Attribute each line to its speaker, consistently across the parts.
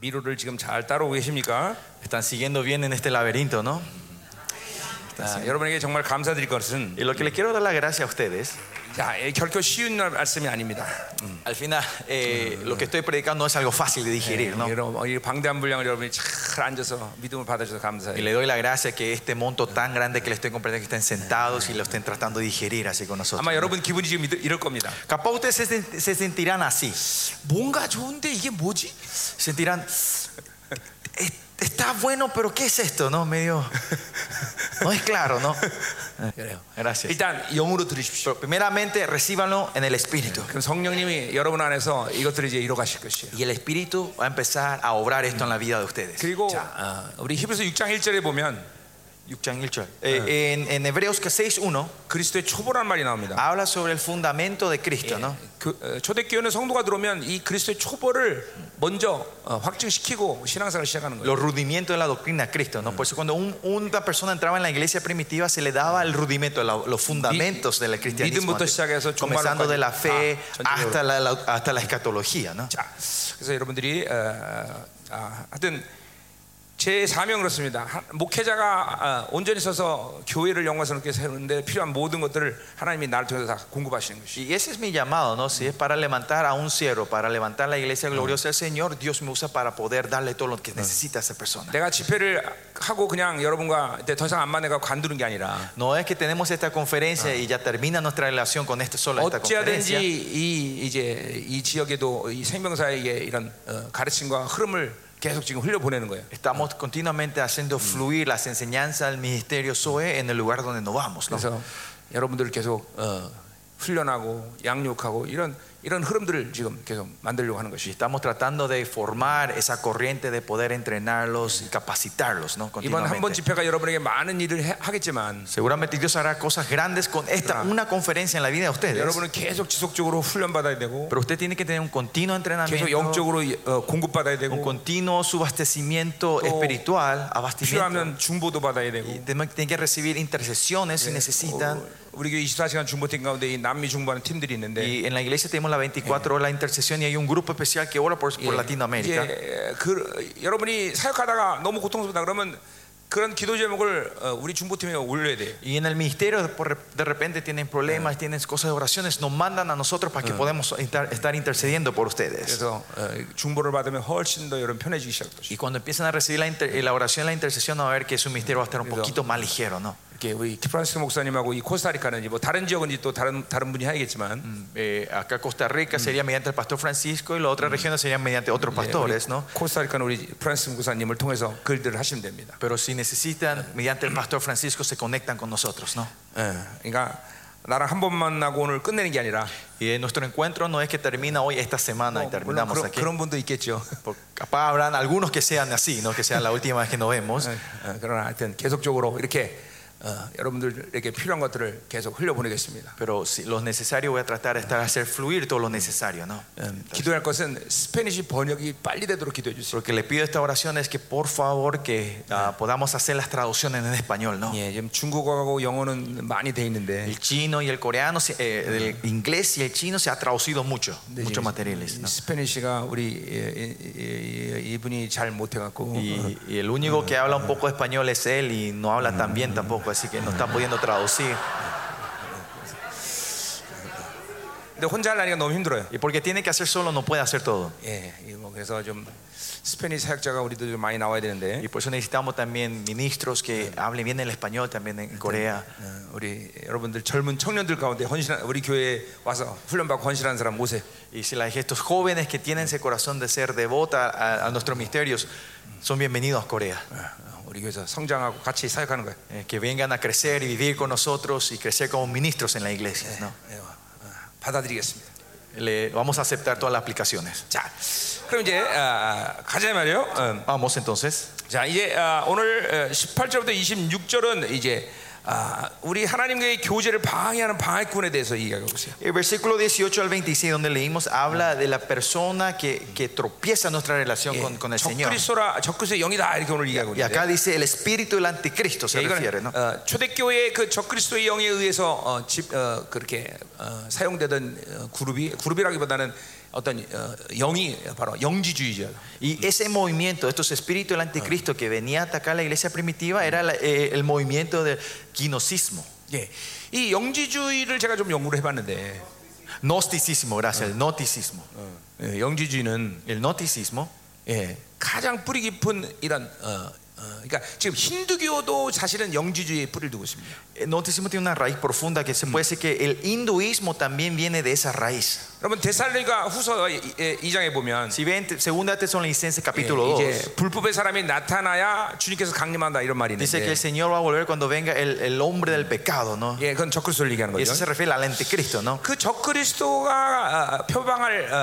Speaker 1: 미로를 지금 잘 따라오고 계십니까?
Speaker 2: Están siguiendo bien en este laberinto, ¿no?
Speaker 1: 자, 여러분에게 정말 감사드릴 것은
Speaker 2: Y lo que les quiero dar la gracia a ustedes,
Speaker 1: 자, 예, 결코 쉬운 날- 말씀이 아닙니다.
Speaker 2: al final eh, lo que estoy predicando no es algo fácil de digerir, ¿no?
Speaker 1: 여러분, 어, 이 방대한 분량을 여러분이 잘 앉아서 믿음을 받아주셔서
Speaker 2: Y
Speaker 1: 감사해요.
Speaker 2: le doy la gracia que este monto tan grande que les estoy comprendiendo que estén sentados y lo estén tratando de digerir así con nosotros.
Speaker 1: 아마 여러분 기분이 지금 이들- 이럴 겁니다.
Speaker 2: Capaz ustedes se, sen- se sentirán así.
Speaker 1: 뭔가 좋은데 이게 뭐지?
Speaker 2: Sentirán, "Es- está bueno, pero ¿qué es esto? No, medio. No es claro, ¿no?
Speaker 1: 그래요.
Speaker 2: Gracias.
Speaker 1: 일단 영으로 들으십시오.
Speaker 2: Pero primeramente, recíbanlo en el Espíritu.
Speaker 1: 그럼 성령님이 여러분 안에서 이것들을 이제 이뤄가실 것이에요.
Speaker 2: Y el Espíritu va a empezar a obrar esto en la vida de ustedes.
Speaker 1: 그리고 어, 우리 히브리서 6장 1절에 보면
Speaker 2: Eh, en, en Hebreos que 6.1
Speaker 1: 그리스도의 초보란 말이 나옵니다.
Speaker 2: habla sobre el fundamento de Cristo, ¿no?
Speaker 1: 그, 어, 초대교회는 성도가 들어오면 이 그리스도의 초보를 먼저 어, 확증시키고 신앙생활을 시작하는 거예요.
Speaker 2: Los rudimientos de la doctrina de Cristo, ¿no? Por eso cuando un- una persona entraba en la iglesia primitiva se le daba el rudimento, la- los fundamentos del cristianismo.
Speaker 1: 믿음부터 시작해서
Speaker 2: Comenzando de la
Speaker 1: 아,
Speaker 2: fe
Speaker 1: 전체적으로.
Speaker 2: hasta la, la- hasta la escatología, ¿no?
Speaker 1: 자, 그래서 여러분들이 어, 아, 하여튼 제 사명 그렇습니다. 하- 목회자가 아, 온전히 서서 교회를 영광스럽게 세우는데 필요한 모든 것들을 하나님이 나를 통해서 다 공급하시는 것이.
Speaker 2: Y ese es mi llamado, ¿no? Si es para levantar a un siervo, para levantar la iglesia gloriosa del Señor, Dios me usa para poder darle todo lo que necesita a esa persona.
Speaker 1: 내가 집회를 하고 그냥 여러분과 이제 더 이상 안 만나가 관두는 게 아니라
Speaker 2: No es que tenemos esta conferencia y ya termina nuestra relación con este solo esta
Speaker 1: 어찌하든지
Speaker 2: conferencia.
Speaker 1: 이 이제 이 지역에도 이 생명사에게 이런 어, 가르침과 흐름을 계속 지금 흘려 보내는 거예요.
Speaker 2: Estamos continuamente haciendo fluir las enseñanzas del ministerio Zoe en el lugar donde nos vamos, ¿no?
Speaker 1: 그래서 여러분들을 계속 어, 훈련하고 양육하고 이런 이런 흐름들을 지금 계속 만들려고 하는
Speaker 2: Y
Speaker 1: 것이
Speaker 2: estamos tratando de formar esa corriente de poder entrenarlos y capacitarlos, ¿no?
Speaker 1: 이번 한 번
Speaker 2: Continuamente.
Speaker 1: 집회가 여러분에게 많은 일을 해- 하겠지만
Speaker 2: Seguramente Dios hará cosas grandes con esta una conferencia en la vida de ustedes.
Speaker 1: 여러분은 계속 지속적으로 훈련 받아야 되고
Speaker 2: Pero usted tiene que tener un
Speaker 1: 계속
Speaker 2: continuo entrenamiento,
Speaker 1: 영적으로 어, 공급 받아야
Speaker 2: un
Speaker 1: 되고
Speaker 2: continuo subastecimiento
Speaker 1: 또
Speaker 2: espiritual,
Speaker 1: 네.
Speaker 2: abastecimiento.
Speaker 1: 필요하면 중보도 받아야
Speaker 2: Y
Speaker 1: 되고
Speaker 2: tiene tiene que recibir intercesiones si necesitan.
Speaker 1: 어, 우리 교회 24시간 중보팀 가운데 이 남미 중보하는 팀들이 있는데
Speaker 2: Y en la iglesia tenemos la 24 horas de intercesión y hay un grupo especial que ora por, por Latinoamérica.
Speaker 1: 이제 예, 그, 여러분이 사역하다가 너무 고통스럽다 그러면 그런 기도 제목을 어, 우리 중보팀에 올려야 돼요.
Speaker 2: Y en el ministerio de- por- de repente tienen problemas, tienen cosas de oraciones, nos mandan a nosotros para que podamos estar, estar intercediendo por ustedes.
Speaker 1: 그래서 어, 중보를 받으면 훨씬 더 여러분 편해지기 시작했죠.
Speaker 2: Y cuando empiezan a recibir la, inter- eh, la oración, la intercesión, a ver que su ministerio va a estar un poquito más ligero, ¿no?
Speaker 1: 이렇게 우리 프란시스 목사님하고 이 코스타리카는 뭐 다른 지역은 또 다른 다른 분이 하겠지만
Speaker 2: Eh, acá Costa Rica sería mediante el pastor Francisco y las otras regiones serían mediante otros pastores, ¿no?
Speaker 1: 코스타리카는 우리 프란시스 목사님을 통해서 그 일들을 하시면 됩니다.
Speaker 2: Pero si necesitan, mediante el pastor Francisco se conectan con nosotros, ¿no?
Speaker 1: 예, 그러니까 나랑 한 번 만나고 오늘 끝내는 게 아니라
Speaker 2: Y eh, nuestro encuentro no es que termina hoy esta semana y
Speaker 1: 뭐, 물론
Speaker 2: terminamos
Speaker 1: 그런,
Speaker 2: aquí.
Speaker 1: 그런 분도 있겠죠.
Speaker 2: Por- Capaz habrán algunos que sean así, ¿no? Que sea la última vez que nos vemos.
Speaker 1: 어, 그러나 하여튼 계속적으로 이렇게 어, 여러분들에게 필요한 것들을 계속 흘려보내겠습니다.
Speaker 2: Pero si lo necesario voy a tratar de estar, hacer fluir todo lo necesario, ¿no?
Speaker 1: 음, 기도할 것은 스페니시 번역이 빨리 되도록 기도해 주세요.
Speaker 2: Lo que le pido a esta oración es que por favor que ah, podamos hacer las traducciones en español, ¿no?
Speaker 1: 예, 지금 예. 중국어하고 영어는 많이 돼 있는데
Speaker 2: El chino y el coreano, se- eh, el inglés y el chino se ha traducido mucho,
Speaker 1: 근데
Speaker 2: muchos
Speaker 1: 지금
Speaker 2: materiales,
Speaker 1: 이
Speaker 2: ¿no?
Speaker 1: 스페니시가 우리 예, 예, 예, 예, 이분이 잘 못해갖고
Speaker 2: Y, y el único que habla un poco español es él y no habla tan bien tampoco, así que no está pudiendo traducir.
Speaker 1: 근데 혼자 하려니까 너무 힘들어요.
Speaker 2: Y porque tiene que hacer solo, no puede hacer todo.
Speaker 1: 예, 이뭐 그래서 좀 스페니시 사역자가 우리도 좀 많이 나와야 되는데
Speaker 2: Y por eso necesitamos también ministros que hablen bien el español también en Corea.
Speaker 1: 어, 우리 여러분들 젊은 청년들 가운데 헌신한 우리 교회에 와서 훈련받고 헌신하는 사람 오세요.
Speaker 2: Y si la dije, estos jóvenes que tienen ese corazón de ser devota a, a nuestros misterios, son bienvenidos a Corea.
Speaker 1: 어, 우리 교회에서 성장하고 같이 사역하는 거예요.
Speaker 2: Eh, que vengan a crecer y vivir con nosotros y crecer como ministros en la iglesia. ¿no?
Speaker 1: 예, 어, 어, 받아들이겠습니다.
Speaker 2: Le, vamos a aceptar todas las aplicaciones.
Speaker 1: 자, 그럼 이제 아, 가자 말이요. 음,
Speaker 2: Vamos entonces.
Speaker 1: 자, 이제 아, 오늘 18절부터 26절은 이제 아, 우리 하나님과의 교제를 방해하는 방해꾼에 대해서 이야기하고 있어요.
Speaker 2: El versículo 18 al 26, donde leímos, habla de la persona que, que tropieza nuestra relación con, con el Señor.
Speaker 1: 적그리스도라 적그리스도의 영이다 이렇게 오늘 이야기하고
Speaker 2: Y
Speaker 1: 있는데.
Speaker 2: acá dice el espíritu del anticristo, se
Speaker 1: 예, 이거는,
Speaker 2: refiere, ¿no?
Speaker 1: 어, 초대교회의 그 적그리스도의 영에 의해서 어, 집, 어, 그렇게 어, 사용되던 어, 그룹이 그룹이라기보다는 어떤 어, 영이 바로 영지주의죠.
Speaker 2: Y ese movimiento, estos espíritus del anticristo que venía a atacar la iglesia primitiva, era la- eh, el movimiento del gnosticismo.
Speaker 1: 예, 이 영지주의를 제가 좀 연구를 해봤는데
Speaker 2: Gnosticismo, gracias, el gnosticismo.
Speaker 1: 예, 영지주의는
Speaker 2: El gnosticismo
Speaker 1: 예, 가장 뿌리 깊은 이런 어, 어, 그러니까 지금 힌두교도 사실은 영지주의에 뿌리를 두고 있습니다.
Speaker 2: El gnosticismo tiene una raíz profunda que se puede decir que el hinduismo también viene de esa raíz.
Speaker 1: 여러분 데살로니가 후서 예, 2장에 보면
Speaker 2: Si ven, te- segunda Tesalonicenses
Speaker 1: 예,
Speaker 2: capítulo 2,
Speaker 1: 이제 불법의 사람이 나타나야 주님께서 강림한다 이런 말이
Speaker 2: dice que
Speaker 1: 있는데
Speaker 2: el Señor va a volver cuando venga el, el hombre del pecado, ¿no?
Speaker 1: 예, 그건 적그리스도를 얘기하는 거죠.
Speaker 2: Y eso se refiere al anticristo, ¿no?
Speaker 1: 그 적그리스도가 어, 표방할 어,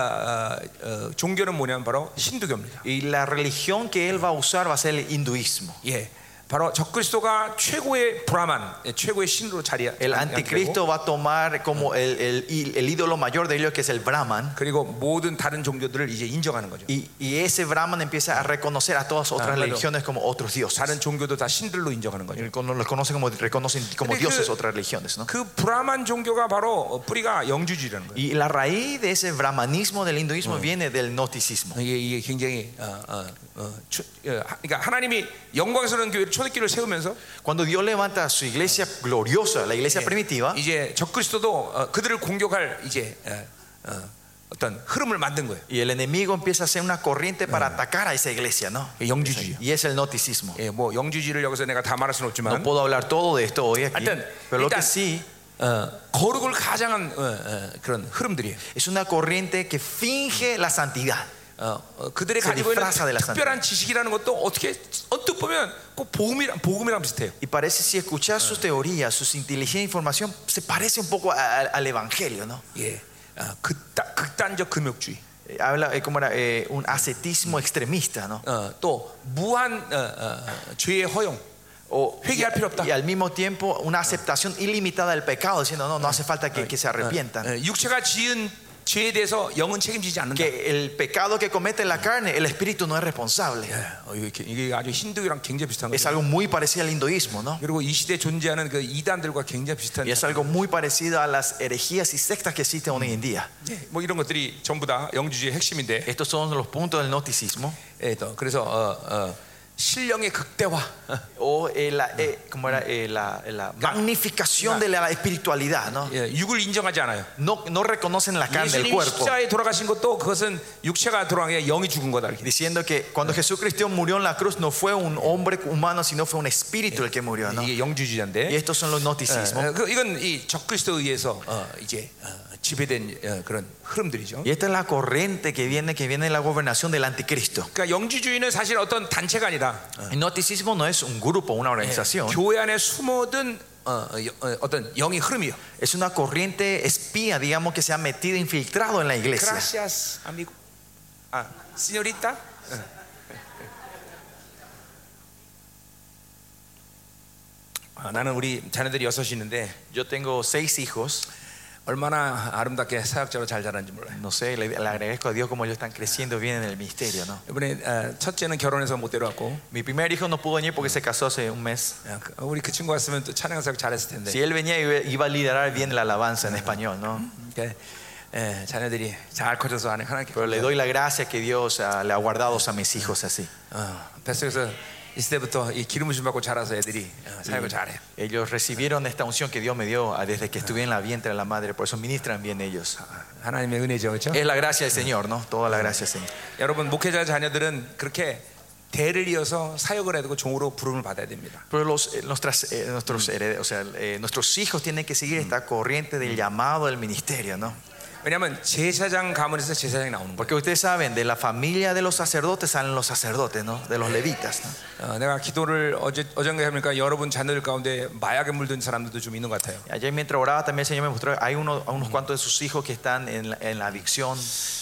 Speaker 1: 어, 어, 종교는 뭐냐면 바로 힌두교입니다.
Speaker 2: Y la religión que él va a usar va a ser el hinduismo.
Speaker 1: 예, 바로 적그리스도가 최고의 브라만, 예, 최고의 신으로 자리.
Speaker 2: El anticristo va a tomar como el, el- el ídolo mayor de ellos, que es el Brahman.
Speaker 1: 그리고 모든 다른 종교들을 이제 인정하는 거죠.
Speaker 2: Y, y ese Brahman empieza a reconocer a todas otras
Speaker 1: Ah, claro.
Speaker 2: religiones como otros
Speaker 1: 다른
Speaker 2: dioses.
Speaker 1: 종교도 다 신들로 인정하는 거죠.
Speaker 2: Y cono- Los conocen como, reconocen como
Speaker 1: Pero que-
Speaker 2: dioses otras religiones, ¿no?
Speaker 1: 그 브라만 종교가 바로 어, 뿌리가 영주주의라는 거예요.
Speaker 2: Y la raíz de ese brahmanismo del hinduismo
Speaker 1: Mm.
Speaker 2: viene del gnosticismo.
Speaker 1: 이게, 이게 굉장히 어, 어, 어, 추- 어, 하- 그러니까 하나님이 영광스러운 교회 초대교를 세우면서
Speaker 2: Cuando Dios levanta a su iglesia gloriosa, la iglesia primitiva,
Speaker 1: 이제 적그리스도도 어, 그들을 공격할 이제 어, 어, 어떤 흐름을 만든 거예요.
Speaker 2: y el enemigo empieza a hacer una corriente para
Speaker 1: Mm.
Speaker 2: atacar a esa iglesia, ¿no?
Speaker 1: 예, 영주주의.
Speaker 2: Y es el gnosticismo.
Speaker 1: 예, 뭐 영주주의를 여기서 내가 다 말할 수는
Speaker 2: No
Speaker 1: 없지만
Speaker 2: puedo hablar todo de esto hoy aquí,
Speaker 1: Antes,
Speaker 2: pero lo que
Speaker 1: 일단-
Speaker 2: sí
Speaker 1: 어, 거룩을 가장한 어, 어, 그런 흐름들이에요.
Speaker 2: es una corriente que finge la santidad.
Speaker 1: 어, 어, 그들이
Speaker 2: Se
Speaker 1: 가지고 있는
Speaker 2: disfraza de la
Speaker 1: 특별한 지식이라는 것도 어떻게 언뜻 보면 꼭 복음이랑 복음이랑 비슷해요.
Speaker 2: Y parece si escuchas sus teorías, sus inteligencia e información, se parece un poco a- a- al evangelio, ¿no?
Speaker 1: 예, 어, 극단, 극단적 금욕주의,
Speaker 2: Eh, Habla eh, como era Eh, un ascetismo extremista, ¿no?
Speaker 1: 어, 또 무한 어, 어, 죄의 허용.
Speaker 2: O-
Speaker 1: 회개할 필요 없다.
Speaker 2: y al mismo tiempo una aceptación ilimitada del pecado, diciendo no, no hace falta que, que se arrepientan.
Speaker 1: 어, 육체가 지은 죄에 대해서 영은 책임지지 않는다.
Speaker 2: Que el pecado que comete la carne, el espíritu no es responsable.
Speaker 1: 어, 이게, 이게 아주 힌두교랑 굉장히 비슷한
Speaker 2: Es
Speaker 1: 거예요.
Speaker 2: algo muy parecido al hinduismo, ¿no?
Speaker 1: 그리고 이 시대에 존재하는 그 이단들과 굉장히 비슷한
Speaker 2: Y es algo muy parecido a las herejías y sectas que existen hoy en día.
Speaker 1: 예, 뭐 이런 것들이 전부 다 영주주의 핵심인데
Speaker 2: Estos son los puntos del gnosticismo.
Speaker 1: 예, 또 그래서 어, 어, 신령의 극대화
Speaker 2: O eh, la, eh, ¿cómo era? Eh, la, la magnificación de la espiritualidad, ¿no?
Speaker 1: 예, 육을 인정하지 않아요.
Speaker 2: No, no reconocen la carne, el
Speaker 1: 예수님이
Speaker 2: cuerpo.
Speaker 1: 십자에 돌아가신 것도 그것은 육체가 돌아간 게 영이 죽은 거다. 이렇게.
Speaker 2: Diciendo que cuando Jesucristo murió en la cruz no fue un hombre humano, sino fue un espíritu el que murió, ¿no?
Speaker 1: 이게 영주주의자인데
Speaker 2: Y estos son los
Speaker 1: 어,
Speaker 2: gnosticismos.
Speaker 1: 어, 그, 이건 이 적그리스도에 의해서 어, 이제 어, 지배된 어, 그런 흐름들이죠.
Speaker 2: Y esta es la corriente que viene, que viene de la gobernación del anticristo.
Speaker 1: 그러니까 영주주의는 사실 어떤 단체가 아니라
Speaker 2: El gnosticismo no es un grupo, una organización.
Speaker 1: 교회 안에 숨어든 어, 어, 여- 어, 어떤 영의 흐름이요.
Speaker 2: Es una corriente espía, digamos, que se ha metido, infiltrado en la iglesia.
Speaker 1: Gracias, amigo. Ah, señorita. 예. 아, 나는 우리 자녀들이 여섯이 있는데
Speaker 2: Yo tengo seis hijos.
Speaker 1: 얼마나 아름답게 사역자로 잘 자라는지 몰라요.
Speaker 2: No sé, le, le agradezco a Dios como ellos están creciendo bien en el ministerio, ¿no?
Speaker 1: 이번에 아, 첫째는 결혼해서 못 데려왔고
Speaker 2: Mi primer hijo no pudo venir porque se casó hace un mes.
Speaker 1: 아, 그- 우리 그 친구 왔으면 또 찬양 사역 잘했을 텐데
Speaker 2: Si él venía, iba- iba a liderar bien la alabanza en español, ¿no?
Speaker 1: 이렇게, 예, 자녀들이 잘 커져서 하는 하나님께
Speaker 2: Pero le doy la gracia que Dios ah, le ha guardado a mis hijos así.
Speaker 1: 어, 뱃속에서 있을 때부터 이 기름 부심 받고 자라서 애들이 어, 사역을
Speaker 2: 음.
Speaker 1: 잘해.
Speaker 2: pues, Ellos recibieron esta unción que Dios me dio ah, desde que estuve en la vientre de la madre, por eso ministran bien ellos.
Speaker 1: 아, 하나님의 은혜죠, 그렇죠?
Speaker 2: Es la gracia del Señor, ¿no? Toda la gracia del Señor.
Speaker 1: 여러분 목회자 자녀들은 그렇게 대를 이어서 사역을 해야 되고 종으로 부름을 받아야 됩니다.
Speaker 2: Pero los, eh, nuestras, eh, nuestros, herede- o sea, eh, nuestros hijos tienen que seguir esta corriente del llamado del ministerio, ¿no?
Speaker 1: 왜냐하면 제사장 가문에서 제사장이 나오는 거예요.
Speaker 2: Porque ustedes saben, de la familia de los sacerdotes salen los sacerdotes, ¿no? De los levitas, ¿no?
Speaker 1: 어, 내가 기도를 어제 어젠가 해보니까 여러분 자녀들 가운데 마약에 물든 사람들도 좀 있는 것 같아요.
Speaker 2: Ayer mientras oraba también el Señor me mostró, hay uno- unos cuantos de sus hijos que están en la, en la adicción,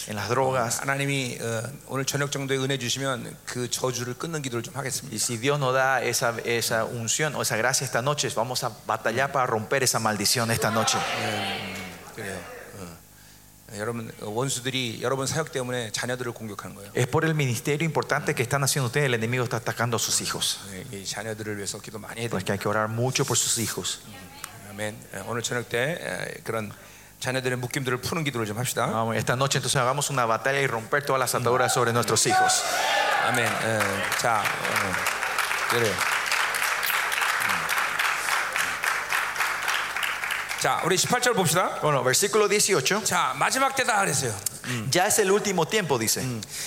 Speaker 2: en las drogas.
Speaker 1: 하나님이 어, 오늘 저녁 정도에 은혜 주시면 그 저주를 끊는 기도를 좀
Speaker 2: Y
Speaker 1: 하겠습니다.
Speaker 2: si Dios nos da esa, esa unción o esa gracia esta noche, vamos a batallar para romper esa maldición esta noche.
Speaker 1: 그래요. 어. 여러분 어, 원수들이 여러분 사역 때문에 자녀들을 공격하는 거예요.
Speaker 2: Es por el ministerio importante que están haciendo ustedes, el enemigo está atacando a sus hijos. Pues
Speaker 1: 예, 이 자녀들을 위해서 기도 많이 해야 됩니다.
Speaker 2: Porque hay que orar mucho por sus hijos.
Speaker 1: 아멘. 예, 오늘 저녁 때 예, 그런 자녀들의 묶임들을 푸는 기도를 좀 합시다.
Speaker 2: Vamos, esta noche entonces hagamos una batalla y romper todas las ataduras sobre nuestros hijos.
Speaker 1: 아멘. 예, 자, 어, 그래요. 음. 자, 우리 18절 봅시다.
Speaker 2: Bueno, versículo 18.
Speaker 1: 자, 마지막 때다 그랬어요.
Speaker 2: Ya es el último tiempo, dice.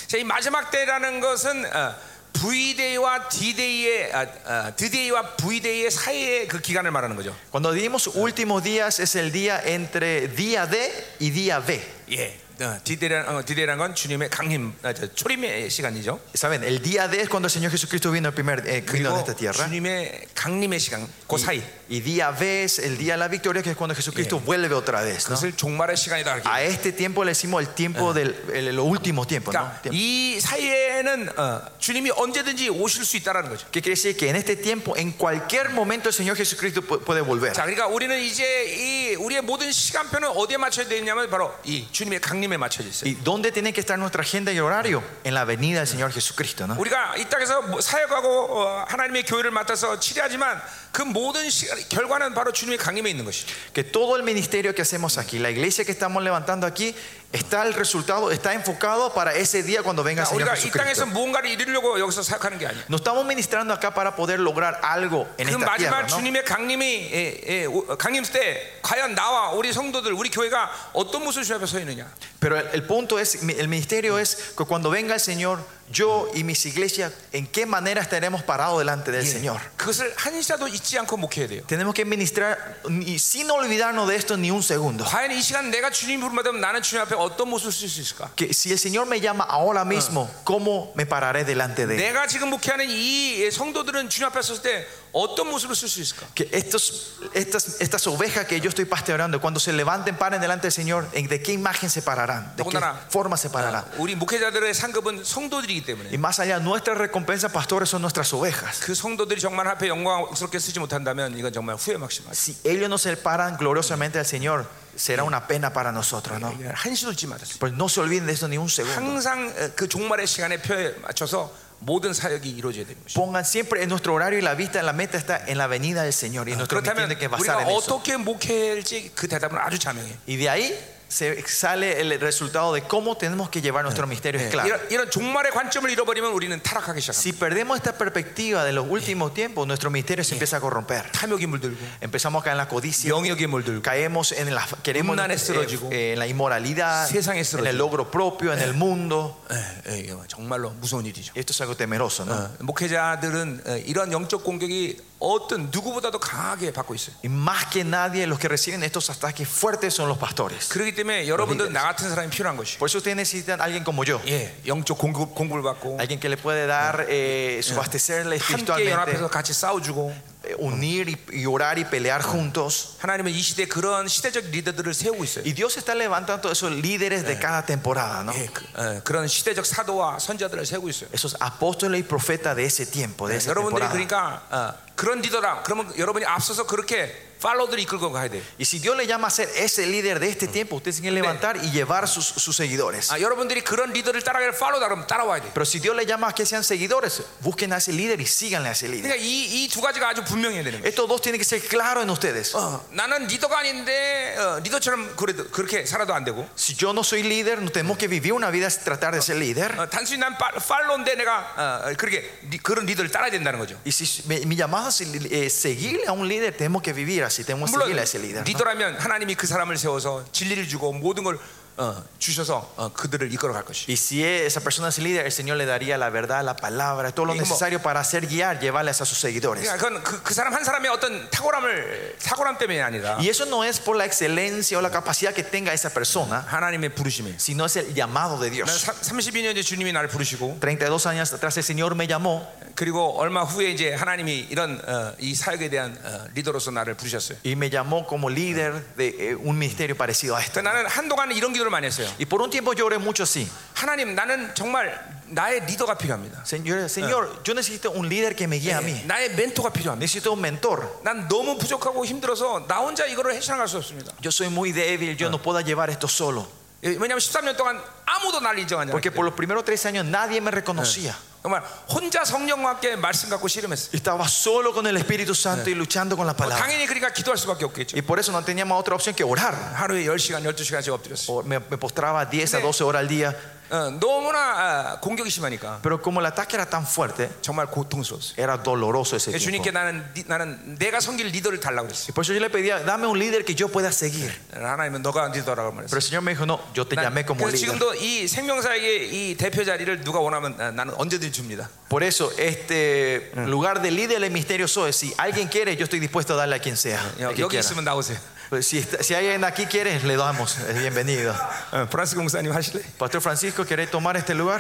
Speaker 1: 자, 이 마지막 때라는 것은 어, V데이와 D데이의 아, 아, D데이와 V데이의 사이의 그 기간을 말하는 거죠.
Speaker 2: Cuando dimos últimos días es el día entre día D y día B.
Speaker 1: 예. 어, D데이라는 어, D데이라는 건 주님의 강림, 아, 저, 초림의 시간이죠.
Speaker 2: Saben, el día D es cuando el Señor Jesucristo vino el primer eh, vino en
Speaker 1: 그리고
Speaker 2: esta tierra.
Speaker 1: 주님의 강림의 sigan, 그 사이.
Speaker 2: Y, y día B es el día de la victoria, que es cuando Jesucristo vuelve otra vez. ¿no?
Speaker 1: 그것을 종말의 시간이다 이렇게.
Speaker 2: A este tiempo le decimos el tiempo del el, el último tiempo. ¿no?
Speaker 1: 그러니까
Speaker 2: Tiempo.
Speaker 1: 이 사이에는 어, 주님이 언제든지 오실 수 있다라는 거죠.
Speaker 2: ¿Qué quiere decir? Que en este tiempo, en cualquier momento, el Señor Jesucristo pu- puede volver.
Speaker 1: 자, 그러니까 우리는 이제 이 우리의 모든 시간표는 어디에 맞춰야 되냐면 바로 이 주님의 강림에 맞춰져 있어요.
Speaker 2: ¿Y dónde tiene que estar nuestra agenda y horario? En la venida del Señor Jesucristo. ¿no?
Speaker 1: 우리가 이 땅에서 뭐 사역하고 어, 하나님의 교회를 맡아서 치료하지만 그 모든 시간, 결과는 바로 주님의 강림에 있는 것이죠.
Speaker 2: Que todo el ministerio que hacemos aquí, la iglesia que estamos levantando aquí, está el resultado, está enfocado para ese día cuando venga el
Speaker 1: 그러니까
Speaker 2: Señor
Speaker 1: 우리가 이 땅에서
Speaker 2: Jesucristo.
Speaker 1: 무언가를 이루려고 여기서 사역하는 게 아니에요.
Speaker 2: No estamos ministrando acá para poder lograr algo en
Speaker 1: 그
Speaker 2: esta
Speaker 1: 마지막
Speaker 2: tierra, ¿no?
Speaker 1: 주님의 강림이 예, 예, 오- 강림 때 과연 나와 우리 성도들 우리 교회가 어떤 모습 앞에 서 있느냐.
Speaker 2: Pero el, el punto es, mi- el ministerio es que cuando venga el Señor, yo y mis iglesias, ¿en qué manera estaremos parados delante del Señor?
Speaker 1: 그것을 한 시라도 잊지 않고 목회해야 돼요.
Speaker 2: Tenemos que ministrar y sin olvidarnos de esto ni un segundo.
Speaker 1: 과연 이 시간 내가 주님 부르면 나는 주님 앞에 어떤 모습을 쓸 수 있을까?
Speaker 2: Que si el Señor me llama ahora mismo, ¿cómo me pararé delante de Él?
Speaker 1: 내가 지금 목회하는 이 예, 성도들은 주님 앞에 섰을 때 어떤 모습을 쓸 수 있을까?
Speaker 2: Que estos, estas, estas ovejas que yo estoy pastoreando, cuando se levanten, paren delante del Señor, ¿en- ¿de qué imagen se pararán? ¿De qué
Speaker 1: Tocondana.
Speaker 2: forma se pararán?
Speaker 1: 우리 목회자들의 상급은 성도들이기
Speaker 2: Y
Speaker 1: 때문에
Speaker 2: más allá, nuestra recompensa, pastores, son nuestras ovejas.
Speaker 1: 그 성도들이 정말 앞에 영광스럽게 쓰지 못한다면 이건 정말 후회 막심하죠.
Speaker 2: Si ellos no se paran gloriosamente al Señor, será una pena para nosotros, ¿no?
Speaker 1: 예, 한시도 잊지 말았어요.
Speaker 2: Pues no se olviden de eso ni un segundo.
Speaker 1: 항상 어, 그 종말의 시간의 표에 맞춰서 모든 사역이 이루어져야 되는 것이죠.
Speaker 2: Pongan siempre en nuestro horario y la vista, la meta está en la venida del Señor. Y nuestro ministerio
Speaker 1: 그렇다면
Speaker 2: tiene que
Speaker 1: 우리가
Speaker 2: basar en eso.
Speaker 1: 어떻게 목회할지 그 대답은 아주 자명해요.
Speaker 2: Y de ahí se sale el resultado de cómo tenemos que llevar nuestro ministerio.
Speaker 1: eh.
Speaker 2: Es claro.
Speaker 1: 예. 이런, 이런 종말의 관점을 잃어버리면 우리는 타락하기 그러니까 시작합니다.
Speaker 2: Si perdemos esta perspectiva de los últimos tiempos, nuestro ministerio se empieza a corromper.
Speaker 1: 탐욕이 물들고
Speaker 2: Empezamos a caer en la codicia,
Speaker 1: 영역이 물들고
Speaker 2: caemos en la, queremos,
Speaker 1: 음란에
Speaker 2: eh,
Speaker 1: 쓰러지고,
Speaker 2: eh, en la inmoralidad,
Speaker 1: 세상에
Speaker 2: en
Speaker 1: 쓰러지고.
Speaker 2: el logro propio, en el mundo.
Speaker 1: 예, 예, 이거 정말로 무서운 일이죠. 예.
Speaker 2: Esto es algo temeroso, ¿no?
Speaker 1: 목회자들은 어, 이런 영적 공격이 어떤 누구보다도 강하게 받고 있어요.
Speaker 2: Y más que nadie, los que reciben estos ataques fuertes son los pastores.
Speaker 1: 그렇기 때문에 여러분들 나 같은 사람이 필요한 것이.
Speaker 2: Por eso ustedes necesitan a alguien como yo,
Speaker 1: 예, 영적 공급 공급을 받고
Speaker 2: alguien que le puede dar, eh, subastecerle
Speaker 1: 함께
Speaker 2: espiritualmente,
Speaker 1: 연합해서 같이 싸워주고
Speaker 2: eh, unir y- y orar y pelear juntos.
Speaker 1: 하나님은 이 시대 그런 시대적 리더들을 세우고 있어요.
Speaker 2: Y Dios está levantando esos líderes de cada temporada, ¿no?
Speaker 1: 예, 그, 예, 그런 시대적 사도와 선자들을 세우고 있어요.
Speaker 2: Esos apóstoles y profetas de ese tiempo,
Speaker 1: Eh,
Speaker 2: de esa
Speaker 1: 네, 여러분들이
Speaker 2: temporada.
Speaker 1: 그러니까 어, 그런 리더다. 그러면 여러분이 앞서서 그렇게 팔로우들이 이끌고 가야 돼요.
Speaker 2: Y si Dios le llama a ser ese líder de este tiempo, usted tiene que levantar y llevar sus, sus seguidores.
Speaker 1: 아, 여러분들이 그런 리더를 따라가길 팔로우다 그러면 따라와야 돼요.
Speaker 2: Pero si Dios le llama a que sean seguidores, busquen a ese líder y síganle a ese líder.
Speaker 1: 그러니까 이 이 두 가지가 아주 분명해야 되는 거예요.
Speaker 2: Estos dos tienen que ser claros en ustedes.
Speaker 1: 어, 나는 리더가 아닌데 어, 리더처럼 그래도 그렇게 살아도 안 되고
Speaker 2: Si yo no soy líder, no tenemos que vivir una vida tratar de ser líder.
Speaker 1: 어, 단순히 난 팔- 팔로인데 내가 어, 어, 그렇게 리- 그런 리더를 따라야 된다는 거죠.
Speaker 2: Y si mi, mi llamado es eh, seguirle a un líder, tenemos que vivir así, tenemos que
Speaker 1: 물론
Speaker 2: seguirle a ese líder. ¿no?
Speaker 1: 리더라면 하나님이 그 사람을 세워서 진리를 주고 모든 걸 어, 주셔서 어, 그들을 이끌어갈 것이.
Speaker 2: Y si e, esa persona es líder, el Señor le daría la verdad, la palabra, todo lo
Speaker 1: Y como-
Speaker 2: necesario para hacer guiar, llevarles a sus seguidores.
Speaker 1: 그러니까 그건 그, 그 사람 한 사람의 어떤 탁월함을 탁월함 때문이 아니라
Speaker 2: Y eso no es por la excelencia o la capacidad que tenga esa persona,
Speaker 1: 하나님의 부르심이에요.
Speaker 2: sino es el llamado de
Speaker 1: 난
Speaker 2: Dios.
Speaker 1: 32년째 주님이 나를 부르시고
Speaker 2: 32 años atrás el Señor me llamó
Speaker 1: 그리고 얼마 후에 이제 하나님이 이런 어, 이 사역에 대한 어, 리더로서 나를 부르셨어요.
Speaker 2: y me llamó como líder de eh, un ministerio parecido a este.
Speaker 1: 그러니까 나는 한동안 이런 기도를 많이 했어요.
Speaker 2: Y por un tiempo yo oré mucho así.
Speaker 1: 하나님 나는 정말 나의 리더가 필요합니다. 예,
Speaker 2: Señor, Señor, yo necesito un líder que me guíe a mí.
Speaker 1: 나의 멘토가 필요합니다.
Speaker 2: Necesito un mentor.
Speaker 1: 난 너무 부족하고 힘들어서 나 혼자 이거를 헤쳐나갈 수 없습니다.
Speaker 2: Yo soy muy débil, yo no puedo llevar esto solo.
Speaker 1: 예, 왜냐하면 13년 동안 아무도 날 인정하지 않았기
Speaker 2: Porque por
Speaker 1: 때문에
Speaker 2: los primeros tres años nadie me reconocía.
Speaker 1: 정말 혼자 성령과 함께 말씀 갖고 씨름했어요.
Speaker 2: Y estaba solo con el Espíritu Santo y luchando con la palabra.
Speaker 1: 당연히 그러니까 기도할 수밖에 없겠죠.
Speaker 2: Y por eso no teníamos otra opción que orar.
Speaker 1: 하루에 10시간, 12시간씩 엎드렸어요.
Speaker 2: O- Me, me postraba 10 a 12 horas al día.
Speaker 1: 어, 너무나 아, 공격이 심하니까
Speaker 2: Pero como el ataque era tan fuerte,
Speaker 1: 정말 고통스러웠어요.
Speaker 2: era doloroso ese
Speaker 1: 그래서 주님께
Speaker 2: tiempo.
Speaker 1: 나는 니- 나는 내가 섬길 리더를 달라고 그랬어요.
Speaker 2: Y por eso yo le pedía, dame un líder que yo pueda seguir.
Speaker 1: 하나님은 너가 리더라고
Speaker 2: Pero
Speaker 1: 말했어요.
Speaker 2: el Señor me dijo, no, yo te
Speaker 1: 난-
Speaker 2: llamé como
Speaker 1: 그래서
Speaker 2: líder.
Speaker 1: 지금도 이 생명사에게 이 대표 자리를 누가 원하면 아, 나는 언제든지 줍니다.
Speaker 2: Por eso, este lugar de líder del misterio soy. Si alguien quiere, yo estoy dispuesto a darle a quien sea. al que
Speaker 1: 여기
Speaker 2: quiera.
Speaker 1: 있으면 나오세요.
Speaker 2: Pues Si, está- si alguien aquí quiere, le damos. Es bienvenido.
Speaker 1: 어, 프랑스 공사님 하실래?
Speaker 2: Pastor Francisco, ¿querés tomar este lugar?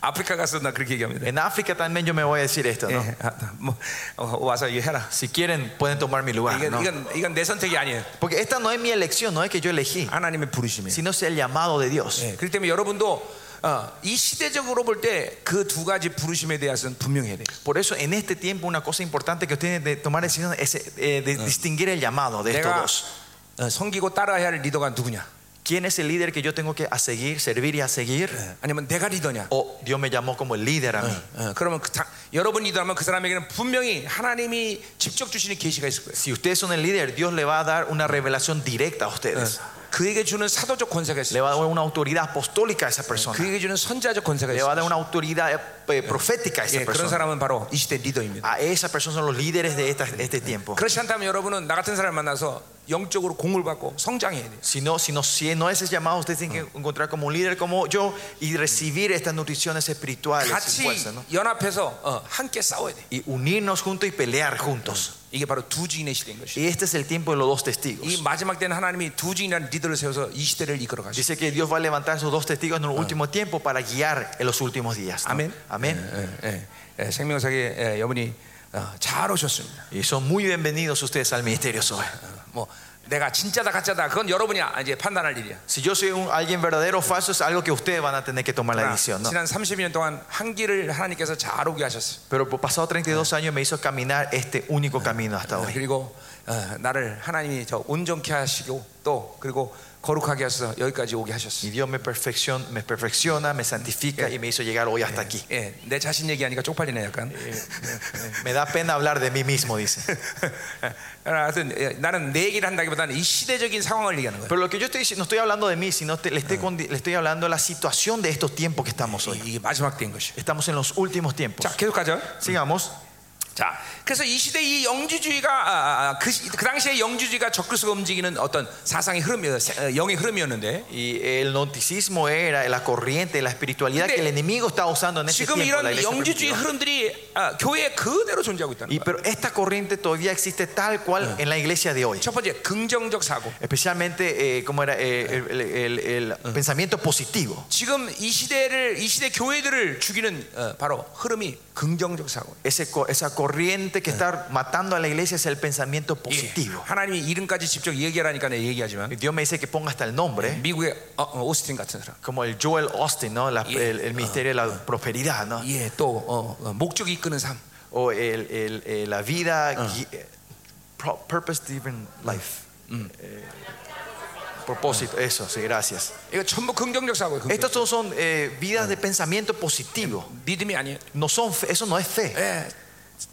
Speaker 1: 아프리카 가서 나 그렇게 얘기합니다.
Speaker 2: En África también yo me voy a decir esto, ¿no?
Speaker 1: 예, 아, 뭐, 어, 와서 이거 해라. 어.
Speaker 2: Si quieren, pueden tomar mi lugar.
Speaker 1: 아, 이건,
Speaker 2: ¿no?
Speaker 1: 이건, 이건 내 선택이 아니에요.
Speaker 2: Porque esta no es mi elección, no es que yo elegí,
Speaker 1: 하나님의 부르심이에요.
Speaker 2: sino es el llamado de Dios.
Speaker 1: 예, 그렇기 때문에 여러분도 어, 이 시대적으로 볼 때 그 두 가지 부르심에 대해서는 분명해야 돼요.
Speaker 2: Por eso, en este tiempo, una cosa importante que ustedes de tomar decisión es eh, de distinguir el llamado de estos
Speaker 1: 내가
Speaker 2: dos.
Speaker 1: 어, 섬기고 따라야 할 리더가 누구냐?
Speaker 2: ¿Quién es el líder que yo tengo que a seguir, servir y a seguir?
Speaker 1: 아니면 내가 리더냐?
Speaker 2: O Dios me llamó como el líder a mí.
Speaker 1: 어, 그러면 그 다- 여러분 리더라면 그 사람에게는 분명히 하나님이 직접 주시는 계시가 있을 거예요.
Speaker 2: Si ustedes son el líder, Dios le va a dar una revelación directa a ustedes.
Speaker 1: Eh. 그에게 주는 사도적 권세가
Speaker 2: Le
Speaker 1: 있어요.
Speaker 2: va a dar una autoridad apostólica a esa persona.
Speaker 1: 그에게 주는 선자적 권세가
Speaker 2: Le va
Speaker 1: 있어요.
Speaker 2: a dar una autoridad eh, profética a esa
Speaker 1: 예, 그런
Speaker 2: persona.
Speaker 1: 사람은 바로 이 시대 리더입니다.
Speaker 2: A esa persona son los líderes de esta- este tiempo.
Speaker 1: 그렇지 않다면 여러분은 나 같은 사람 만나서 영적으로 공을 받고 성장해야 돼요.
Speaker 2: Si no, si no, si no es ese llamado, ustedes tienen que encontrar como un líder como yo y recibir estas nutriciones espirituales y
Speaker 1: 같이
Speaker 2: fuerza, ¿no?
Speaker 1: 연합해서 어, 함께 싸워야 돼요.
Speaker 2: Y unirnos juntos y pelear juntos.
Speaker 1: 이게 바로 두 증인의 시대인 것이죠.
Speaker 2: Y este es el tiempo de los dos testigos.
Speaker 1: 이 마지막 때는 하나님이 두 증인이라는 리더를 세워서 이 시대를 이끌어 가시죠.
Speaker 2: Dice que Dios va a levantar esos dos testigos en el último tiempo para guiar en los últimos días. ¿no?
Speaker 1: Amén.
Speaker 2: Ah. Amén.
Speaker 1: 예, 예, 생명사에 예, 여러분이 어, 잘 오셨습니다.
Speaker 2: Y son muy bienvenidos ustedes al ministerio hoy.
Speaker 1: 뭐 내가 진짜다 가짜다 그건 여러분이 아- 이제 판단할 일이야.
Speaker 2: Si yo soy un- alguien verdadero o falso, es algo que ustedes van a tener que tomar la
Speaker 1: 그러나
Speaker 2: decisión. ¿no?
Speaker 1: 지난 32년 동안 한 길을 하나님께서 잘 오게 하셨어요.
Speaker 2: Pero por pasado 32 años me hizo caminar este único camino hasta hoy.
Speaker 1: 그리고 어, 나를 하나님이 저 온전케 하시고 또 그리고 거룩하게 하셔서 여기까지 오게
Speaker 2: Y
Speaker 1: 하셨어요.
Speaker 2: Dios me, perfeccion- me perfecciona, me santifica y me hizo llegar hoy hasta aquí.
Speaker 1: 예, 내 자신 얘기하니까 쪽팔리네 약간.
Speaker 2: Me da pena hablar de mí mismo, dice.
Speaker 1: 하여튼 예, 나는 내 얘기를 한다기보다는 이 시대적인 상황을 얘기하는 거예요.
Speaker 2: Pero lo que yo estoy diciendo, no estoy hablando de mí, sino te- le, estoy condi- le estoy hablando de la situación de estos tiempos que estamos hoy.
Speaker 1: 이게 마지막 때인 것이.
Speaker 2: Estamos en los últimos tiempos.
Speaker 1: 자, 계속 가죠.
Speaker 2: Sigamos.
Speaker 1: 자, 그래서 이 시대 이 영주주의가 아, 아, 아, 그, 시- 그 당시에 영주주의가 적그리스가 움직이는 어떤 사상의 흐름이었, 어, 영의 흐름이었는데
Speaker 2: Y el noticismo era la corriente, la espiritualidad
Speaker 1: Pero-
Speaker 2: que el enemigo está usando en este
Speaker 1: 지금
Speaker 2: tiempo. la
Speaker 1: 이런
Speaker 2: iglesia
Speaker 1: 영주주의
Speaker 2: primitiva.
Speaker 1: 흐름들이 아, 교회에 그대로 존재하고 있다는
Speaker 2: Y
Speaker 1: 거예요.
Speaker 2: pero esta corriente todavía existe tal cual en la iglesia de hoy.
Speaker 1: 첫 번째 긍정적 사고.
Speaker 2: Especialmente eh, como era eh, el, el- el- el pensamiento positivo.
Speaker 1: 지금 이 시대를 이 시대 교회들을 죽이는 어, 바로 흐름이 긍정적 사고.
Speaker 2: Ese, co- esa corriente que está matando a la iglesia es el pensamiento positivo.
Speaker 1: 예. 하나님이 이름까지 직접 얘기하라니까 내가 얘기하지만
Speaker 2: Y Dios me dice que ponga hasta el nombre,
Speaker 1: 미국의 어, 어, 오스틴 같은 사람.
Speaker 2: como el Joel Austin, ¿no? La-
Speaker 1: Yeah.
Speaker 2: el, el misterio de la prosperidad, ¿no?
Speaker 1: 예, 또 어, 어, 목적이 이끄는 삶.
Speaker 2: O el- el- eh, la vida, gui- eh, pro- purpose driven life. Eh, propósito, eso, sí, gracias.
Speaker 1: 이거 전부 긍정적 사고예요. 긍정.
Speaker 2: Estas todos son eh, vidas de pensamiento positivo.
Speaker 1: 믿음이 아니에요.
Speaker 2: No son, fe- eso no es fe.
Speaker 1: 예,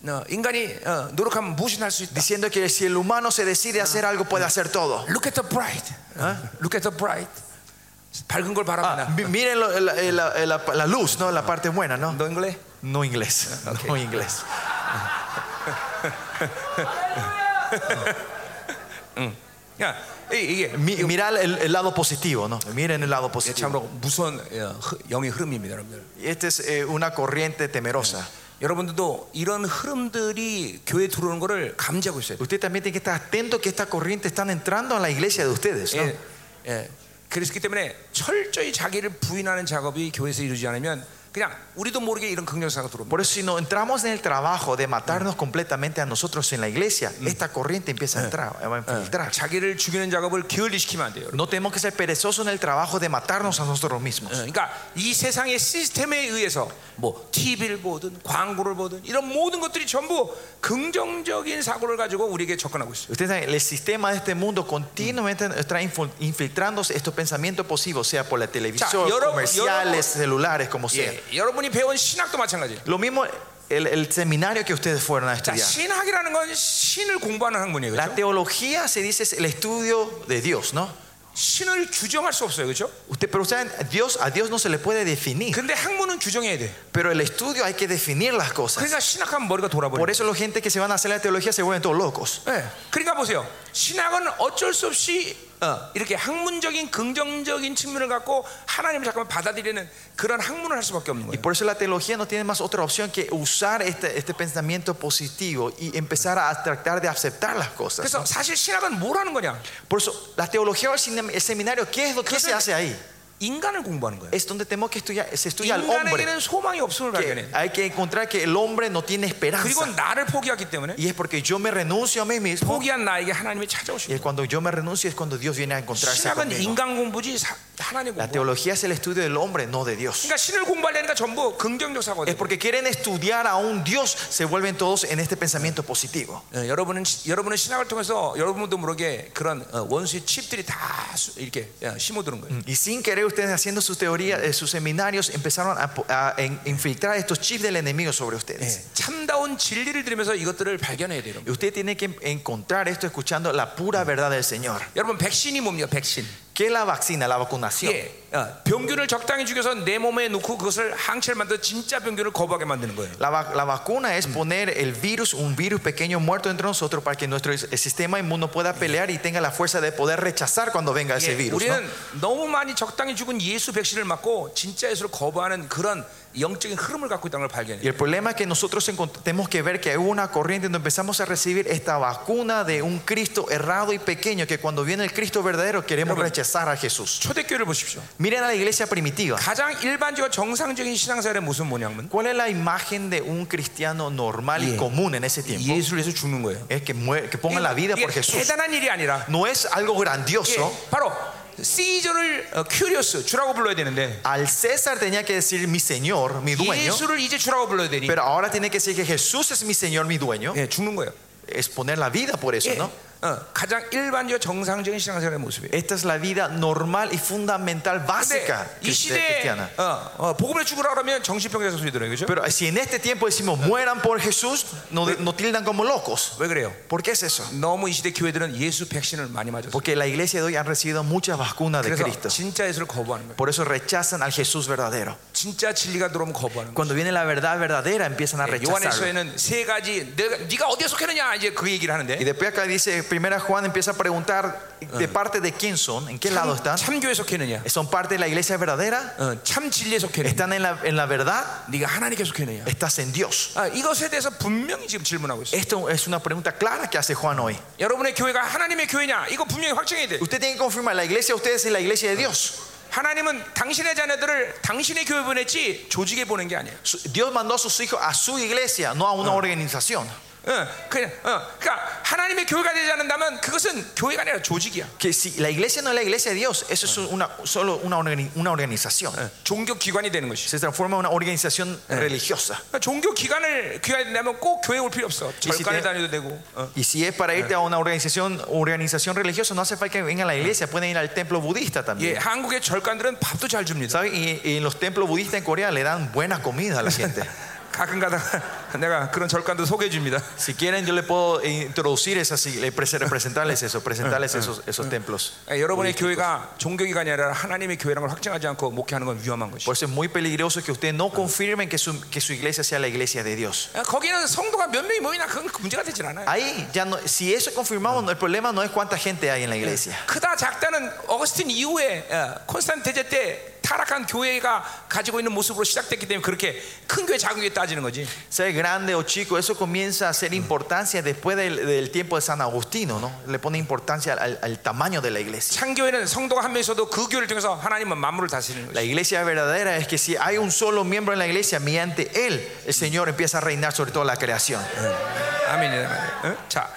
Speaker 1: 어, 인간이 어, 노력하면 무엇이나 할수 있다.
Speaker 2: Diciendo que si el humano se decide a hacer algo, puede hacer todo.
Speaker 1: Look at the bright. 어? Look at the bright. 밝은 걸 바라보나.
Speaker 2: Mi- Miren lo- la, la- la- la luz, ¿no? La parte buena, ¿no?
Speaker 1: 너 잉글레?
Speaker 2: No inglés. No inglés.
Speaker 1: 야, 이- 이게
Speaker 2: Mi- mirar el, el lado positivo, ¿no? Miren el lado positivo.
Speaker 1: 참으로 무서운 어, 흐- 영의 흐름입니다, 여러분들.
Speaker 2: Y Esta es eh, una corriente temerosa.
Speaker 1: 여러분들도 이런 흐름들이 교회에 들어오는 거를 감지하고 있어요.
Speaker 2: Usted también tiene que estar atento que esta corriente están entrando a la iglesia de ustedes. ¿no?
Speaker 1: 예, 예. 그렇기 때문에 철저히 자기를 부인하는 작업이 교회에서 이루지 않으면 그냥 우리도 모르게 이런 긍정사가 들어옵니다.
Speaker 2: Por eso si no entramos en el trabajo de matarnos completamente a nosotros en la iglesia, esta corriente empieza a entrar, va a
Speaker 1: 네.
Speaker 2: infiltrar.
Speaker 1: 자기를 죽이는 작업을 게을리시키면 안 돼요. 여러분.
Speaker 2: No tenemos que ser perezosos en el trabajo de matarnos a nosotros
Speaker 1: 어,
Speaker 2: mismos.
Speaker 1: 그러니까 이 세상의 시스템에 의해서 뭐 TV를 보든 광고를 보든 이런 모든 것들이 전부 긍정적인 사고를 가지고 우리에게 접근하고 있어요.
Speaker 2: Ustedes saben, el sistema de este mundo continuamente está infil- infiltrándose estos pensamientos positivos, sea por la televisión,
Speaker 1: yo no- yo no-
Speaker 2: comerciales, celulares, como sea.
Speaker 1: 예, 여러분이 배운 신학도 마찬가지예요.
Speaker 2: Lo mismo el, el seminario que ustedes fueron a
Speaker 1: 자,
Speaker 2: estudiar.
Speaker 1: 신학이라는 건 신을 공부하는 학문이에요.
Speaker 2: La
Speaker 1: 그렇죠?
Speaker 2: teología se dice es el estudio de Dios, ¿no?
Speaker 1: 신을 규정할 수 없어요. 그렇죠?
Speaker 2: Usted, pero ustedes, Dios, a Dios no se le puede definir,
Speaker 1: 근데 학문은 규정해야 돼.
Speaker 2: pero el estudio hay que definir las cosas.
Speaker 1: 그러니까 신학하면 머리가
Speaker 2: Por
Speaker 1: 돌아버려.
Speaker 2: eso la gente que se van a hacer la teología se vuelven todos locos.
Speaker 1: 예. 그러니까 보세요. 신학은 어쩔 수 없이 어, 이렇게 학문적인 긍정적인 측면을 갖고 하나님을 잠깐 받아들이는 그런 학문을 할 수밖에 없는
Speaker 2: Y
Speaker 1: 거예요.
Speaker 2: por eso la teología no tiene más otra opción que usar este, este pensamiento positivo y empezar a tratar de aceptar las cosas.
Speaker 1: 그래서 사실 신학은 뭘 하는 거냐?
Speaker 2: Por eso, la teología o el sinem- el seminario, ¿qué es lo que se hace ahí?
Speaker 1: 인간을 공부하는 거예요.
Speaker 2: Es donde tenemos que estudiar, se estudia al hombre.
Speaker 1: 인간에게는 소망이 없음을
Speaker 2: Que
Speaker 1: 발견해.
Speaker 2: hay que encontrar que el hombre no tiene
Speaker 1: 그리고
Speaker 2: esperanza.
Speaker 1: 나를 포기하기 때문에
Speaker 2: Y es porque yo me renuncio a mí mismo.
Speaker 1: 포기한 나에게 하나님이
Speaker 2: Y
Speaker 1: 찾아오십니다.
Speaker 2: es cuando yo me renuncio es cuando Dios viene a encontrarse
Speaker 1: 신학은
Speaker 2: conmigo.
Speaker 1: 인간 공부지 사- 하나님
Speaker 2: La
Speaker 1: 공부.
Speaker 2: teología es el estudio del hombre, no de Dios.
Speaker 1: 그러니까 신을 공부하려니까 전부 긍정적
Speaker 2: Es
Speaker 1: 사고예요.
Speaker 2: porque quieren estudiar a un Dios, se vuelven todos en este pensamiento positivo.
Speaker 1: 예, 여러분은 시- 여러분의 신학을 통해서 여러분도 모르게 그런 어, 원수의 칩들이 다 수- 이렇게 예, 심어두는 거예요.
Speaker 2: Y sin querer ustedes haciendo sus teorías, eh, sus seminarios, empezaron a, po- a en- infiltrar estos chips del enemigo sobre ustedes.
Speaker 1: 예, 참다운 진리를 들으면서 이것들을 발견해야 돼요. 여러분.
Speaker 2: Y usted tiene que encontrar esto escuchando la pura verdad del Señor.
Speaker 1: 여러분 백신이 뭡니까? 백신.
Speaker 2: ¿Qué es la vacuna, la vacunación?
Speaker 1: 예, 어, 병균을 적당히 죽여서 내 몸에 넣고 그것을 항체를 만들어 진짜 병균을 거부하게 만드는 거예요.
Speaker 2: La, vac- la vacuna es poner el virus, un virus pequeño muerto entre nosotros para que nuestro is- el sistema inmuno pueda pelear y tenga la fuerza de poder rechazar cuando venga
Speaker 1: 예,
Speaker 2: ese virus. ¿no?
Speaker 1: 우리는 너무 많이 적당히 죽은 예수 백신을 맞고 진짜 예수를 거부하는 그런 영적인 흐름을 갖고 있다는 걸 발견해요.
Speaker 2: Y el problema es que nosotros encont- tenemos que ver que hay una corriente donde empezamos a recibir esta vacuna de un Cristo errado y pequeño que cuando viene el Cristo verdadero queremos
Speaker 1: Pero-
Speaker 2: rechazar a Jesús.
Speaker 1: 초대교회를 보십시오.
Speaker 2: Miren a la iglesia primitiva.
Speaker 1: 가장 일반적이고 정상적인 신앙생활의 모습은 뭐냐면
Speaker 2: ¿Cuál es la imagen de un cristiano normal y
Speaker 1: Yeah.
Speaker 2: común en ese tiempo?
Speaker 1: 예수를 뭐 위해서 죽는 거예요.
Speaker 2: Es que, muere- que ponga la vida
Speaker 1: 이게
Speaker 2: por Jesús.
Speaker 1: 대단한 일이 아니라
Speaker 2: No es algo
Speaker 1: 예,
Speaker 2: grandioso.
Speaker 1: 바로 시저를 어, 큐리오스 주라고 불러야 되는데
Speaker 2: Al César tenía que decir mi Señor, mi dueño.
Speaker 1: 예수를 이제 주라고 불러야 되니
Speaker 2: Pero ahora tiene que decir que Jesús es mi Señor, mi dueño.
Speaker 1: 예, 죽는 거예요.
Speaker 2: Es poner la vida por eso,
Speaker 1: 예,
Speaker 2: ¿no?
Speaker 1: 어, 가장 일반적 정상적인 신앙생활의 모습이에요.
Speaker 2: Esta es la vida normal y fundamental
Speaker 1: 근데
Speaker 2: básica
Speaker 1: 이
Speaker 2: cristi-
Speaker 1: 시대에
Speaker 2: cristiana.
Speaker 1: 어, 어, 복음을 죽으라 그러면 정신병자 소리 들어요, 그죠
Speaker 2: Pero si en este tiempo decimos mueran por Jesús, no, no tildan como locos.
Speaker 1: 왜 그래요?
Speaker 2: ¿Por qué es eso?
Speaker 1: 너무 이 시대 교회들은 예수 백신을 많이 맞았어요.
Speaker 2: Porque la iglesia de hoy han recibido muchas vacunas de
Speaker 1: 그래서
Speaker 2: Cristo.
Speaker 1: 진짜 예수를 거부하는 거예요.
Speaker 2: Por eso rechazan al Jesús verdadero.
Speaker 1: 진짜 진리가 들어오면 거부하는 거예요. 그러니까
Speaker 2: Cuando viene la verdad verdadera, empiezan a
Speaker 1: 네,
Speaker 2: rechazarlo.
Speaker 1: 요한에서에는 세 가지 내가 네가 어디에 속했느냐 이제 그 얘기를
Speaker 2: Y
Speaker 1: 하는데
Speaker 2: después acá dice, primera Juan empieza a preguntar de parte de quién son, en qué lado están.
Speaker 1: 참 교회 속했느냐,
Speaker 2: ¿Son parte de la iglesia verdadera?
Speaker 1: 어, 참 진리에 속했느냐,
Speaker 2: ¿Están en la, en la verdad?
Speaker 1: 네가 하나님께 속했느냐.
Speaker 2: ¿Estás en Dios?
Speaker 1: 아, 이것에 대해서 분명히 지금 질문하고 있어요.
Speaker 2: Esto es una pregunta clara que hace Juan hoy.
Speaker 1: 여러분의 교회가 하나님의 교회냐? 이거 분명히 확증해야 돼.
Speaker 2: Usted tiene que confirmar, la iglesia de ustedes es la iglesia de Dios.
Speaker 1: 하나님은 당신의 자녀들을 당신의 교회 보냈지 조직에 보낸 게 아니에요.
Speaker 2: Su- Dios mandó a sus hijos a su iglesia, no a una organización.
Speaker 1: 어, 그냥, 어, 그러니까 하나님의 교회가 되지 않는다면 그것은 교회가 아니라 조직이야.
Speaker 2: Que si la iglesia no es la iglesia de Dios, eso es una, solo una, organi- una organización.
Speaker 1: 종교 기관이 되는 것이.
Speaker 2: Se transforma en una organización religiosa.
Speaker 1: 그러니까 종교 기관을 기관이 된다면 꼭 교회 올 필요 없어. 절간에
Speaker 2: 시대에-
Speaker 1: 다녀도 되고. 어.
Speaker 2: Y si es para irte a una organización, organización religiosa, no hace falta que vengan a la iglesia, pueden ir al templo budista
Speaker 1: 예,
Speaker 2: también.
Speaker 1: 한국의 절간들은 밥도 잘 줍니다.
Speaker 2: ¿Sabe? Y, y en los templos budistas en Corea le dan buena comida a la gente.
Speaker 1: 가끔 가다가 내가 그런 절간도 소개해 줍니다.
Speaker 2: Si quieren, yo le puedo introducir esas, igle- prese- representarles eso, presentarles esos, esos templos.
Speaker 1: 예, 여러분의 교회가 종교 기관이 아니라 하나님의 교회라는 걸 확증하지 않고 목회하는 건 위험한 것이.
Speaker 2: Por eso es muy peligroso que ustedes no confirmen que su, que su iglesia sea la iglesia de Dios.
Speaker 1: 아, 거기는 성도가 몇 명이 모이나 그건 문제가 되질 않아요.
Speaker 2: Ahí ya no, si eso confirmamos, no, el problema no es cuánta gente hay en la iglesia.
Speaker 1: 크다 작다는 어거스틴 이후에 어, 콘스탄티제 때 타락한 교회가 가지고 있는 모습으로 시작됐기 때문에 그렇게 큰 교회 작은 교회 따지는 거지.
Speaker 2: Ser grande o chico, eso comienza a ser importancia después del, del tiempo de San Agustino, ¿no? Le pone importancia al, al tamaño de la iglesia.
Speaker 1: 창교회는 성도가 한 명 있어도 그 교회를 통해서 하나님은 만물을 다스리는 거지.
Speaker 2: La iglesia verdadera es que si hay un solo miembro en la iglesia, mediante él, el Señor empieza a reinar sobre toda la creación.
Speaker 1: 아멘이다. 응? 자,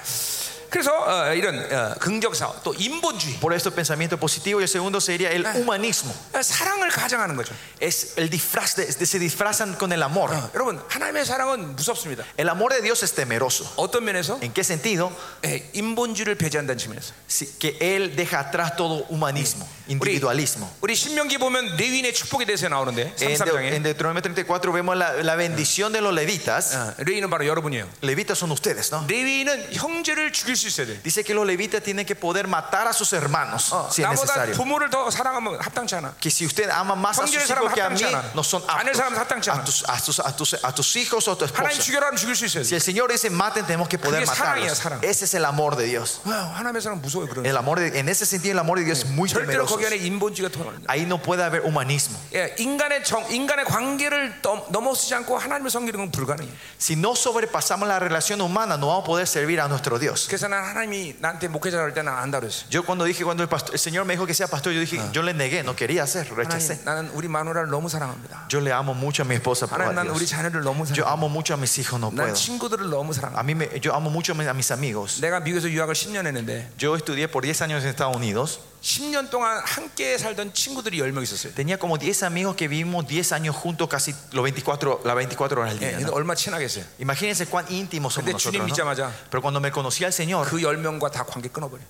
Speaker 1: 그래서 어, 이런 어, 긍정 사원 또 인본주의
Speaker 2: Por esto el pensamiento positivo y el segundo sería el humanismo.
Speaker 1: 어, 사랑을 가장하는 거죠.
Speaker 2: Es el disfraz de- de- se disfrazan con el amor.
Speaker 1: 어, 여러분 하나님의 사랑은 무섭습니다.
Speaker 2: El amor de Dios es temeroso.
Speaker 1: 어떤 면에서
Speaker 2: ¿En qué sentido?
Speaker 1: 예, 인본주의를 배제한다는 측면에서
Speaker 2: Si- Que Él deja atrás todo humanismo, individualismo.
Speaker 1: 우리 신명기 보면 레위인의 축복에 대해서 나오는데
Speaker 2: En, Deu-
Speaker 1: 33장에
Speaker 2: en Deuteronomio 34 vemos la, la bendición de los levitas.
Speaker 1: 어, 레위인은 바로 여러분이에요.
Speaker 2: Levitas son ustedes, ¿no?
Speaker 1: 레위인은 형제를 죽일 수 있어야 돼. 어,
Speaker 2: Dice que los levitas tienen que poder matar a sus hermanos
Speaker 1: Oh,
Speaker 2: si es
Speaker 1: 나보다
Speaker 2: necesario.
Speaker 1: 부모를 더 사랑하면 합당치 않아.
Speaker 2: Que si usted ama más a sus
Speaker 1: 형제를 사랑하면
Speaker 2: hijos que a mí,
Speaker 1: 합당치 않아.
Speaker 2: no son
Speaker 1: 아내를
Speaker 2: aptos
Speaker 1: 사랑하면 합당치 않아.
Speaker 2: a tus, a, tus, a, tus, a tus hijos o a tu
Speaker 1: 하나님
Speaker 2: esposa.
Speaker 1: 죽여라 하면 죽일 수 있어야
Speaker 2: Si
Speaker 1: 돼.
Speaker 2: el Señor dice maten, tenemos que poder
Speaker 1: 그게 사랑이야,
Speaker 2: matarlos.
Speaker 1: 사랑.
Speaker 2: Ese es el amor de Dios.
Speaker 1: 와, 하나님의 사랑 무서워요 그런.
Speaker 2: El amor de- en ese sentido, el amor de Dios es muy
Speaker 1: 절대로
Speaker 2: temeroso.
Speaker 1: 거기 안에 인본주의가 통합니다.
Speaker 2: Ahí no puede haber humanismo.
Speaker 1: 예, 인간의 정, 인간의 관계를 넘, 넘어서지 않고 하나님을 섬기는 건 불가능해요.
Speaker 2: Si no sobrepasamos la relación humana, no vamos a poder servir a nuestro Dios.
Speaker 1: 그래서 난 하나님이 나한테 목회자를 할 때는 안다 그랬어요.
Speaker 2: Yo cuando dije, cuando el, pastor- el Señor me dijo que sea pastor, yo dije, yo le negué, no quería hacer, rechacé.
Speaker 1: 하나님, 나는 우리 마누라를 너무 사랑합니다.
Speaker 2: Yo le amo mucho a mi esposa, pero
Speaker 1: 하나님,
Speaker 2: a
Speaker 1: 난 우리
Speaker 2: Dios.
Speaker 1: 자녀를 너무
Speaker 2: yo
Speaker 1: 사랑합니다.
Speaker 2: amo mucho a mis hijos, no
Speaker 1: 난
Speaker 2: puedo.
Speaker 1: 친구들을 너무 사랑합니다.
Speaker 2: A mí me- yo amo mucho a mi- a mis amigos.
Speaker 1: 내가 미국에서 유학을 10년 했는데
Speaker 2: Yo estudié por 10 años en Estados Unidos.
Speaker 1: 10년 동안 함께 살던 친구들이 10명 있었어요.
Speaker 2: Tenía como 10 amigos que vivimos 10 años juntos casi los 24, las 24 horas al
Speaker 1: 예,
Speaker 2: día.
Speaker 1: 근데
Speaker 2: ¿no?
Speaker 1: 얼마 친하겠어요.
Speaker 2: Imagínense cuán íntimos somos
Speaker 1: 근데 주님
Speaker 2: nosotros. ¿no?
Speaker 1: 믿자마자
Speaker 2: Pero cuando me conocí al Señor,
Speaker 1: 그 10명과 다 관계 끊어버려.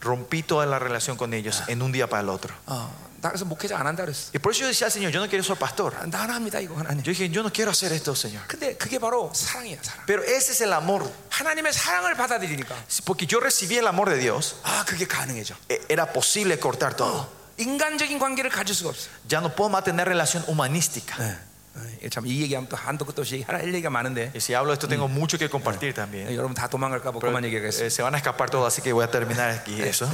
Speaker 2: rompí toda la relación con ellos en un día para el otro.
Speaker 1: 어, 나 그래서 목회자 안 한다 그랬어.
Speaker 2: Y por eso yo decía al Señor, yo no quiero ser pastor.
Speaker 1: 아, 난 합니다 이거 하나님.
Speaker 2: Yo dije, yo no quiero hacer esto, Señor.
Speaker 1: 근데 그게 바로 사랑이야 사랑.
Speaker 2: Pero ese es el amor.
Speaker 1: 하나님의 사랑을 받아들이니까
Speaker 2: Porque yo recibí el amor de Dios,
Speaker 1: 아 그게 가능해져.
Speaker 2: e- era posible cortar todo.
Speaker 1: 인간적인 관계를 가질 수가 없어.
Speaker 2: Ya no puedo mantener relación humanística.
Speaker 1: Eh. 예, 참이 얘기하면 또 한도 끝도 없이 하나 일 얘기가 많은데 예,
Speaker 2: Y si hablo de esto, tengo mucho que compartir también.
Speaker 1: 여러분 다 도망갈까 봐 그만 얘기하겠습니다.
Speaker 2: Eh, se van a escapar todos, así que voy a terminar aquí eso.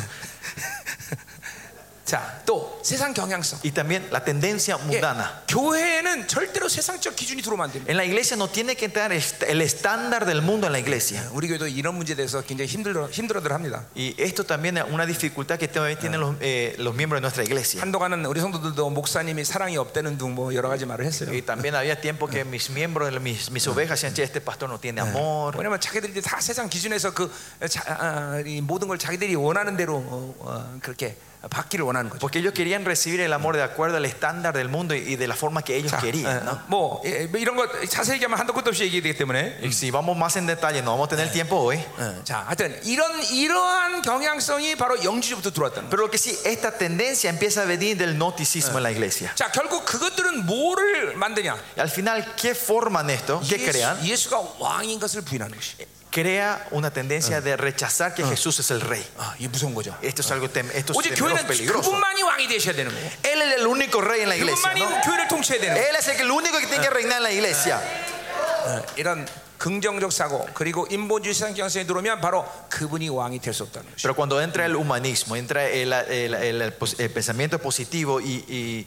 Speaker 1: 예. 자또 세상 경향성.
Speaker 2: Y también la tendencia
Speaker 1: 예,
Speaker 2: mundana.
Speaker 1: 교회에는 절대로 세상적 기준이 들어오면 안 됩니다.
Speaker 2: En la iglesia no tiene que entrar est- el estándar del mundo en la iglesia.
Speaker 1: 우리 교회도 이런 문제에 대해서 굉장히 힘들어 힘들어들 합니다.
Speaker 2: Y esto también es una dificultad que también tienen los, eh, los miembros de nuestra iglesia.
Speaker 1: 한동안은 우리 성도들도 목사님이 사랑이 없다는 둥 뭐 여러 가지 말을 했어요.
Speaker 2: Y también había tiempo que mis miembros, mis, mis ovejas decían, "Che, este pastor no tiene amor.
Speaker 1: 왜냐면 자기들이 다 세상 기준에서 그 자, 아, 이 모든 걸 자기들이 원하는 대로 어, 어, 그렇게 받기를 원하는 거죠.
Speaker 2: Porque ellos querían recibir el amor de acuerdo al estándar del mundo y y de la forma que ellos
Speaker 1: 자,
Speaker 2: querían.
Speaker 1: 어,
Speaker 2: ¿no?
Speaker 1: 어, 뭐 예, 뭐 이런 거 자세히 얘기하면 한도 끝도 없이 얘기해야 되기 때문에
Speaker 2: Y si vamos más en detalle, no vamos a tener tiempo hoy.
Speaker 1: 어, 자, 하여튼 이런 이러한 경향성이 바로 영지부터 들어왔다는 거예요.
Speaker 2: Pero lo que sí, esta tendencia empieza a venir del noticismo en la iglesia.
Speaker 1: 자, 결국 그것들은 뭐를 만드냐?
Speaker 2: Y al final, ¿qué forman esto? ¿Qué crean?
Speaker 1: 예수, 가 왕인 것을 부인하는 것이.
Speaker 2: Crea una tendencia de rechazar que Jesús es el rey.
Speaker 1: 아, 이게 무서운 거죠.
Speaker 2: Esto es algo tem- esto es
Speaker 1: 오직
Speaker 2: temeroso,
Speaker 1: 교회는
Speaker 2: peligroso.
Speaker 1: 그분만이 왕이 되셔야 되는 거예요.
Speaker 2: Él es el único rey en la iglesia.
Speaker 1: 그분만이
Speaker 2: ¿no?
Speaker 1: 교회를 통치해야 되는 거예요.
Speaker 2: Él es el único que tiene que reinar en la iglesia.
Speaker 1: 이런 긍정적 사고 그리고 인본주의 세상 경향성이 들어오면 바로 그분이 왕이 될 수 없다는 것이죠.
Speaker 2: Pero cuando entra el humanismo, entra el, el- el- el pos- el pensamiento positivo y, y-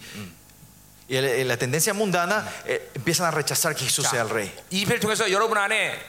Speaker 2: y el- el- la tendencia mundana, eh, empiezan a rechazar que Jesús sea el rey.
Speaker 1: 이 집회를 통해서 여러분 안에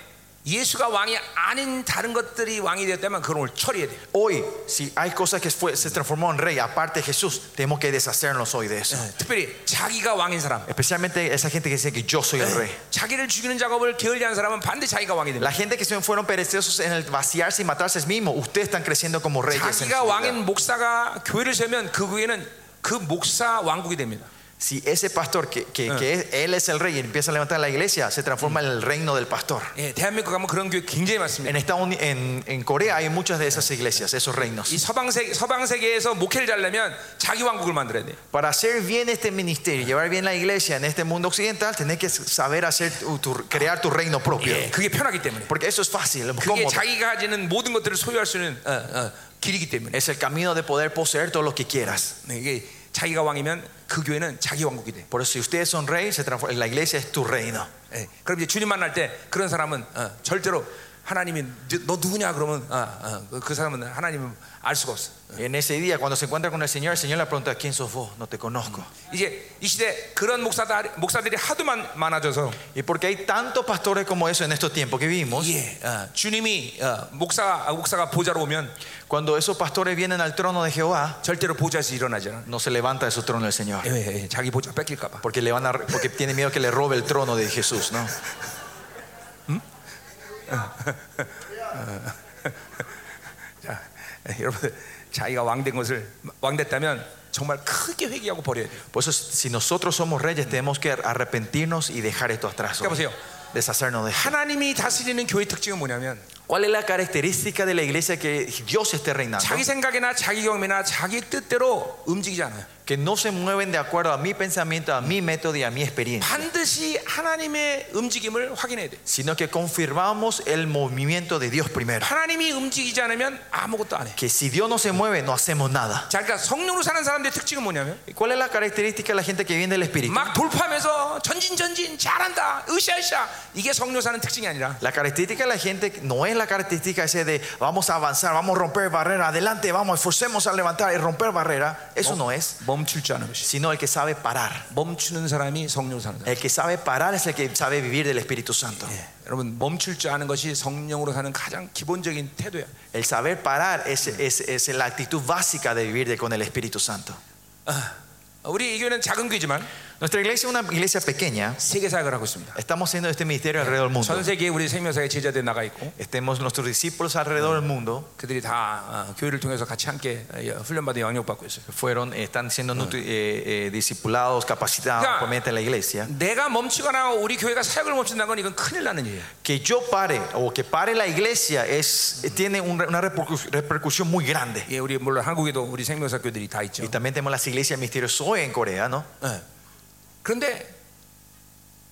Speaker 1: 예수가 왕이 아닌 다른 것들이 왕이 되었다면 그걸 오늘 처리해야 돼요.
Speaker 2: Hoy, si hay cosas que fue- se transformó en rey, aparte de Jesús, tenemos que deshacernos hoy de eso.
Speaker 1: 예, Eh. 특별히 자기가 왕인 사람,
Speaker 2: Especialmente esa gente que dice que yo soy el rey.
Speaker 1: 자기를 죽이는 작업을 게을리한 사람은 반드시 자기가 왕이 됩니다.
Speaker 2: La gente que se fueron perezosos en el vaciarse y matarse a sí mismos, ustedes están creciendo como reyes. en su
Speaker 1: 자기가
Speaker 2: vida.
Speaker 1: 왕인 목사가 교회를 세면 그 교회는 그 목사 왕국이 됩니다.
Speaker 2: Si ese pastor, que, que- que es- él es el rey y empieza a levantar la iglesia, se transforma en el reino del pastor.
Speaker 1: 예, 대한민국 가면 그런 교회 굉장히 많습니다.
Speaker 2: En, Estados Unidos, en, en Corea hay muchas de esas iglesias, esos reinos.
Speaker 1: 이 서방 세계 서방 세계에서 목회를 잘려면 자기 왕국을 만들어야 돼요.
Speaker 2: Para hacer bien este ministerio, llevar bien la iglesia en este mundo occidental, tenés que saber hacer tu- tu- crear tu reino propio.
Speaker 1: 예, 뭐- 그게 편하기 때문에.
Speaker 2: Porque eso es fácil, es
Speaker 1: 그게
Speaker 2: cómodo.
Speaker 1: 자기가 가지는 모든 것들을 소유할 수 있는 어, 어, 길이기 때문에
Speaker 2: Es el camino de poder poseer todo lo que quieras.
Speaker 1: 네, 이게 자기가 왕이면 그 교회는 자기 왕국이 돼.
Speaker 2: Por eso, si ustedes son rey, se transforma- la iglesia es tu reino.
Speaker 1: 예, 그럼 이제 주님 만날 때 그런 사람은 어, 절대로 하나님이 너- 너 누구냐 그러면 어, 어, 그- 그 사람은 하나님을 알 수가 없어.
Speaker 2: En ese día, cuando se encuentra con el Señor, el Señor le pregunta: ¿Quién sos vos? No te conozco.
Speaker 1: 이제 이 시대 그런 목사들 목사들이 하도 많, 많아져서
Speaker 2: Y porque hay tantos pastores como eso en estos tiempos que vivimos,
Speaker 1: 예, 어, 주님이 어, 목사 아, 목사가 보좌로 오면
Speaker 2: cuando esos pastores vienen al trono de Jehová,
Speaker 1: 절대로 보좌에서 일어나지 않아.
Speaker 2: no se levanta de su trono el Señor.
Speaker 1: 예, 예, 예, 자기 보좌 뺏길까 봐.
Speaker 2: Porque, le van a, porque tiene miedo que le robe el trono de Jesús, ¿no?
Speaker 1: 예, 여러분 자기가 왕된 것을 왕됐다면 정말 크게 회개하고 버려야 돼요.
Speaker 2: Por eso, si nosotros somos reyes, tenemos que arrepentirnos y dejar esto atrás.
Speaker 1: ¿Qué pasó?
Speaker 2: Deshacernos de esto.
Speaker 1: 하나님이 다스리는 교회 특징은 뭐냐면
Speaker 2: ¿Cuál es la característica de la iglesia que Dios esté reinando?
Speaker 1: 자기 생각이나 자기 경험이나 자기 뜻대로 움직이지 않아요.
Speaker 2: Que no se mueven de acuerdo a mi pensamiento, a mi método y a mi experiencia,
Speaker 1: 반드시 하나님의 움직임을 확인해야 돼. 요
Speaker 2: sino que confirmamos el movimiento de Dios primero.
Speaker 1: 하나님이 움직이지 않으면 아무것도 안 해.
Speaker 2: Que si Dios no se mueve, no hacemos nada.
Speaker 1: 자, 그러니까 성령으로 사는 사람들의 특징은 뭐냐면
Speaker 2: ¿Y ¿Cuál es la característica de la gente que viene del Espíritu?
Speaker 1: 막 돌파하면서 전진 전진 잘한다 으쌰으쌰 이게 성령 사는 특징이 아니라
Speaker 2: La característica de la gente no es la característica ese de vamos a avanzar, vamos a romper barrera, adelante, vamos, esforcemos a levantar y romper barrera. Eso no es,
Speaker 1: 멈출 줄 아는 것이.
Speaker 2: sino el que sabe parar.
Speaker 1: 멈추는 사람이 성령 사는 사람.
Speaker 2: El que sabe parar es el que sabe vivir del Espíritu Santo.
Speaker 1: 여러분 멈출 줄 아는 것이 성령으로 사는 가장 기본적인 태도야.
Speaker 2: El saber parar es, es, es la actitud básica de vivir de- con el Espíritu Santo.
Speaker 1: 어, 우리 이 교회는 작은 교회지만
Speaker 2: Nuestra iglesia es una iglesia pequeña.
Speaker 1: 세계 사역을 하고 있습니다.
Speaker 2: Estamos haciendo este ministerio alrededor del mundo.
Speaker 1: 전 세계에 우리 생명사의 제자들이 나가 있고
Speaker 2: Estemos nuestros discípulos alrededor del mundo.
Speaker 1: 그들이 다 어, 교회를 통해서 같이 함께 어, 훈련받아 영역 받고 있어요.
Speaker 2: Fueron, están siendo nutri- eh, eh, discipulados, capacitados
Speaker 1: Ya.
Speaker 2: por medio de la iglesia.
Speaker 1: 내가 멈추거나 우리 교회가 사역을 멈춘다는 건 이건 큰일 나는 일이에요.
Speaker 2: que yo pare o que pare la iglesia es, eh, tiene un- una repercu- repercusión muy grande.
Speaker 1: 예, 우리 물론 한국에도 우리 생명사 교들이 다 있죠.
Speaker 2: Y también tenemos las iglesias misteriosas hoy en Corea, ¿no?
Speaker 1: 예. 그런데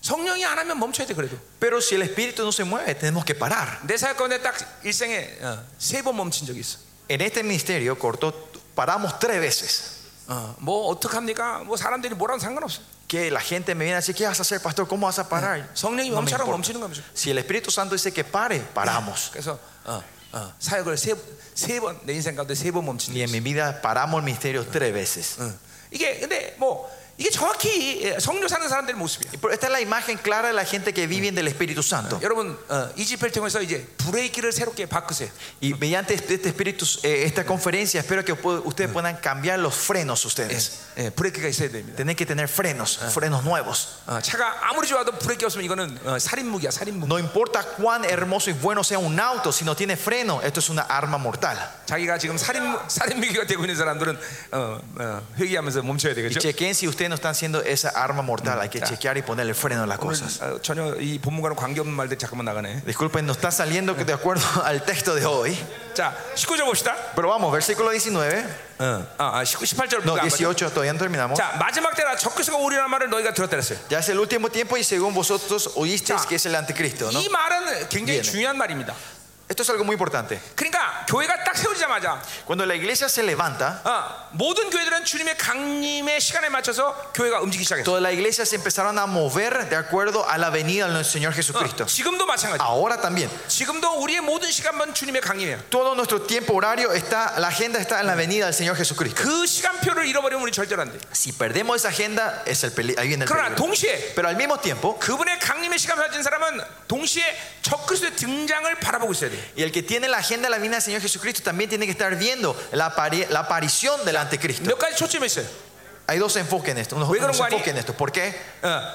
Speaker 1: 성령이 안 하면 멈춰야 돼 그래도
Speaker 2: Pero si el espíritu no se mueve, tenemos que parar.
Speaker 1: 내 사역 가운데 딱 일생에 어, 세 번 멈춘 적이 있어.
Speaker 2: En este ministerio corto, paramos tres veces.
Speaker 1: 어, 뭐 어떡합니까? 뭐 사람들이 뭐라고 상관없어.
Speaker 2: Que la gente me viene así, ¿qué vas a hacer, pastor? ¿Cómo vas a parar?
Speaker 1: 성령이
Speaker 2: No me
Speaker 1: 멈춰라
Speaker 2: importa.
Speaker 1: 멈추는 거죠.
Speaker 2: Si el Espíritu Santo dice que pare, paramos.
Speaker 1: 그래서 어, 어, 사역을 세 세 번 내 인생 가운데 세 번 멈춘 적이
Speaker 2: Y en
Speaker 1: 있어.
Speaker 2: mi vida paramos el ministerio tres veces.
Speaker 1: 어. 이게 근데 뭐 이게 정확히 예, 성료 사는 사람들의 모습이야.
Speaker 2: Y por- Esta es la imagen clara de la gente que vive del Espíritu Santo.
Speaker 1: 여러분 어, 이 집회를 통해서 이제 브레이크를 새롭게 바꾸세요.
Speaker 2: Y mediante este este espíritu, eh, esta conferencia, espero que pu- ustedes puedan cambiar los frenos ustedes.
Speaker 1: 예, 브레이크가 있어야 됩니다.
Speaker 2: Tienen que tener frenos, frenos nuevos.
Speaker 1: 어, 차가 아무리 좋아도 브레이크 없으면 이거는 어, 살인무기야, 살인무.
Speaker 2: No importa cuán hermoso y bueno sea un auto, si no tiene freno, esto es una arma mortal.
Speaker 1: 자기가 지금 살인 살인무기가 되고 있는 사람들은 어, 어, 회개하면서 멈춰야
Speaker 2: Y
Speaker 1: 되겠죠.
Speaker 2: chequen si ustedes no están siendo esa arma mortal. Hay que
Speaker 1: Ya.
Speaker 2: chequear y ponerle freno a las
Speaker 1: 오늘,
Speaker 2: cosas.
Speaker 1: 어, 전혀 이 본문과는 관계없는 말들 잠깐만 나가네.
Speaker 2: Disculpen, no está saliendo de acuerdo al texto de hoy.
Speaker 1: 자, 19절 봅시다.
Speaker 2: Pero vamos, versículo 19,
Speaker 1: 아, 아 19, 18절
Speaker 2: no,
Speaker 1: 안 봤죠?
Speaker 2: 18, todavía no terminamos.
Speaker 1: 자, 마지막 때라 적그리스가 오리라는 말을 너희가 들었다 그랬어요.
Speaker 2: Ya es el último tiempo y según vosotros oísteis
Speaker 1: Ya.
Speaker 2: que es el anticristo, ¿no?
Speaker 1: 이 말은 굉장히
Speaker 2: 미안해.
Speaker 1: 중요한 말입니다.
Speaker 2: Esto es algo muy importante.
Speaker 1: 그러니까 교회가 딱 세워지자마자
Speaker 2: Cuando la iglesia se levanta,
Speaker 1: 어, 모든 교회들은 주님의 강림의 시간에 맞춰서 교회가 움직이기 시작했어요.
Speaker 2: Todas las iglesias se empezaron a mover de acuerdo a la venida del Señor Jesucristo.
Speaker 1: 어, 지금도 아. 마찬가지.
Speaker 2: Ahora también.
Speaker 1: 지금도 우리의 모든 시간만 주님의 강림이에요.
Speaker 2: Todo nuestro tiempo horario está, la agenda está en la venida del Señor Jesucristo.
Speaker 1: 그 시간표를 잃어버리면 우리 절대로 안 돼.
Speaker 2: Si perdemos esa agenda, es el peli- ahí viene el
Speaker 1: 그러나
Speaker 2: peligro.
Speaker 1: 동시에
Speaker 2: Pero al mismo tiempo,
Speaker 1: 그분의 강림의 시간을 가진 사람은 동시에 적그리스도의 등장을 바라보고 있어야 돼.
Speaker 2: y el que tiene la agenda de la venida del Señor Jesucristo también tiene que estar viendo la, apari- la aparición del anticristo.
Speaker 1: 몇 가지 초점했어요.
Speaker 2: Hay dos enfoques en esto. Unos,
Speaker 1: Oye,
Speaker 2: unos
Speaker 1: Guani.
Speaker 2: enfoques en esto. ¿Por qué?
Speaker 1: 어,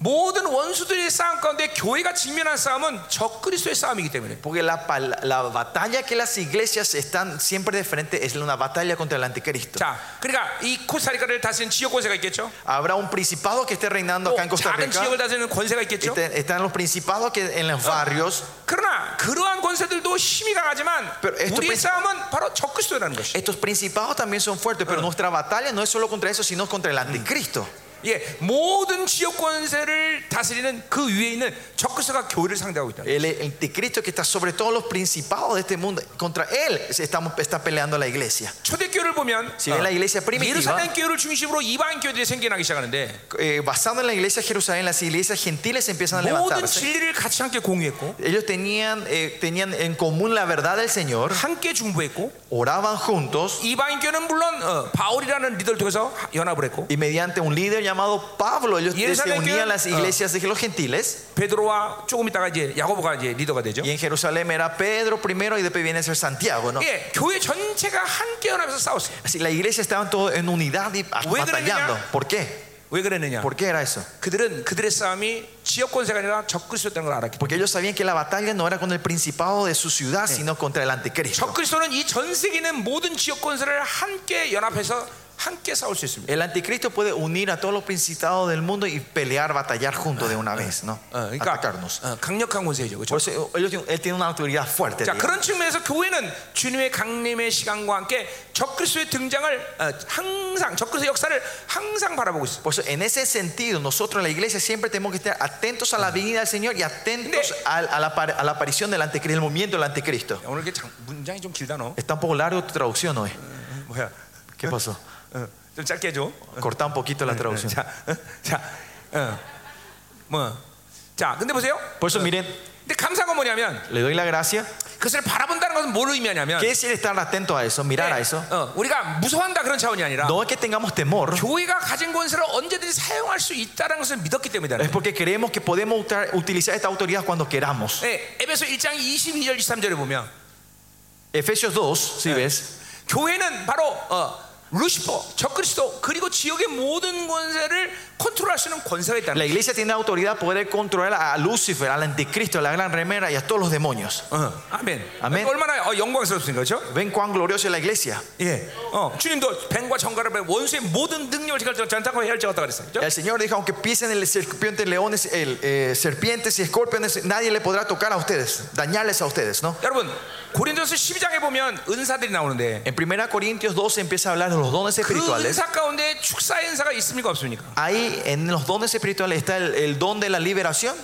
Speaker 1: 모든 원수들의 싸움 가운데 교회가 직면한 싸움은 적그리스도의 싸움이기 때문에
Speaker 2: Porque la, pal- la batalla que las iglesias están siempre de frente es una batalla contra el anticristo.
Speaker 1: 자 그러니까 이 코스타리카를 다스리는 지역 권세가 있겠죠
Speaker 2: Habrá un principado Oh, que esté reinando
Speaker 1: 또
Speaker 2: acá en Costa
Speaker 1: 작은
Speaker 2: Rica.
Speaker 1: 지역을 다스리는 권세가 있겠죠
Speaker 2: Está- están los principados que en los barrios.
Speaker 1: 그러나 그러한 권세들도 힘이 강하지만
Speaker 2: Pero esto
Speaker 1: 우리의
Speaker 2: princip-
Speaker 1: 싸움은 바로 적그리스도라는 것이
Speaker 2: Estos principados también son fuertes, pero nuestra batalla no es solo contra eso, sino contra el anticristo.
Speaker 1: 예, 모든 지역 권세를 다스리는 그 위에 있는 적그리스도가 교회를 상대하고 있다
Speaker 2: El, el anticristo que está sobre todos los principados de este mundo, contra él se- estamos, está peleando la iglesia.
Speaker 1: 초대교회를 보면 어,
Speaker 2: Si ven la iglesia primitiva,
Speaker 1: 예루살렘 교회를 중심으로 이방 교회들이 생겨나기 시작하는데
Speaker 2: eh, basado en la iglesia de Jerusalén, las iglesias gentiles se empiezan a
Speaker 1: 모든
Speaker 2: levantarse.
Speaker 1: 진리를 같이 함께 공유했고
Speaker 2: Ellos tenían, eh, tenían en común la verdad del Señor,
Speaker 1: 함께 중보했고
Speaker 2: oraban juntos
Speaker 1: 이방 교는 물론 어, 바울이라는 리더를 통해서 하- 연합을 했고
Speaker 2: y mediante un líder llamado Pablo, ellos Ah.
Speaker 1: Y en
Speaker 2: se
Speaker 1: Jerusalén
Speaker 2: unían a
Speaker 1: quedan-
Speaker 2: las iglesias de los gentiles.
Speaker 1: 베드로와 조금 있다가 이제 야고보가 이제 리더가 되죠.
Speaker 2: Y en Jerusalén era Pedro primero y después viene a ser Santiago, ¿no?
Speaker 1: 예, 교회 전체가 함께 연합해서 싸웠어요.
Speaker 2: Así la iglesia estaba todo en unidad y
Speaker 1: Uy,
Speaker 2: batallando.
Speaker 1: Greña.
Speaker 2: ¿Por qué?
Speaker 1: 왜 그랬느냐?
Speaker 2: ¿Por qué era eso?
Speaker 1: 그들은 그들의 싸움이 지역 권세가 아니라 적그리스도였다는 걸 알았기 때문에
Speaker 2: Porque ellos sabían que la batalla no era con el principado de su ciudad, sino contra el anticristo.
Speaker 1: 적그리스도는 이 전 세계 있는 모든 지역 권세를 함께 연합해서 함께 싸울 수 있습니다.
Speaker 2: El anticristo puede unir a todos los principados del mundo y pelear, batallar juntos de una vez, ¿no?
Speaker 1: 어, 그러니까
Speaker 2: Atacarnos.
Speaker 1: 어, 강력한 권세죠. 그렇죠?
Speaker 2: Por eso eh, ellos tienen- él tiene una autoridad fuerte.
Speaker 1: 자,
Speaker 2: digamos.
Speaker 1: 그런 측면에서 교회는 주님의 강림의 시간과 함께 적그리스도의 등장을 어, 항상 적그리스도 의 역사를 항상 바라보고 있습니다.
Speaker 2: Por eso, en ese sentido, nosotros en la iglesia siempre tenemos que estar atentos a la venida del Señor y atentos
Speaker 1: Pero-
Speaker 2: al- a, la, par- a la aparición del anticristo, el movimiento del anticristo.
Speaker 1: 오늘 이게 장- 문장이 좀 길다 너.
Speaker 2: Está un poco largo tu traducción hoy.
Speaker 1: 뭐야?
Speaker 2: ¿Qué pasó?
Speaker 1: 어, 좀 짧게 해줘.
Speaker 2: Cortá un poquito la traducción.
Speaker 1: 자, 어, 자, 어, 뭐, 자, 근데 보세요.
Speaker 2: Por eso, miren,
Speaker 1: 근데 감사한 건 뭐냐면
Speaker 2: le doy la gracia.
Speaker 1: 그것을 바라본다는 것은 뭘 의미하냐면
Speaker 2: ¿Qué es el estar atento a eso, mirar a eso?
Speaker 1: 어, 우리가 무서워한다 그런 차원이 아니라
Speaker 2: No es que tengamos temor,
Speaker 1: 교회가 가진 권세를 언제든지 사용할 수 있다는 것을 믿었기 때문이다.
Speaker 2: es porque creemos que podemos utar- utilizar esta autoridad cuando queramos.
Speaker 1: 네, 에베소 1장 22절 23절에 보면
Speaker 2: Efesios 2, si ves,
Speaker 1: 교회는 바로 어, 루시퍼, 적그리스도 그리고 지역의 모든 권세를 컨트롤할 수 있는 권세가 있다는
Speaker 2: la iglesia tiene autoridad para poder controlar a Lucifer, al anticristo, a la gran remera y a todos los demonios.
Speaker 1: 거예요. 어, 아멘.
Speaker 2: 아멘.
Speaker 1: 얼마나 어, 영광스럽습니까, 그렇죠?
Speaker 2: ¿Ven cuán gloriosa es la iglesia?
Speaker 1: 예. 어, 주님도 뱀과 정갈을 배 원수의 모든 능력을 제가 전타고 헤아리자고 그랬어요. 그렇죠?
Speaker 2: El Señor dijo, aunque piesen el serpiente, leones, el, eh, serpientes y escorpiones, nadie le podrá tocar a ustedes, dañarles a ustedes, ¿no?
Speaker 1: 여러분, 고린도서 12장에 보면 은사들이 나오는데
Speaker 2: En 1 Corintios 12 empieza a hablar de los dones
Speaker 1: 그
Speaker 2: espirituales.
Speaker 1: 은사 가운데 축사의 은사가 있습니까 없습니까?
Speaker 2: Ahí en los dones espirituales está el, el don de la liberación.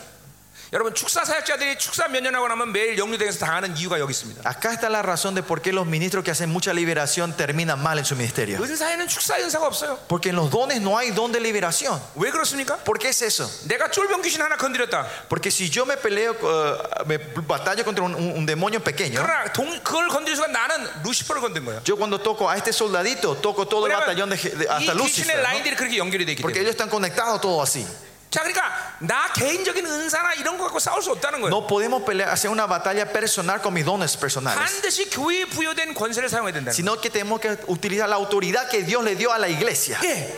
Speaker 1: 여러분 축사 사역자들이 축사 몇 년 하고 나면 매일 영류대에서 당하는 이유가 여기 있습니다.
Speaker 2: Acá está la razón de por qué los ministros que hacen mucha liberación terminan mal en su
Speaker 1: 예.
Speaker 2: ministerio.
Speaker 1: 은사에는 축사 은사가 없어요.
Speaker 2: Porque en los dones no hay don de liberación.
Speaker 1: 왜 그렇습니까?
Speaker 2: ¿Por qué es eso?
Speaker 1: 내가 쫄병 귀신 하나 건드렸다.
Speaker 2: Porque si yo me peleo, eh, me batallo contra un, un- un demonio pequeño,
Speaker 1: 그러나 동, 그걸 건드린 순간 나는 루시퍼를 건든 거야.
Speaker 2: yo cuando toco a este soldadito, toco todo el batallón de, de-
Speaker 1: 이
Speaker 2: hasta Lucifer.
Speaker 1: 귀신의
Speaker 2: ¿no?
Speaker 1: 라인들이 어? 그렇게 연결이 돼 있기
Speaker 2: Porque
Speaker 1: 때문에.
Speaker 2: ellos están conectados todo así.
Speaker 1: 자, 그러니까 나 개인적인 은사나 이런 거 갖고 싸울 수 없다는 거예요.
Speaker 2: No podemos pelear, hacer una batalla personal con mis dones personales,
Speaker 1: 반드시 교회에 부여된 권세를 사용해야 된다는 거예요.
Speaker 2: sino que tenemos que utilizar la autoridad que Dios le dio a la iglesia.
Speaker 1: 예.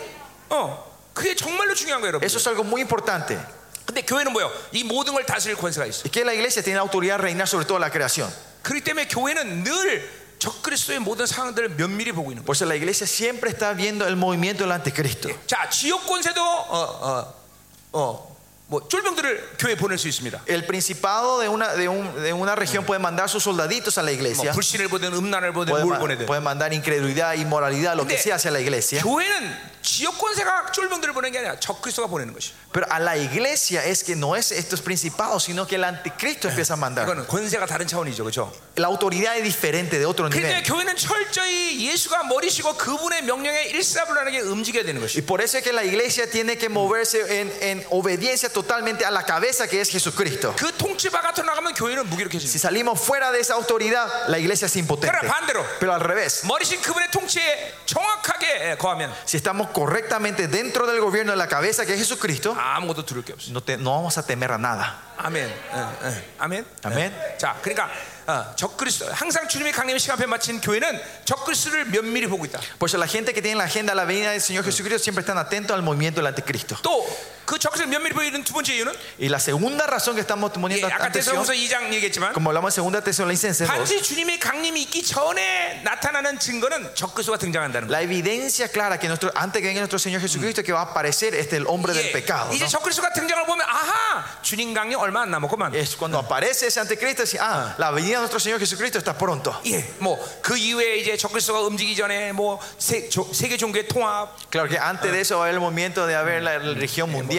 Speaker 1: 어. 그게 정말로 중요한 거예요, 여러분.
Speaker 2: Eso es algo muy importante.
Speaker 1: 근데 교회는 뭐예요? 이 모든 걸 다스릴 권세가 있어.
Speaker 2: Y que la iglesia tiene la autoridad de reinar sobre toda la creación.
Speaker 1: 그렇기 때문에 교회는 늘 적그리스도의 모든 상황들을 면밀히 보고 있는 거예요.
Speaker 2: Por eso la iglesia siempre está viendo el movimiento del anticristo.
Speaker 1: 자, 지역 권세도 어, 어, 어, 뭐 쫄병들을 교회 에 보낼 수 있습니다. 뭐
Speaker 2: El principado de una, de un- de una región puede mandar sus soldaditos a la
Speaker 1: 뭐
Speaker 2: iglesia,
Speaker 1: 불신을 보든 음란을 보든
Speaker 2: puede,
Speaker 1: 뭘
Speaker 2: ma-
Speaker 1: 보내든
Speaker 2: puede mandar incredulidad, inmoralidad, lo que
Speaker 1: 근데
Speaker 2: sea hacia la iglesia.
Speaker 1: 교회는 지역 권세가 쫄병들을 보내는 게 아니라 적그리스도가 보내는 것이.
Speaker 2: Pero a la iglesia es que no es estos principados, sino que el anticristo empieza a mandar.
Speaker 1: 이거는 권세가 다른 차원이죠, 그렇죠?
Speaker 2: La autoridad es diferente de otro
Speaker 1: 그런데
Speaker 2: nivel.
Speaker 1: 교회는 철저히 예수가 머리시고 그분의 명령에 일사불란하게 움직여야 되는 것이.
Speaker 2: Y por eso es que la iglesia tiene que moverse en, en obediencia totalmente a la cabeza que es Jesucristo.
Speaker 1: 그 통치 바깥으로 나가면 교회는
Speaker 2: Si
Speaker 1: 무기력해집니다.
Speaker 2: salimos fuera de esa autoridad, la iglesia es impotente.
Speaker 1: 그러나 반대로
Speaker 2: Pero al revés,
Speaker 1: 머리신 그분의 통치에 정확하게 예, 거하면
Speaker 2: si estamos correctamente dentro del gobierno de la cabeza que es Jesucristo,
Speaker 1: 아무것도 두려울 게 없어요.
Speaker 2: no, te- no vamos a temer a nada.
Speaker 1: 아멘. 예, 예. 아멘.
Speaker 2: 아멘.
Speaker 1: 예. 자, 그러니까 어, 적그리스도 항상 주님의 강림 시간 앞에 마친 교회는 적그리스도를 면밀히 보고 있다.
Speaker 2: Por eso la gente que tiene en la agenda la venida del Señor Jesucristo siempre están atentos al movimiento del anticristo.
Speaker 1: 또 그 적그리스도를 면밀히 보이는 두 번째 이유는
Speaker 2: Y la segunda razón que estamos
Speaker 1: 예,
Speaker 2: poniendo
Speaker 1: 아까
Speaker 2: atención,
Speaker 1: 대성서 2장 얘기했지만
Speaker 2: como hablamos en segunda Tesalonicenses 2,
Speaker 1: 반드시 주님의 강림이 있기 전에 나타나는 증거는 적그리스도가 등장한다는 거예요.
Speaker 2: la evidencia clara que nuestro, antes que venga nuestro Señor Jesucristo que va a aparecer este el hombre del
Speaker 1: 예,
Speaker 2: pecado.
Speaker 1: 이제
Speaker 2: ¿no?
Speaker 1: 적그리스도가 등장을 보면 아하 주님 강림 얼마 안 남았구만.
Speaker 2: Es cuando aparece ese anticristo, dice, ah, la venida de nuestro Señor Jesucristo está pronto.
Speaker 1: 예, 뭐 그 이후에 이제 적그리스도가 움직이기 전에 뭐 세, 계 종교의 통합,
Speaker 2: Claro que antes de eso va a haber el momento de haber la religión mundial.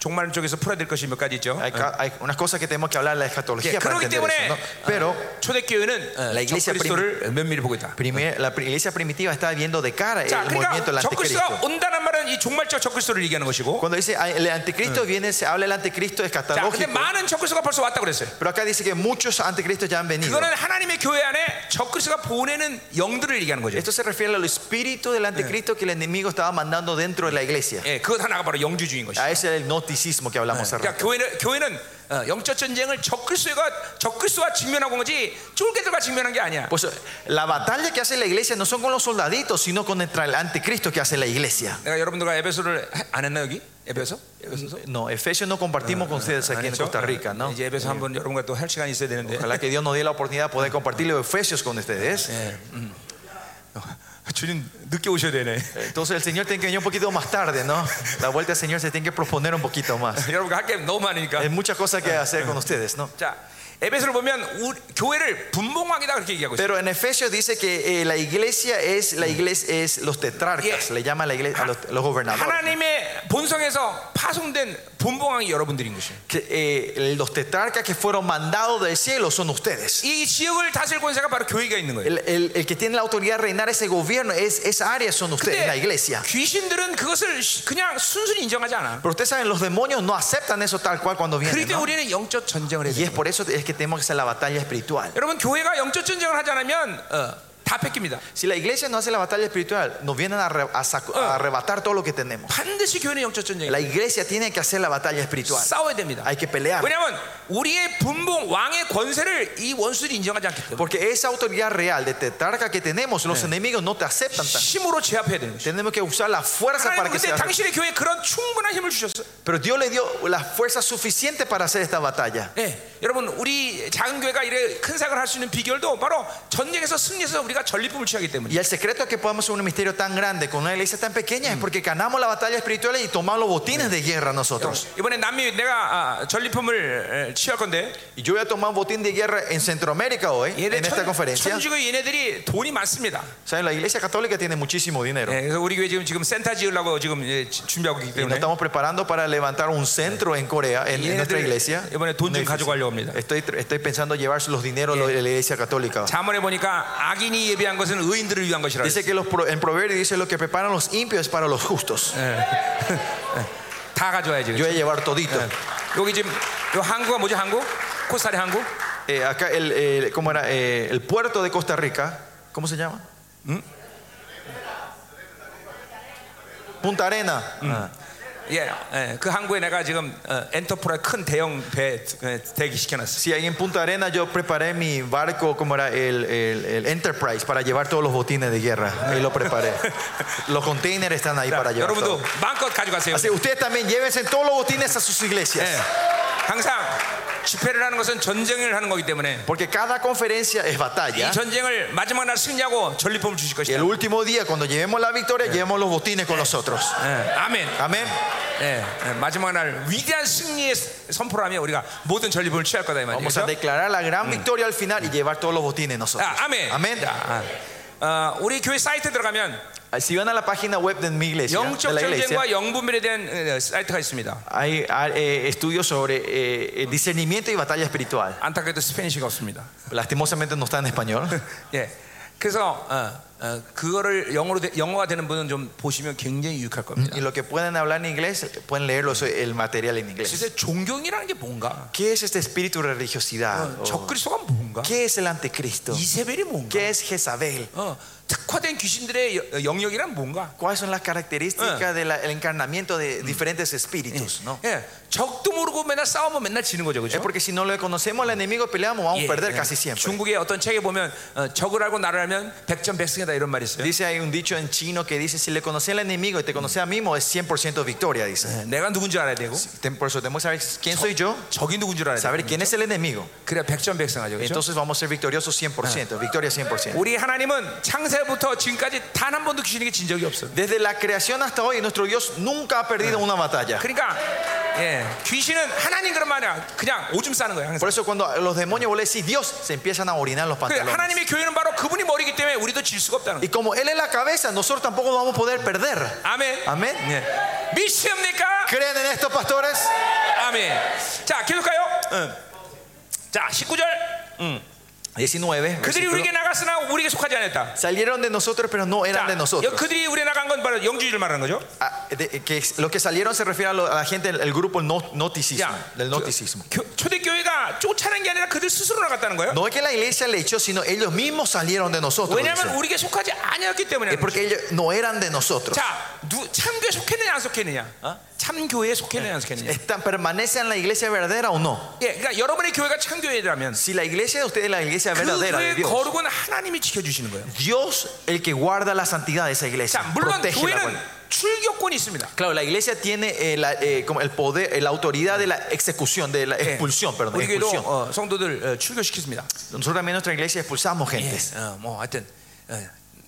Speaker 1: 종말 쪽에서 풀어야 될 것이 몇 가지 있죠.
Speaker 2: Hay, ca- hay unas cosas que tenemos que hablar de la escatología
Speaker 1: 예,
Speaker 2: para
Speaker 1: 그렇기
Speaker 2: entender
Speaker 1: 때문에
Speaker 2: eso, ¿no? Pero La
Speaker 1: 초대교회는
Speaker 2: iglesia
Speaker 1: 적그리스도를 면밀히 보고 있다.
Speaker 2: primer- la pri- iglesia primitiva está viendo de cara el
Speaker 1: 자,
Speaker 2: movimiento del
Speaker 1: 그러니까 적그리스도가
Speaker 2: anticristo.
Speaker 1: 온다는 말은 이 종말적 적그리스도를 얘기하는 것이고,
Speaker 2: Cuando dice ah, el anticristo viene, se habla del anticristo
Speaker 1: 자, 근데
Speaker 2: escatológico.
Speaker 1: 많은 적그리스도가 벌써 왔다 그랬어요.
Speaker 2: Pero acá dice que muchos anticristos ya han venido.
Speaker 1: 그거는 하나님의 교회 안에 적그리스도가 보내는 영들을 얘기하는 거죠.
Speaker 2: Esto se refiere al espíritu del anticristo que el enemigo estaba mandando dentro de la iglesia.
Speaker 1: 예, 그것 하나가 바로 영주주의인 것이죠.
Speaker 2: A ese es el gnosticismo que hablamos hace rato.
Speaker 1: 그러니까 교회는 교회는 어, 영적 전쟁을 적그리스도가 적그리스도와 직면하고 거지 쫄개들과 직면한 게 아니야.
Speaker 2: Pues la batalla que hace la iglesia no son con los soldaditos, sino contra el anticristo que hace la iglesia.
Speaker 1: 내가 여러분들과 에베소를 해- 안 했나 여기? 에베소? 에베소서?
Speaker 2: No, Efesios no compartimos con ustedes aquí en
Speaker 1: 아니죠?
Speaker 2: Costa Rica, ¿no?
Speaker 1: 이제 에베소 한번 여러분과 또 할 시간이 예. 있어야 되는데
Speaker 2: Ojalá que Dios nos dé la oportunidad de poder compartir los Efesios con ustedes.
Speaker 1: 예, 음. 어, 주님 늦게 오셔야 되네.
Speaker 2: Entonces el Señor tiene que venir un poquito más tarde, ¿no? La vuelta al Señor se tiene que proponer un poquito más.
Speaker 1: 여러분과 할게 너무 많으니까.
Speaker 2: Hay muchas cosas que hacer con ustedes, ¿no?
Speaker 1: 자, 에베소를 보면 우리- 교회를 분봉왕이다 그렇게 얘기하고 있어요.
Speaker 2: Pero en Efesios dice que eh, la iglesia es la iglesia es los tetrarcas, le llama la iglesia a los, los gobernadores.
Speaker 1: 네, 하나님의 본성에서 파송된 분봉왕이 여러분들인 것이에요.
Speaker 2: Que, eh, los tetrarcas que fueron mandados del cielo son ustedes.
Speaker 1: 이 지역을 다스릴 권세가 바로 교회가 있는 거예요.
Speaker 2: El, el- el que tiene la autoridad de reinar ese gobierno, es, esa área son ustedes, la iglesia.
Speaker 1: 귀신들은 그것을 시- 그냥 순순히 인정하지 않아.
Speaker 2: Pero ustedes saben, los demonios no aceptan eso tal cual cuando vienen.
Speaker 1: 네, 그럴 때
Speaker 2: ¿no?
Speaker 1: 우리는 영적 전쟁을 해야
Speaker 2: Y
Speaker 1: 돼요.
Speaker 2: es por eso es que tenemos que hacer la batalla espiritual.
Speaker 1: 여러분 교회가 영적 전쟁을 하지 않으면 어, 다 뺏깁니다.
Speaker 2: Si la iglesia no hace la batalla espiritual, nos vienen a, arre- a sac- a arrebatar todo lo que tenemos.
Speaker 1: 반드시 교회는 영적 전쟁을
Speaker 2: La iglesia tiene que hacer la batalla espiritual.
Speaker 1: 싸워야 됩니다.
Speaker 2: Hay que pelear.
Speaker 1: 왜냐하면 우리의 분봉 왕의 권세를 이 원수들이 인정하지 않기 때문에
Speaker 2: Porque esa autoridad real de tetrarca que tenemos, los enemigos no te aceptan. tan-
Speaker 1: 힘으로 제압해야 되는 것이죠.
Speaker 2: Tenemos que usar la fuerza para
Speaker 1: 하나님
Speaker 2: que
Speaker 1: 근데
Speaker 2: sea.
Speaker 1: 당신의 교회에 그런 충분한 힘을 주셨어요.
Speaker 2: Pero Dios le dio la fuerza suficiente para hacer esta batalla.
Speaker 1: 예, 여러분 우리 작은 교회가 이래 큰 사역을 할 수 있는 비결도 바로 전쟁에서 승리해서 우리가 전리품을 취하기 때문에.
Speaker 2: Y el secreto que podemos hacer un misterio tan grande con una iglesia tan pequeña es porque ganamos la batalla espiritual y tomamos los botines de guerra nosotros.
Speaker 1: 이번에 남미 내가 아, 전리품을 에, 취할 건데
Speaker 2: Y yo voy a tomar un botín de guerra en Centroamérica hoy,
Speaker 1: 얘네
Speaker 2: en esta
Speaker 1: 천,
Speaker 2: conferencia.
Speaker 1: 천주교 얘네들이 돈이 많습니다.
Speaker 2: ¿Saben? La iglesia católica tiene muchísimo dinero.
Speaker 1: 예, 그래서 우리 교회 지금 지금 센터 지으려고 지금 예, 지- 준비하고 있기
Speaker 2: Y nos
Speaker 1: 때문에
Speaker 2: estamos preparando para levantar un centro en Corea, en, en nuestra iglesia.
Speaker 1: 이번에 돈
Speaker 2: Un
Speaker 1: 좀
Speaker 2: edificio.
Speaker 1: 가져가려고 합니다.
Speaker 2: Estoy, estoy pensando llevarse los dineros de la iglesia católica.
Speaker 1: 자문에 보니까 악인이 예배한 것은 의인들을 위한 것이라.
Speaker 2: Dice que los, pro- en Proverbios dice lo que preparan los impios es para los justos.
Speaker 1: 그랬어요. 다 가져와야지.
Speaker 2: Yo
Speaker 1: 그렇죠?
Speaker 2: voy a llevar todito.
Speaker 1: Eh. 여기 지금 요 한국가 뭐죠? 한국? 코스타리 한국?
Speaker 2: Eh, acá el, eh, ¿cómo era? Eh, el puerto de Costa Rica, ¿cómo se llama? ¿Mm? Punta Arena. Ah.
Speaker 1: 예, 예, 그 한국에 내가 지금 어, 엔터프라이 큰 대형 배 예, 대기 시켜놨어.
Speaker 2: Si ahí en Punta Arena yo preparé mi barco, como era el, el- el Enterprise, para llevar todos los botines de guerra. Ahí lo preparé. los containers están ahí para llevar.
Speaker 1: 여러분도
Speaker 2: todo.
Speaker 1: 마음껏 아, 가져가세요.
Speaker 2: Así ustedes también llévense todos los botines a sus iglesias.
Speaker 1: 예, 항상 집회를 하는 것은 전쟁을 하는 거기 때문에
Speaker 2: Porque cada conferencia es batalla.
Speaker 1: 이 전쟁을 마지막 날 승리하고 전리품을 주실
Speaker 2: Y
Speaker 1: 것이다.
Speaker 2: el último día, cuando llevemos la victoria, llevemos los botines con nosotros.
Speaker 1: 예, 아멘.
Speaker 2: Amén.
Speaker 1: 예, 예, 마지막 날 위대한 승리의 선포를 하며 우리가 모든 전리품을 취할 거다 이
Speaker 2: Vamos
Speaker 1: 말이죠.
Speaker 2: a declarar la gran victoria al final y llevar todos los botines nosotros.
Speaker 1: 아, 아멘.
Speaker 2: Amén. Ah,
Speaker 1: 자, 아, 어, 우리 교회 사이트 들어가면
Speaker 2: Si van a la página web de mi iglesia, de
Speaker 1: 영적
Speaker 2: la iglesia,
Speaker 1: 전쟁과 영분별에 대한 에, 사이트가 있습니다.
Speaker 2: hay, hay, eh, estudios sobre eh, eh, discernimiento y batalla espiritual.
Speaker 1: 안타깝게도 스페니쉬가 없습니다.
Speaker 2: Lastimosamente no está en español.
Speaker 1: 예, 그래서 어, 어, 그거를 영어로 돼- 영어가 되는 분은 좀 보시면 굉장히 유익할 겁니다.
Speaker 2: Y lo que pueden hablar en inglés, pueden leerlo eso, el material en inglés.
Speaker 1: 진짜 존경이라는 게 뭔가,
Speaker 2: ¿Qué es este espíritu de
Speaker 1: 어.
Speaker 2: religiosidad? O,
Speaker 1: 적그리스도가 뭔가,
Speaker 2: ¿Qué es el anticristo?
Speaker 1: 이세벨이 뭔가,
Speaker 2: ¿Qué es Jezabel?
Speaker 1: 어, 특화된 귀신들의 여- 영역이란 뭔가.
Speaker 2: ¿Cuáles son las características del encarnamiento de diferentes espíritus? ¿no?
Speaker 1: 예, 적도 모르고 맨날 싸우면 맨날 지는 거죠,
Speaker 2: Es
Speaker 1: 그렇죠?
Speaker 2: porque si no lo conocemos al enemigo, peleamos, vamos a
Speaker 1: eh.
Speaker 2: perder casi siempre.
Speaker 1: 중국의 어떤 책에 보면 어, 적을 알고 나를 알면 백전백승이다 이런 말이 있어요.
Speaker 2: Dice hay un dicho en chino que dice, si le conoces al enemigo y te conoces a mí mismo, es 100% victoria, dice.
Speaker 1: 네, 내가 누군지 알아야 되고
Speaker 2: Ten- Por eso tenemos que saber quién soy yo,
Speaker 1: 적이 누군지 알아야 되고
Speaker 2: saber quién es el enemigo.
Speaker 1: 그래야 백전백승하죠. 그렇죠?
Speaker 2: Entonces vamos a ser victoriosos 100%, victoria 100%.
Speaker 1: 우리 하나님은 창세부터 지금까지 단 한 번도 귀신에게 진 적이 없어요.
Speaker 2: Desde la creación hasta hoy, nuestro Dios nunca ha perdido una batalla.
Speaker 1: 그러니까 예, 귀신은 하나님 그런 말이 아니라 그냥 오줌 싸는 거예요. 항상.
Speaker 2: Por eso cuando los demonios vos le decís Dios, se empiezan a orinar los
Speaker 1: 그
Speaker 2: pantalones.
Speaker 1: 하나님의 교회는 바로 그분이 머리기 때문에 우리도 질 수가 없다는
Speaker 2: Y
Speaker 1: 거예요.
Speaker 2: como Él es la cabeza, nosotros tampoco vamos a poder perder.
Speaker 1: 아멘.
Speaker 2: Amén.
Speaker 1: 예. 믿습니까?
Speaker 2: ¿Creen en esto, pastores?
Speaker 1: 아멘. 자, 계속 가요. 응. 자, 19절.
Speaker 2: 19.
Speaker 1: 그들이
Speaker 2: versículo.
Speaker 1: 우리에게 나갔으나 우리에게 속하지 않았다.
Speaker 2: Salieron de nosotros, pero no eran
Speaker 1: 자,
Speaker 2: de
Speaker 1: 여-
Speaker 2: nosotros.
Speaker 1: 그들이 우리에 나간 건 바로 영주의를 말하는 거죠.
Speaker 2: Ah, de- que los que salieron se refiere a, lo- a la gente, el grupo no- noticismo,
Speaker 1: Ya.
Speaker 2: del noticismo.
Speaker 1: 교- 초대교회가 쫓아낸 게 아니라 그들 스스로 나갔다는 거예요.
Speaker 2: No es que la iglesia le echó, sino ellos mismos salieron de nosotros.
Speaker 1: 왜냐하면
Speaker 2: dice.
Speaker 1: 우리에게 속하지 아니었기 때문에.
Speaker 2: Es porque ellos no eran de nosotros.
Speaker 1: 자, 누, 참교에 속했느냐 안 속했느냐? 참교에 속했느냐 안 속했느냐?
Speaker 2: Están, ¿Permanecen en la iglesia verdadera o no?
Speaker 1: 예, 그러니까 여러분의 교회가 참교회라면
Speaker 2: Si la iglesia de ustedes es la iglesia
Speaker 1: 그
Speaker 2: verdadera de
Speaker 1: 교회의
Speaker 2: Dios,
Speaker 1: 거룩은 하나님이 지켜주시는 거예요.
Speaker 2: Dios el que guarda la santidad de esa
Speaker 1: 자,
Speaker 2: iglesia,
Speaker 1: 물론
Speaker 2: protege la
Speaker 1: 교회는
Speaker 2: guarda.
Speaker 1: 출교권이 있습니다.
Speaker 2: Claro, la iglesia tiene eh, la, eh, como el poder, eh, la autoridad de la execución, de la
Speaker 1: 예.
Speaker 2: expulsión, perdón,
Speaker 1: 우리에게도
Speaker 2: expulsión.
Speaker 1: 어, 성도들 어, 출교시켰습니다.
Speaker 2: Nosotros también en nuestra iglesia expulsamos gente.
Speaker 1: 예, 어, 뭐 하여튼 예,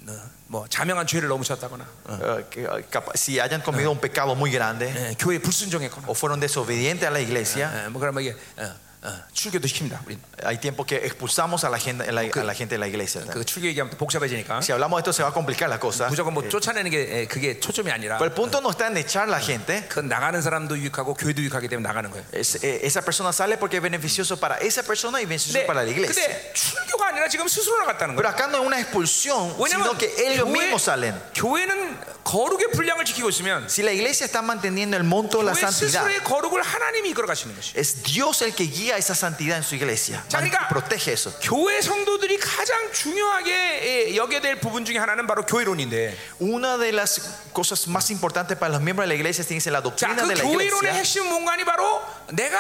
Speaker 1: 어, 뭐 자명한 죄를 넘으셨다거나 어,
Speaker 2: Eh, que, eh, capa- si hayan comido un pecado muy grande
Speaker 1: 예, 교회 불순종했거나
Speaker 2: o fueron desobedientes a la iglesia,
Speaker 1: 예, 뭐 그러면 이게 어, 어, 출교도 시킵니다. 우린
Speaker 2: hay tiempo que expulsamos a la gente, a la, a la gente de la iglesia.
Speaker 1: 그 출교 얘기하면 또 복잡해지니까
Speaker 2: Si hablamos de esto se va a complicar la cosa.
Speaker 1: 무조건 뭐 쫓아내는 게 예, 그게 초점이 아니라
Speaker 2: Pero el punto no está en echar a la gente.
Speaker 1: 그 나가는 사람도 유익하고 교회도 유익하기 때문에 나가는 거예요.
Speaker 2: Es- eh, esa persona sale porque es beneficioso para esa persona y beneficioso
Speaker 1: 근데,
Speaker 2: para la iglesia.
Speaker 1: 근데 출교가 아니라 지금 스스로 나갔다는
Speaker 2: Pero
Speaker 1: 거예요.
Speaker 2: acá no es una expulsión,
Speaker 1: 왜냐면
Speaker 2: sino que ellos
Speaker 1: 교회-
Speaker 2: mismos salen.
Speaker 1: 교회는 거룩의 분량을 지키고 있으면
Speaker 2: Si la iglesia está manteniendo el monto de la
Speaker 1: 교회
Speaker 2: santidad,
Speaker 1: 스스로의 거룩을 하나님이 이끌어 가시는 것이.
Speaker 2: es Dios el que guía esa santidad en su iglesia.
Speaker 1: 자, 그러니까-
Speaker 2: protege eso.
Speaker 1: 교회 성도들이 가장 중요하게 예, 여겨야 될 부분 중에 하나는 바로 교회론인데
Speaker 2: Una de las cosas más importantes para los miembros de la iglesia tiene que ser la
Speaker 1: 자
Speaker 2: doctrina
Speaker 1: 그
Speaker 2: de la
Speaker 1: 교회론의
Speaker 2: iglesia.
Speaker 1: 핵심 공간이 바로 내가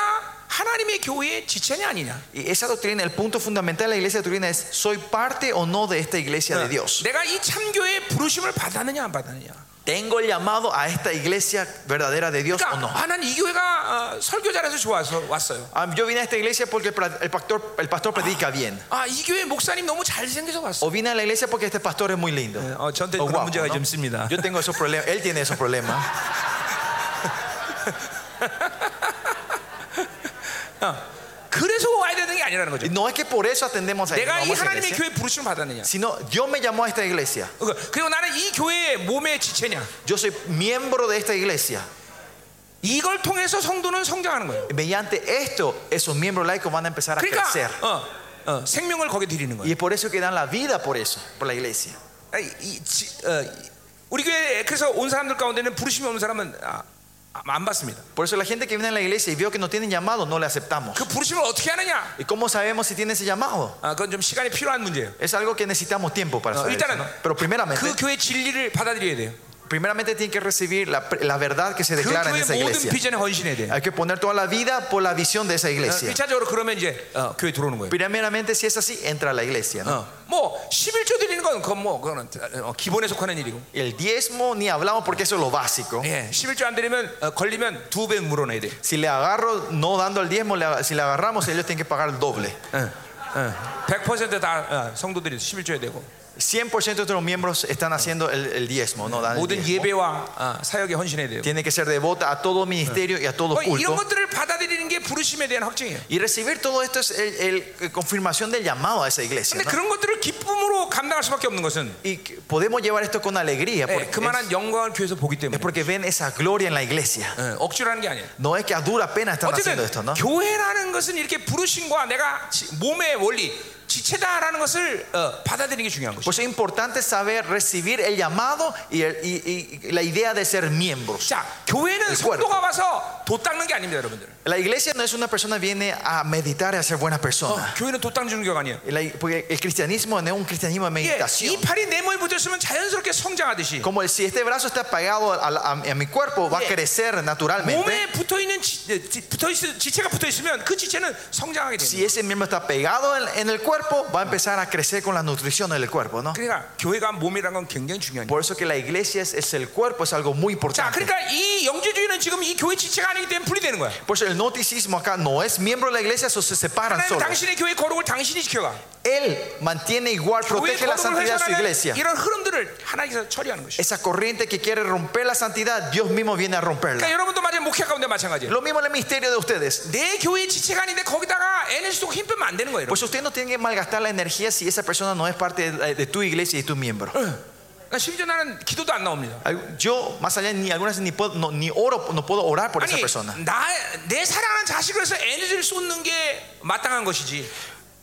Speaker 1: 하나님의 교회의 지체냐 아니냐
Speaker 2: Y esa doctrina, el punto fundamental de la iglesia de doctrina es: ¿soy parte o no de esta iglesia de Dios?
Speaker 1: 내가 이 참교회의 부르심을 받았느냐 안 받았느냐
Speaker 2: ¿Tengo el llamado a esta iglesia verdadera de Dios o
Speaker 1: 그러니까
Speaker 2: Oh, no?
Speaker 1: 아, 난이 교회가 어, 설교 잘해서 좋아서 왔어요
Speaker 2: Ah, Yo vine a esta iglesia porque el pra- el pastor, el pastor predica bien.
Speaker 1: 아 이 교회 목사님 너무 잘생겨서 왔어
Speaker 2: O vine a la iglesia porque este pastor es muy lindo.
Speaker 1: 어, 저한테
Speaker 2: O
Speaker 1: 그런
Speaker 2: guapo,
Speaker 1: 문제가
Speaker 2: Oh, ¿no?
Speaker 1: 좀 있습니다
Speaker 2: Yo tengo esos problemas. Él tiene esos problemas.
Speaker 1: 그래서 와야 되는 게 아니라는 거죠
Speaker 2: Y No es que por eso atendemos a
Speaker 1: 내가 이
Speaker 2: vamos a
Speaker 1: 하나님의
Speaker 2: iglesia,
Speaker 1: 교회 부르심을 받았느냐
Speaker 2: sino Dios me llamó a esta iglesia.
Speaker 1: 그러니까 그리고 나는 이 교회의 몸의 지체냐
Speaker 2: Yo soy miembro de esta iglesia.
Speaker 1: 이걸 통해서 성도는 성장하는 거예요
Speaker 2: Mediante esto, esos miembros laicos van a empezar a
Speaker 1: 그러니까
Speaker 2: crecer.
Speaker 1: 어, 어, 생명을 거기 드리는
Speaker 2: Y
Speaker 1: 거예요.
Speaker 2: es por eso que dan la vida por eso, por la iglesia.
Speaker 1: 아니, 이 지- 어, 이- 우리 교회 그래서 온 사람들 가운데는 부르심이 없는 사람은 아, 아, 안 받습니다.
Speaker 2: Por eso la gente que viene a la iglesia y veo que no tienen llamado, no le aceptamos.
Speaker 1: 그 부르심을 어떻게 하느냐?
Speaker 2: ¿Y cómo sabemos si tiene ese llamado?
Speaker 1: 아, 그건 좀 시간이 필요한 문제예요.
Speaker 2: Es algo que necesitamos tiempo para
Speaker 1: No,
Speaker 2: saber.
Speaker 1: 일단은
Speaker 2: eso, ¿no? Pero primeramente,
Speaker 1: 그 교회 진리를 받아들여야 돼요.
Speaker 2: primeramente tienen que recibir la, la verdad que se
Speaker 1: 그
Speaker 2: declara en
Speaker 1: 교회
Speaker 2: esa
Speaker 1: 모든
Speaker 2: iglesia.
Speaker 1: 비전에 헌신해야 돼요.
Speaker 2: Hay que poner toda la vida por la visión de esa iglesia.
Speaker 1: 1차적으로 그러면 이제 어, 교회 들어오는 거예요.
Speaker 2: Primeramente, si es así, entra a la iglesia. ¿no?
Speaker 1: 어, 뭐 11조 드리는 건 그건 뭐 그거는 어, 기본에 속하는 일이고.
Speaker 2: El diezmo ni hablamos porque eso es lo básico.
Speaker 1: 예, 11조 안 드리면 어, 걸리면 두 배 물어내야 돼요.
Speaker 2: Si le agarro no dando el diezmo, le aga- si le agarramos, ellos tienen que pagar el doble.
Speaker 1: 어, 어, 100%다 어, 성도들이 11조에 되고
Speaker 2: 100% de nuestros miembros están haciendo el, el diezmo, no dan el
Speaker 1: 모든
Speaker 2: diezmo.
Speaker 1: 예배와 어, 사역에 헌신해야 돼요.
Speaker 2: Tiene que ser devota a todo ministerio y a todo
Speaker 1: 뭐 이런
Speaker 2: culto.
Speaker 1: 것들을 받아들이는 게 부르심에 대한 확증이에요.
Speaker 2: Y recibir todo esto es el, el- confirmación del llamado a esa iglesia.
Speaker 1: 근데
Speaker 2: ¿no?
Speaker 1: 그런 것들을 기쁨으로 감당할 수밖에 없는 것은
Speaker 2: Y que podemos llevar esto con
Speaker 1: 예,
Speaker 2: alegría porque,
Speaker 1: 그만한 영광을 교회에서 보기 때문에
Speaker 2: es porque ven esa gloria en la iglesia.
Speaker 1: 예, 억지로 하는 게 아니에요.
Speaker 2: No es que a dura pena están haciendo esto,
Speaker 1: 어쨌든
Speaker 2: ¿no?
Speaker 1: 교회라는 것은 이렇게 부르심과 내가 지- 몸의 원리 지체다라는 것을 어, 받아들이는 게 중요한 것이죠.
Speaker 2: Por eso es importante saber recibir el llamado y, el- y- y la idea de ser miembros.
Speaker 1: 자, 교회는 성도가 와서 도 닦는 게 아닙니다, 여러분들.
Speaker 2: La iglesia no es una persona que viene a meditar y a ser buena
Speaker 1: 어,
Speaker 2: persona.
Speaker 1: 교회는 도 닦는 게 아니에요.
Speaker 2: La- porque el cristianismo no es un cristianismo de
Speaker 1: 예, 이
Speaker 2: meditación.
Speaker 1: 팔이 내 몸에 붙었으면 자연스럽게 성장하듯이
Speaker 2: Como el- si este brazo está pegado a, la- a- a mi cuerpo, va a
Speaker 1: Yeah.
Speaker 2: crecer naturalmente.
Speaker 1: 몸에 붙어 있는 붙어 있 지체가 붙어 있으면 그 지체는 성장하게 됩니다.
Speaker 2: Si ese miembro está pegado en, en el cuerpo, va a empezar a crecer con la nutrición del cuerpo, ¿no?
Speaker 1: 그러니까 교회가 몸이라는 건 굉장히 중요한 거예요.
Speaker 2: Por eso que la iglesia es, es el cuerpo, es algo
Speaker 1: 자,
Speaker 2: muy importante.
Speaker 1: 그러니까 이 영재주의는 지금 이 교회 지체가 아니기 때문에 분리되는 거야.
Speaker 2: Por eso el noticismo acá no es miembro de la iglesia, eso se separan
Speaker 1: 하나님
Speaker 2: solos.
Speaker 1: 당신의 교회 거룩을 당신이 지켜가.
Speaker 2: Él mantiene igual,
Speaker 1: 교회
Speaker 2: protege
Speaker 1: 거룩을
Speaker 2: la santidad de su iglesia.
Speaker 1: 훼손하는 이런 흐름들을 하나님께서 처리하는 것이.
Speaker 2: Esa corriente que quiere romper la santidad, Dios mismo viene a romperla.
Speaker 1: 그러니까 여러분도 마찬 목회 가운데 마찬가지예요.
Speaker 2: Lo mismo en el misterio de ustedes.
Speaker 1: 내 교회 지체가 아닌데 거기다가 에너지 쏟고 힘 빼면 안 되는 거예요.
Speaker 2: Pues usted no tiene que malgastar la energía si esa persona no es parte de, de tu iglesia y tu miembro.
Speaker 1: 그러니까 심지어 나는 기도도 안 나옵니다.
Speaker 2: Al- Yo, más allá, ni algunas veces ni, puedo, no, ni oro, no puedo orar por esa
Speaker 1: 아니,
Speaker 2: persona.
Speaker 1: 나, 내 사랑하는 자식으로서 에너지를 쏟는 게 마땅한 것이지.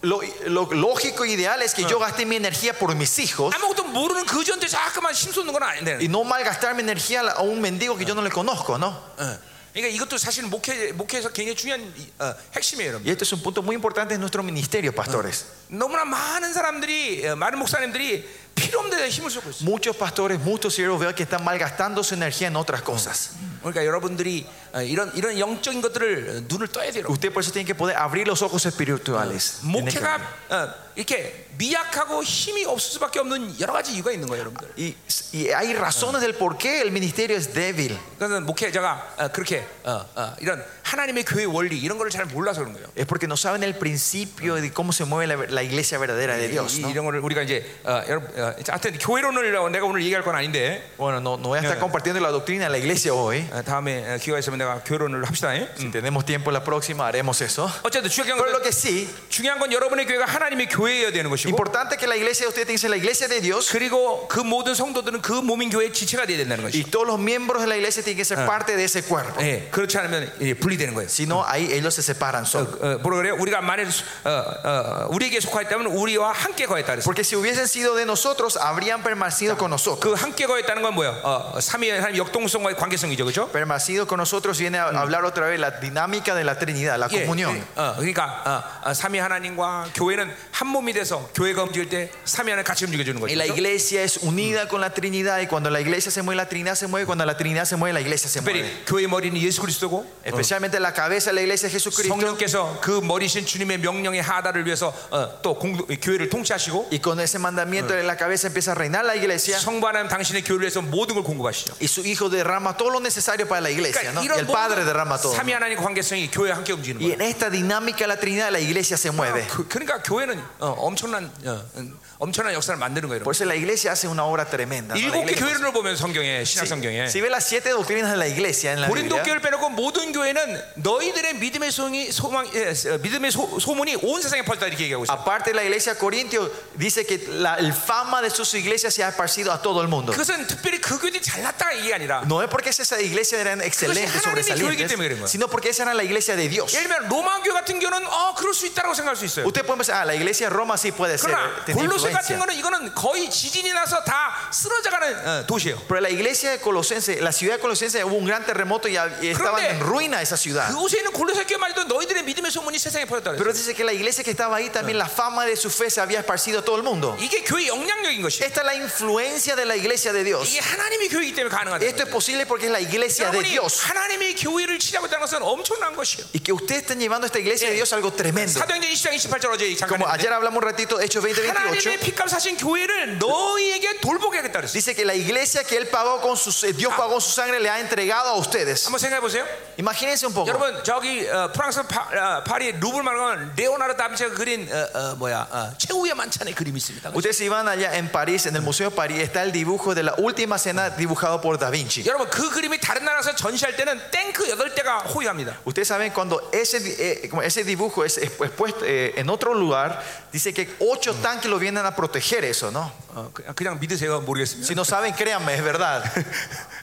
Speaker 2: Lo, lo lógico y ideal es que yo gaste mi energía por mis hijos
Speaker 1: 아무것도 모르는 그지한테 자꾸만 힘 쏟는 건 아닌데.
Speaker 2: y no malgastar mi energía a un mendigo que yo no le conozco, ¿no?
Speaker 1: 어. 그러니까 이것도 사실 목회 목회에서 굉장히 중요한 이- 어, 핵심이에요, 여러분.
Speaker 2: Y este
Speaker 1: Ah.
Speaker 2: es un punto muy importante en nuestro ministerio, pastores.
Speaker 1: 너무나 많은 사람들이 어, 많은 목사님들이 필요 없는 데 힘을 쏟고 있어요.
Speaker 2: Muchos pastores, muchos siervos veo que están malgastando su energía en otras cosas.
Speaker 1: 그러니까 여러분들이 어, 이런 이런 영적인 것들을 어, 눈을 떠야 돼요.
Speaker 2: Usted por eso tiene que poder abrir los ojos
Speaker 1: Ah.
Speaker 2: espirituales. Tiene que
Speaker 1: 목회가 어, 이렇게 미약하고 힘이 없을 수밖에 없는 여러 가지 이유가 있는 거예요, 여러분들.
Speaker 2: Y, y hay razones del por qué el ministerio es débil.
Speaker 1: 그래서 목회자가 어, 그렇게 어, 어, 이런 하나님의 교회 원리 이런 거를 잘 몰라서 그런 거예요.
Speaker 2: Es porque no saben el principio de cómo se mueve la, la iglesia verdadera de Dios.
Speaker 1: 이,
Speaker 2: ¿no?
Speaker 1: 런 거를 우리가 이제 어, 여러분, 어, 이제 하여튼 교회론을 내가 오늘 얘기할 건 아닌데
Speaker 2: Bueno, no, no voy a estar compartiendo la doctrina de la iglesia hoy.
Speaker 1: 어, 다음에 어, 기회가 있으면 내가 교회론을 합시다. 예?
Speaker 2: Si tenemos tiempo la próxima, haremos eso.
Speaker 1: 어쨌든 중요한
Speaker 2: Pero lo
Speaker 1: 건, 그
Speaker 2: que sí,
Speaker 1: 중요한 건 여러분의 교회가 하나님의 교회여야 되는 것이고
Speaker 2: importante que la iglesia de usted tiene que ser la iglesia de Dios
Speaker 1: 그리고 그 모든 성도들은 그 몸인 교회의 지체가 되어야 된다는
Speaker 2: y
Speaker 1: 것이죠.
Speaker 2: todos los miembros de la iglesia tienen que ser parte de ese cuerpo.
Speaker 1: 예, 그렇지 않으면 예, 분리되는 거예요.
Speaker 2: Si no, ahí ellos se separan
Speaker 1: 어,
Speaker 2: solos.
Speaker 1: 어, 뭐라 그래요? 우리가 만일 어, 어, 우리에게 속하였다면 우리와 함께 거했다 그랬어요.
Speaker 2: Porque si hubiesen sido de nosotros, habrían permanecido con nosotros.
Speaker 1: 그 함께 거했다는 건 뭐예요? 어, 삼위의 하나님 역동성과의 관계성이죠, 그렇죠?
Speaker 2: Permanecido con nosotros viene a hablar otra vez la dinámica de la Trinidad, la
Speaker 1: 예,
Speaker 2: comunión.
Speaker 1: 예. 어, 그러니까 어, 어, 삼위 하나님과 교회는 한 몸이 돼서 교회가 움직일 때 삼위 하나님 같이 움직여주는
Speaker 2: Y
Speaker 1: 거죠.
Speaker 2: la
Speaker 1: 그렇죠?
Speaker 2: iglesia es unida con la Trinidad y cuando la iglesia se mueve, la Trinidad se mueve, cuando la Trinidad se mueve, la iglesia se mueve.
Speaker 1: 특별히 교회 머리는 예수 그리스도고
Speaker 2: Especialmente la cabeza de la iglesia es Jesucristo.
Speaker 1: 성령께서 그 머리신 주님의 명령의 하다를 위해서 어, 또 공동- 교회를 통치하시고
Speaker 2: Y con ese mandamiento de la cabeza empieza a reinar la iglesia
Speaker 1: 성부 하나님 당신의 교회를 위해서 모든 걸 공급하시죠.
Speaker 2: y su hijo derrama todo lo necesario para la iglesia.
Speaker 1: 그러니까
Speaker 2: ¿no? Y
Speaker 1: 이런
Speaker 2: el Padre derrama
Speaker 1: 모든
Speaker 2: todo.
Speaker 1: 삼위 하나님 관계성이 교회와 함께 움직이는
Speaker 2: Y
Speaker 1: 거예요.
Speaker 2: en esta dinámica de la Trinidad la iglesia se mueve.
Speaker 1: 그, 그러니까 교회는 어, 엄청난 어, 음, 엄청난 역사를 만드는 거예요. 여러분.
Speaker 2: Por eso la iglesia hace una obra tremenda. ¿no? La
Speaker 1: 일곱 개
Speaker 2: iglesia-
Speaker 1: 교회론을 보면 성경에 신약 성경에
Speaker 2: Si, si ve las siete doctrinas de la iglesia en la
Speaker 1: 고린도
Speaker 2: Biblia,
Speaker 1: 교회를 빼놓고 모든 교회는 너희들의 믿음의 소망이 소망 예, 어, 믿음의 소, 소문이 온 세상에 펄다 이렇게 얘기하고 있어. 요
Speaker 2: aparte de la iglesia de Corintio, dice que la el fama de sus iglesias se ha esparcido a todo el mundo.
Speaker 1: 그것은 특별히 그 교회들이 잘났다 이게 아니라
Speaker 2: No es porque esas iglesias eran excelentes,
Speaker 1: 하나님의 교회이기 때문에 그런 거야.
Speaker 2: sobresalientes, sino porque esa era la iglesia de Dios.
Speaker 1: 예를 들면 로마 교회 같은 경우는 어 그럴 수 있다라고 생각할 수 있어요.
Speaker 2: Usted puede pensar, ah, la iglesia de Roma sí puede ser,
Speaker 1: 그러나
Speaker 2: tiene
Speaker 1: 골로새 같은
Speaker 2: influencia.
Speaker 1: 거는 이거는 거의 지진이 나서 다 쓰러져가는 어, 도시예요.
Speaker 2: Pero la iglesia de Colosense, la ciudad de Colosense, hubo un gran terremoto y, y estaba
Speaker 1: Pero-
Speaker 2: en ruina esa ciudad.
Speaker 1: 그곳에 있는 골로새 교회 말도 너희들의 믿음의 소문이 세상에 퍼졌다 그랬어요.
Speaker 2: Pero dice que la iglesia que estaba ahí también la fama de su fe se había esparcido a todo el mundo.
Speaker 1: 이게 교회 의 영향력인 것이에요.
Speaker 2: Esta es la influencia de la iglesia de Dios.
Speaker 1: 이게 하나님의 교회이기 때문에 가능하다.
Speaker 2: Esto es posible porque es la iglesia de
Speaker 1: 여러분이
Speaker 2: Dios.
Speaker 1: 하나님의 교회를 치라고 있다는 것은 엄청난 것이에요.
Speaker 2: Y que ustedes estén llevando esta iglesia de Dios a algo tremendo.
Speaker 1: 사도행전 20장 28절 어제 잠깐
Speaker 2: Como
Speaker 1: 했는데
Speaker 2: ayer hablamos un ratito, Hechos 20, 28.
Speaker 1: 하나님의 피값 사신 교회를 너희에게 돌보게 하겠다 그랬어요.
Speaker 2: Dice que la iglesia que él pagó con sus Dios pagó su sangre le ha entregado a ustedes.
Speaker 1: 한번 생각해 보세요.
Speaker 2: 어. Imagínense un poco.
Speaker 1: 여러분 저기 어, 프랑스 파, 어, 파리 루블 마을은 레오나르 다빈치가 그린 어, 어, 뭐야 어, 최후의 만찬의 그림이 있습니다.
Speaker 2: Ustedes si van allá en París, en el Museo de París, está el dibujo de la última cena dibujado por Da Vinci.
Speaker 1: 여러분 그 그림이 다른 나라에서 전시할 때는 탱크 8대가 호위합니다.
Speaker 2: Ustedes saben cuando ese, di- eh, como ese dibujo es expuesto eh, en otro lugar, dice que ocho
Speaker 1: Mm.
Speaker 2: tanques lo vienen a proteger eso, ¿no?
Speaker 1: 어, 그냥, 그냥 믿으세요. 모르겠습니다.
Speaker 2: Si no saben, créanme, es verdad.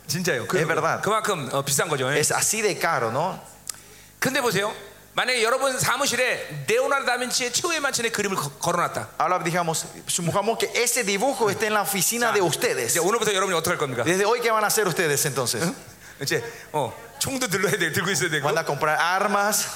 Speaker 1: 진짜요.
Speaker 2: 예, verdad.
Speaker 1: 그만큼 어, 비싼 거죠. 예.
Speaker 2: Es así de caro, ¿no?
Speaker 1: 근데 보세요. 만약에 여러분 사무실에 레오나르 다빈치의 최후의 만찬의 그림을 거- 걸어놨다.
Speaker 2: Ahora digamos, supongamos que ese dibujo esté en la oficina de
Speaker 1: 이제
Speaker 2: ustedes.
Speaker 1: 오늘부터 여러분이 어떻게 할 겁니까?
Speaker 2: Desde hoy, ¿qué van a hacer ustedes entonces?
Speaker 1: ¿Eh? 이제 어, 총도 들러야 돼, 들고 있어야 되고.
Speaker 2: Van a comprar armas.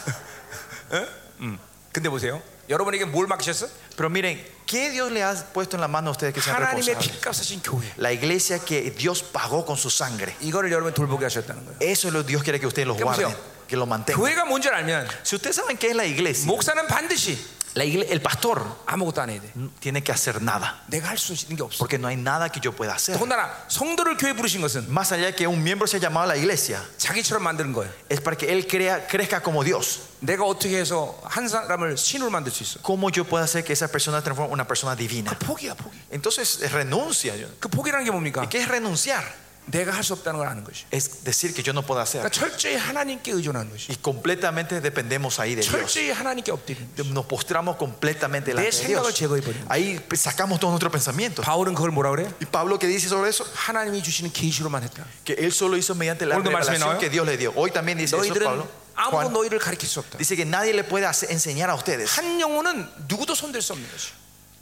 Speaker 1: 근데 보세요. 여러분에게 뭘 맡기셨어?
Speaker 2: Pero miren, ¿qué Dios le ha puesto en la mano a ustedes que sean
Speaker 1: 하나님의
Speaker 2: responsables?
Speaker 1: 피값 사신 교회.
Speaker 2: La iglesia que Dios pagó con su sangre.
Speaker 1: 이거를 여러분 돌보게 하셨다는 거예요.
Speaker 2: Eso es lo que Dios quiere que ustedes los
Speaker 1: ¿Qué
Speaker 2: guarden,
Speaker 1: pasó?
Speaker 2: que lo mantengan.
Speaker 1: 네. 교회가 뭔 줄 알면
Speaker 2: Si ustedes saben qué es la iglesia,
Speaker 1: 목사는 반드시
Speaker 2: la igle- el pastor
Speaker 1: 아무것도 안 해야 돼.
Speaker 2: no tiene que hacer nada,
Speaker 1: 내가 할 수 있는 게 없어.
Speaker 2: porque no hay nada que yo pueda hacer.
Speaker 1: 더군다나 성도를 교회 부르신 것은
Speaker 2: Más allá de que un miembro sea llamado a la iglesia,
Speaker 1: 자기처럼 만드는 거예요.
Speaker 2: es para que él crea, crezca como Dios.
Speaker 1: 내가 어떻게 해서 한 사람을 신으로 만들 수 있어?
Speaker 2: ¿Cómo yo puedo hacer que esa persona se transforme en una persona divina?
Speaker 1: 아, 포기야 포기.
Speaker 2: Entonces es renuncia. yo-
Speaker 1: 그 포기라는 게 뭡니까?
Speaker 2: ¿Qué es renunciar?
Speaker 1: 내가 할 수 없다는 걸 아는 것이.
Speaker 2: Es decir que yo no puedo hacer.
Speaker 1: 그러니까 철저히 하나님께 의존하는 것이.
Speaker 2: Y completamente dependemos ahí de
Speaker 1: 예,
Speaker 2: Dios.
Speaker 1: 철저히 하나님께 엎드리는 것이.
Speaker 2: Nos postramos completamente
Speaker 1: 내
Speaker 2: delante de
Speaker 1: 생각을
Speaker 2: Dios.
Speaker 1: 제거해버리는.
Speaker 2: Ahí sacamos todos nuestros pensamientos.
Speaker 1: 바울은 그걸 뭐라 그래?
Speaker 2: ¿Y Pablo qué dice sobre eso?
Speaker 1: 하나님이 주시는 계시로만 했다.
Speaker 2: Que él solo hizo mediante la
Speaker 1: ¿Otra más menor?
Speaker 2: revelación que Dios le dio. Hoy también dice eso Pablo.
Speaker 1: 너희들은 아무도
Speaker 2: Juan
Speaker 1: 너희를 가르칠 수 없다.
Speaker 2: dice que nadie le puede hacer- enseñar a ustedes.
Speaker 1: 한 영혼은 누구도 손댈 수 없는 것이.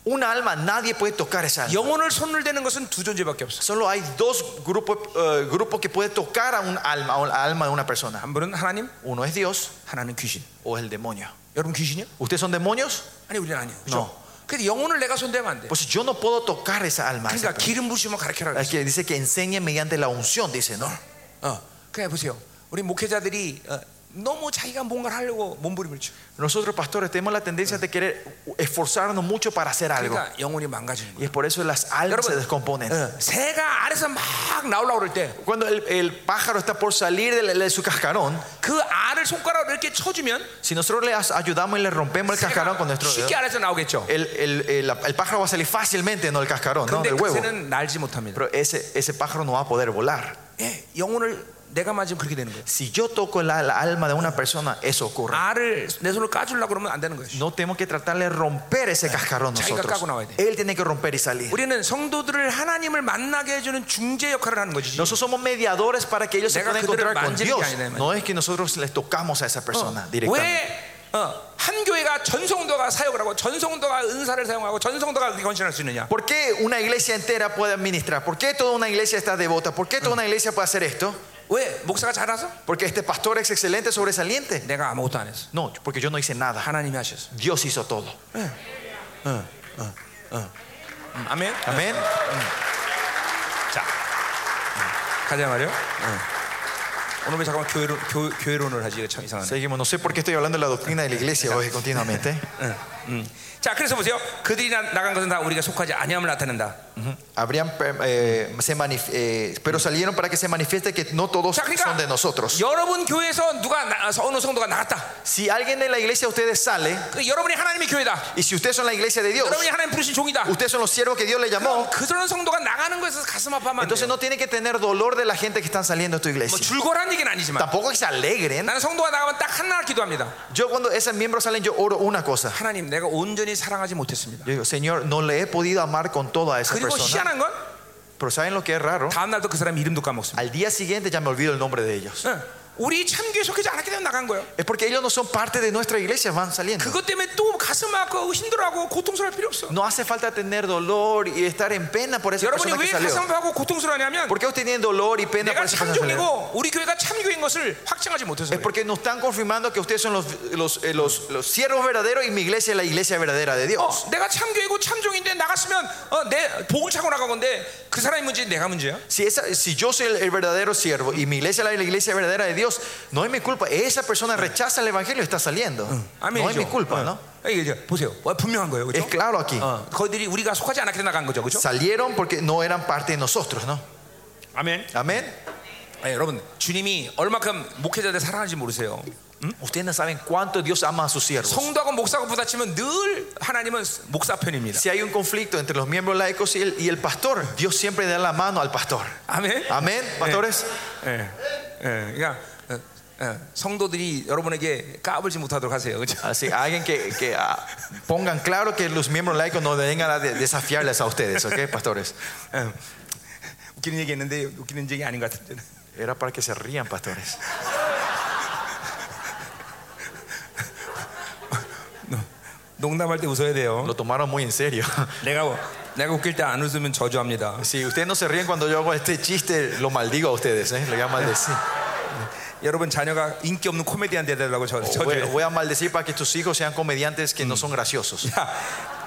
Speaker 2: Un alma, nadie puede tocar esa alma.
Speaker 1: 영혼을 손을 대는 것은 두 존재밖에 없어.
Speaker 2: Solo hay dos grupos, eh, grupos que puede tocar a un alma, o la alma de una persona.
Speaker 1: 한 분은 하나님,
Speaker 2: Uno es Dios
Speaker 1: 하나는 귀신.
Speaker 2: o es el demonio.
Speaker 1: 여러분 귀신이요?
Speaker 2: ¿Ustedes son demonios?
Speaker 1: 아니 우리는 아니요.
Speaker 2: No.
Speaker 1: 그렇죠? 근데 영혼을 내가 손대면 안 돼.
Speaker 2: Pues yo no puedo tocar esa alma. esa
Speaker 1: 그러니까
Speaker 2: persona.
Speaker 1: 기름 부으시면 가르쳐라.
Speaker 2: Es que dice que enseñe mediante la unción, dice, ¿no?
Speaker 1: 어, 그냥 보세요. 우리 목회자들이 어, 너무 자기가 뭔가를 하려고 몸부림을 쳐.
Speaker 2: Nosotros, pastores, tenemos la tendencia de querer esforzarnos mucho para hacer algo.
Speaker 1: 그러니까 영혼이 망가지는
Speaker 2: Y
Speaker 1: 거예요.
Speaker 2: es por eso las almas se
Speaker 1: 여러분,
Speaker 2: descomponen.
Speaker 1: 어, 새가 알에서 막 나오려고 그럴 때 그
Speaker 2: Cuando el, el pájaro está por salir de, la- de su cascarón,
Speaker 1: 그 알을 손가락으로 이렇게 쳐주면
Speaker 2: si nosotros le as- ayudamos y le rompemos el cascarón con
Speaker 1: 새가 예.
Speaker 2: nuestro dedo,
Speaker 1: 쉽게 알에서 나오겠죠.
Speaker 2: el, el- el- el pájaro va a salir fácilmente, no el cascarón, no
Speaker 1: 근데
Speaker 2: del
Speaker 1: 그
Speaker 2: huevo.
Speaker 1: 새는 날지 못합니다.
Speaker 2: Pero ese, ese pájaro no va a poder volar.
Speaker 1: 예, 영혼을 내가 맞으면 그렇게 되는 거예요.
Speaker 2: Si yo toco la, la alma de una persona, eso ocurre.
Speaker 1: 알을 내 손으로 까주려고 그러면 안 되는 거예요.
Speaker 2: No tenemos que tratar de romper ese cascarón
Speaker 1: 자기가
Speaker 2: nosotros.
Speaker 1: 까고 나와야 돼.
Speaker 2: Él tiene que romper y salir.
Speaker 1: 우리는 성도들을 하나님을 만나게 해주는 중재 역할을 하는 거지.
Speaker 2: Nosotros somos mediadores para que ellos se
Speaker 1: 내가
Speaker 2: puedan
Speaker 1: 그들을
Speaker 2: encontrar con
Speaker 1: 만지는
Speaker 2: Dios.
Speaker 1: 게 아니라 이 말이야.
Speaker 2: No es que nosotros les tocamos a esa persona directamente.
Speaker 1: 어, 왜한 교회가 전성도가 사역을 하고 전성도가 은사를 사용하고 전성도가 그렇게 헌신할 수 있느냐?
Speaker 2: ¿Por qué una iglesia entera puede administrar? ¿Por qué toda una iglesia está devota? ¿Por qué toda una iglesia puede hacer esto?
Speaker 1: 왜 목사가 잘해서?
Speaker 2: Porque este pastor es excelente, sobresaliente.
Speaker 1: 내가 아무것도 안 했어.
Speaker 2: No, porque yo no hice nada.
Speaker 1: 하나님이 하셨어.
Speaker 2: Dios hizo todo.
Speaker 1: 음, 아멘.
Speaker 2: Amén.
Speaker 1: 자, 음, 가자 말이요. 오늘 왜 잠깐 교회론 교, 교회론을 하지? 참 이상하네.
Speaker 2: Seguimos. No sé por qué estoy hablando de la doctrina de la iglesia hoy continuamente.
Speaker 1: 음, 음. 자, 그래서 보세요. 그들이 나, 나간 것은 다 우리가 속하지 아니함을 나타낸다.
Speaker 2: Habrían, eh, se manif- eh, pero salieron para que se manifieste que no todos
Speaker 1: 자,
Speaker 2: son de
Speaker 1: 그러니까
Speaker 2: nosotros.
Speaker 1: 여러분 교회에서 누가 나, 어느 성도가 나갔다.
Speaker 2: Si alguien de la iglesia de ustedes sale,
Speaker 1: 그 여러분이 하나님의 교회다.
Speaker 2: y si ustedes son la iglesia de Dios,
Speaker 1: 여러분이 하나님 부르신 종이다. 뭐
Speaker 2: ustedes son los siervos que Dios le llamó,
Speaker 1: 그럼 그런 성도가 나가는 것에서 가슴 아파하면 안 돼요.
Speaker 2: entonces no tienen que tener dolor de la gente que están saliendo de tu
Speaker 1: 뭐
Speaker 2: iglesia.
Speaker 1: 줄거란 얘기는 아니지만
Speaker 2: Tampoco que se alegren.
Speaker 1: 나는 성도가 나가면 딱 하나 기도합니다.
Speaker 2: Yo cuando esos miembros salen, yo oro una cosa.
Speaker 1: 하나님, 내가 온전히 사랑하지 못했습니다.
Speaker 2: Yo digo, Señor, no le he podido amar con toda esa
Speaker 1: 그리고
Speaker 2: persona.
Speaker 1: 희한한 건
Speaker 2: Pero ¿saben lo que es raro?
Speaker 1: 다음 날도 그 사람 이름도 까먹습니다.
Speaker 2: Al día siguiente ya me olvido el nombre de ellos.
Speaker 1: 응. 우리 참교회 속해지 않았기 때문에 나간 거예요.
Speaker 2: Es porque ellos no son parte de nuestra iglesia, van saliendo.
Speaker 1: 그것 때문에 또 가슴 아프고 힘들어하고 고통스러울 필요 없어.
Speaker 2: No hace falta tener dolor y estar en pena por esa
Speaker 1: 여러분이
Speaker 2: persona que
Speaker 1: 왜 가슴
Speaker 2: salió.
Speaker 1: 아프고 고통스러워하냐면
Speaker 2: ¿Por qué ustedes tienen dolor y pena
Speaker 1: 네, 내가
Speaker 2: por esa persona que salió?
Speaker 1: 참종이고 우리 교회가 참교인 것을 확증하지 못해서
Speaker 2: Es
Speaker 1: 그래요.
Speaker 2: porque nos están confirmando que ustedes son los, los, eh, los, los siervos verdaderos y mi iglesia es la iglesia verdadera de Dios.
Speaker 1: 어, 내가 참교이고 참종인데 나갔으면 어, 내 복을 차고 나간 건데 그 사람이 문제 내가 문제야?
Speaker 2: Si, esa, si yo soy el, el verdadero siervo y mi iglesia es la iglesia verdadera de Dios, no es mi culpa. Esa persona rechaza el evangelio y está saliendo. No es mi
Speaker 1: 아멘이죠. 어.
Speaker 2: culpa, ¿no?
Speaker 1: 이게 이제 보세요. 와, 분명한 거예요.
Speaker 2: Es
Speaker 1: 그렇죠?
Speaker 2: claro aquí.
Speaker 1: 어, 거기들이 우리가 속하지 않았기 때문에 나간 거죠. 그렇죠?
Speaker 2: Salieron porque no eran parte de nosotros, ¿no?
Speaker 1: 아멘.
Speaker 2: Amén.
Speaker 1: 예, 여러분, 주님이 얼마큼 목회자들 사랑하는지 모르세요.
Speaker 2: Ustedes no saben cuánto Dios ama a sus siervos.
Speaker 1: 성도하고 목사하고 부딪히면 늘 하나님은 목사 편입니다.
Speaker 2: Si hay un conflicto entre los miembros laicos y el, y el pastor, Dios siempre da la mano al pastor.
Speaker 1: 아멘.
Speaker 2: Amén, pastores.
Speaker 1: 예. 예. 그러니까 어, 어, 성도들이 여러분에게 까불지 못하도록 하세요. 그렇죠?
Speaker 2: Así, alguien que, que, ah, pongan claro que los miembros laicos no vengan a de- desafiarles a ustedes, ¿ok, pastores?
Speaker 1: 예. 웃기는 얘기 했는데 웃기는 얘기 아닌 것 같은데.
Speaker 2: Era para que se rían, pastores.
Speaker 1: 농담할 때 웃어야 돼요.
Speaker 2: Lo tomaron muy en serio.
Speaker 1: 내가 내가 웃길 때 안 웃으면 저주합니다.
Speaker 2: Si ustedes no se ríen cuando yo hago este chiste, lo maldigo a ustedes, ¿eh? lo voy a maldecir.
Speaker 1: 여러분 자녀가 인기 없는 코미디언 되달라고 저
Speaker 2: Voy,
Speaker 1: 저주해.
Speaker 2: voy a maldecir para que tus hijos sean comediantes que no son graciosos.
Speaker 1: 자,